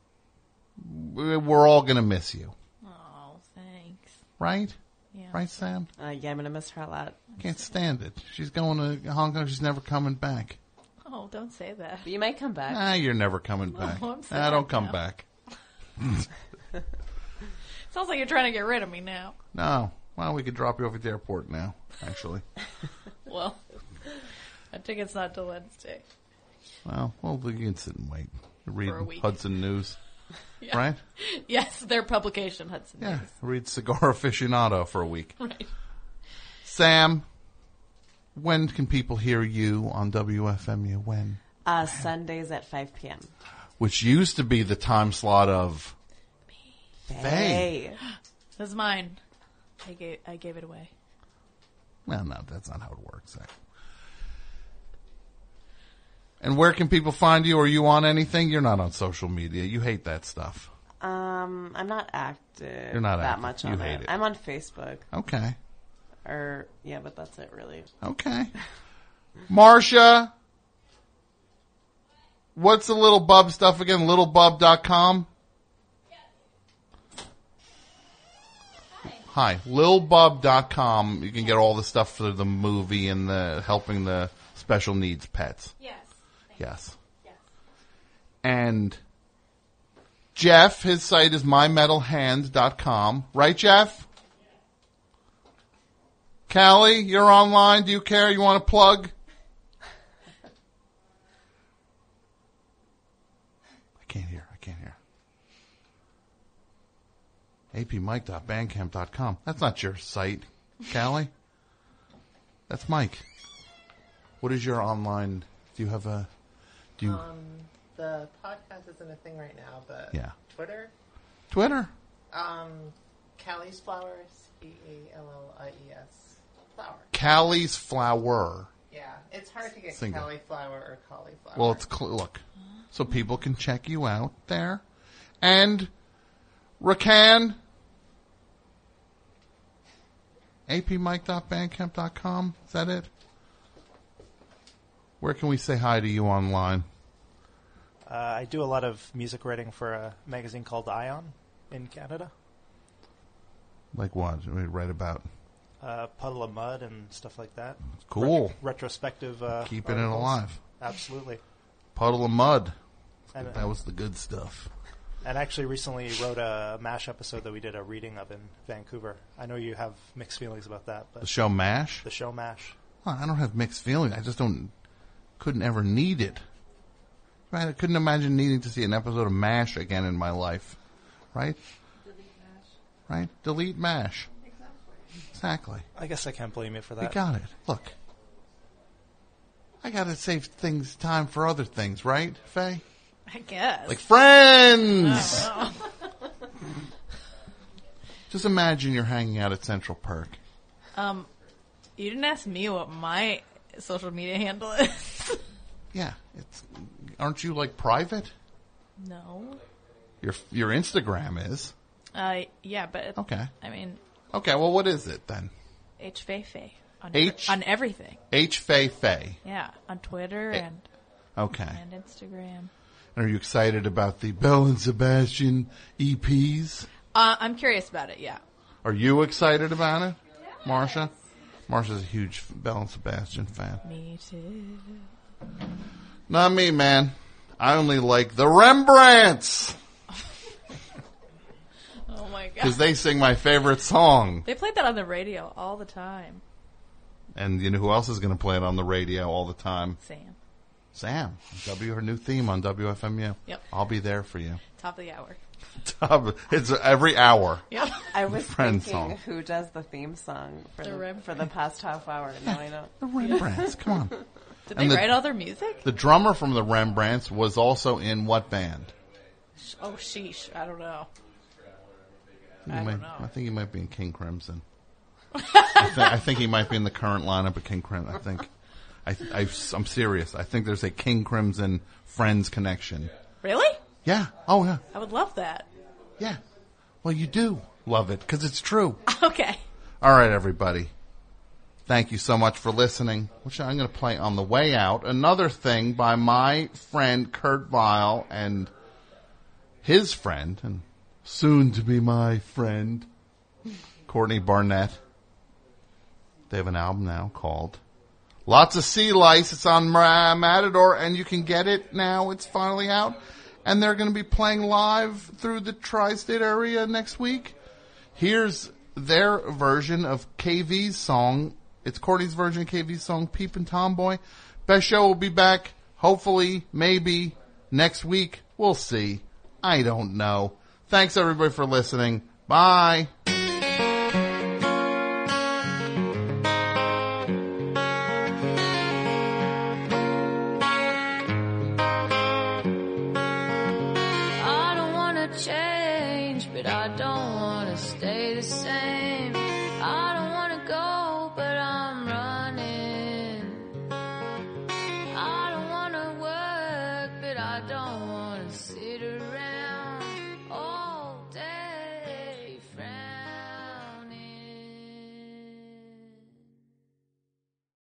Speaker 1: We- We're all going to miss you,
Speaker 24: Oh, thanks.
Speaker 1: right?
Speaker 24: Yeah.
Speaker 1: Right, Sam?
Speaker 4: Uh, yeah, I'm gonna miss her a lot.
Speaker 1: Can't stand it. She's going to Hong Kong. She's never coming back.
Speaker 24: Oh, don't say that.
Speaker 4: But you might come back.
Speaker 1: Ah, you're never coming back.
Speaker 24: I'm
Speaker 1: ah,
Speaker 24: sad
Speaker 1: don't come
Speaker 24: now.
Speaker 1: back.
Speaker 24: Sounds like you're trying to get rid of me now.
Speaker 1: No. Well, we could drop you off at the airport now, actually.
Speaker 24: Well, I think it's not till Wednesday.
Speaker 1: well, well, you can sit and wait. Read
Speaker 24: For a week.
Speaker 1: Hudson News,
Speaker 24: Yeah.
Speaker 1: right?
Speaker 24: Yes, their publication, Hudson.
Speaker 1: Yeah.
Speaker 24: News.
Speaker 1: Read Cigar Aficionado for a week.
Speaker 24: Right.
Speaker 1: Sam, when can people hear you on WFMU? When?
Speaker 4: Uh, Sundays at 5 p.m.
Speaker 1: Which used to be the time slot of Faye.
Speaker 24: That's mine. I gave I gave it away.
Speaker 1: Well, no, that's not how it works. Zach. And where can people find you? Are you on anything? You're not on social media. You hate that stuff.
Speaker 4: Um, I'm not active.
Speaker 1: You're not
Speaker 4: that
Speaker 1: active.
Speaker 4: much
Speaker 1: You
Speaker 4: on it.
Speaker 1: hate it.
Speaker 4: I'm on Facebook.
Speaker 1: Okay.
Speaker 4: Or yeah, but that's it really.
Speaker 1: Okay. Marcia, What's the little bub stuff again? Littlebub.com? Hi, lilbub.com. You can get all the stuff for the movie and the helping the special needs pets.
Speaker 2: Yes.
Speaker 1: Yes. And Jeff, his site is mymetalhands.com. Right, Jeff? Callie, you're online. Do you care? You want to plug? I can't hear. I can't hear. apmike.bandcamp.com. That's not your site, Callie. That's Mike. What is your online? Do you have a? Do you
Speaker 18: Um, the podcast isn't a thing right now, but
Speaker 1: Yeah.
Speaker 18: Twitter,
Speaker 1: Twitter?
Speaker 18: um, Callie's Flowers, C A L L I E S, flower.
Speaker 1: Callie's flower.
Speaker 18: Yeah, it's hard to get
Speaker 1: Single.
Speaker 18: cauliflower or cauliflower.
Speaker 1: Well, it's cl- look, so people can check you out there, and Rakan, apmike.bandcamp.com. Is that it? Where can we say hi to you online?
Speaker 26: Uh, I do a lot of music writing for a magazine called Ion in Canada.
Speaker 1: Like what? We write about
Speaker 26: Uh, Puddle of Mud and stuff like that.
Speaker 1: Cool.
Speaker 26: Ret- retrospective. Uh,
Speaker 1: Keeping it
Speaker 26: articles.
Speaker 1: alive.
Speaker 26: Absolutely.
Speaker 1: puddle of mud.
Speaker 26: And-
Speaker 1: that was the good stuff.
Speaker 26: And actually, recently wrote a Mash episode that we did a reading of in Vancouver. I know you have mixed feelings about that, but
Speaker 1: The show MASH?
Speaker 26: The show Mash.
Speaker 1: Well, I don't have mixed feelings. I just don't, couldn't ever need it. Right? I couldn't imagine needing to see an episode of MASH again in my life. Right? Right? Delete MASH. Exactly.
Speaker 26: I guess I can't blame you for that.
Speaker 1: We got it. Look. I gotta save things time for other things, right, Faye?
Speaker 24: I guess.
Speaker 1: Like friends!
Speaker 24: I don't know.
Speaker 1: Just imagine you're hanging out at Central Park.
Speaker 24: um, you didn't ask me what my social media handle is.
Speaker 1: Yeah, it's aren't you like private?
Speaker 24: no.
Speaker 1: Your your Instagram is.
Speaker 24: Uh, yeah, but it-
Speaker 1: Okay.
Speaker 24: I mean,
Speaker 1: Okay, well what is it then?
Speaker 24: HFefe on
Speaker 1: H-
Speaker 24: on everything.
Speaker 1: H Fay Fay.
Speaker 24: Yeah, on Twitter
Speaker 1: Eh.
Speaker 24: and
Speaker 1: Okay.
Speaker 24: and Instagram.
Speaker 1: Are you excited about the Bell and Sebastian EPs?
Speaker 24: Uh, I'm curious about it. Yeah.
Speaker 1: Are you excited about it, Marsha? Marsha's a huge Bell and Sebastian fan.
Speaker 24: Me too.
Speaker 1: Not me, man. I only like the Rembrandts
Speaker 24: Oh my god.
Speaker 1: because they sing my favorite song.
Speaker 24: They played that on the radio all the time.
Speaker 1: And you know who else is going to play it on the radio all the time?
Speaker 24: Sam.
Speaker 1: Sam. W her new theme on WFMU.
Speaker 24: Yep.
Speaker 1: I'll be there for you.
Speaker 24: Top of the hour.
Speaker 1: Top- It's every hour.
Speaker 24: Yep.
Speaker 4: I was
Speaker 1: Friend
Speaker 4: thinking
Speaker 1: song.
Speaker 4: who does the theme song for
Speaker 24: The
Speaker 4: the,
Speaker 24: Rembrandt.
Speaker 4: for the past half hour. and Now I know.
Speaker 1: The Rembrandts. Come on.
Speaker 24: Did
Speaker 1: And
Speaker 24: they
Speaker 1: the-
Speaker 24: write all their music?
Speaker 1: The drummer from the Rembrandts was also in what band?
Speaker 24: Sh- Oh sheesh, I don't know.
Speaker 1: He
Speaker 24: I don't
Speaker 1: might-
Speaker 24: know.
Speaker 1: I think he might be in King Crimson. I, th- I think he might be in the current lineup of King Crimson. I think. I, I, am serious. I think there's a King Crimson Friends connection.
Speaker 24: Really?
Speaker 1: Yeah. Oh, yeah.
Speaker 24: I would love that.
Speaker 1: Yeah. Well, you do love it because it's true.
Speaker 24: Okay.
Speaker 1: All right, everybody. Thank you so much for listening. Which I'm going to play on the way out. Another thing by my friend Kurt Vile and his friend, and soon to be my friend, Courtney Barnett. They have an album now called Lots of Sea Lice. It's on Ma- Matador, and you can get it now. It's finally out. And they're going to be playing live through the tri state area next week. Here's their version of KV's song. It's Courtney's version of KV's song, Peep and Tomboy. Best show will be back, hopefully, maybe next week. We'll see. I don't know. Thanks everybody for listening. Bye.
Speaker 27: I don't wanna change, but I don't wanna stay the same.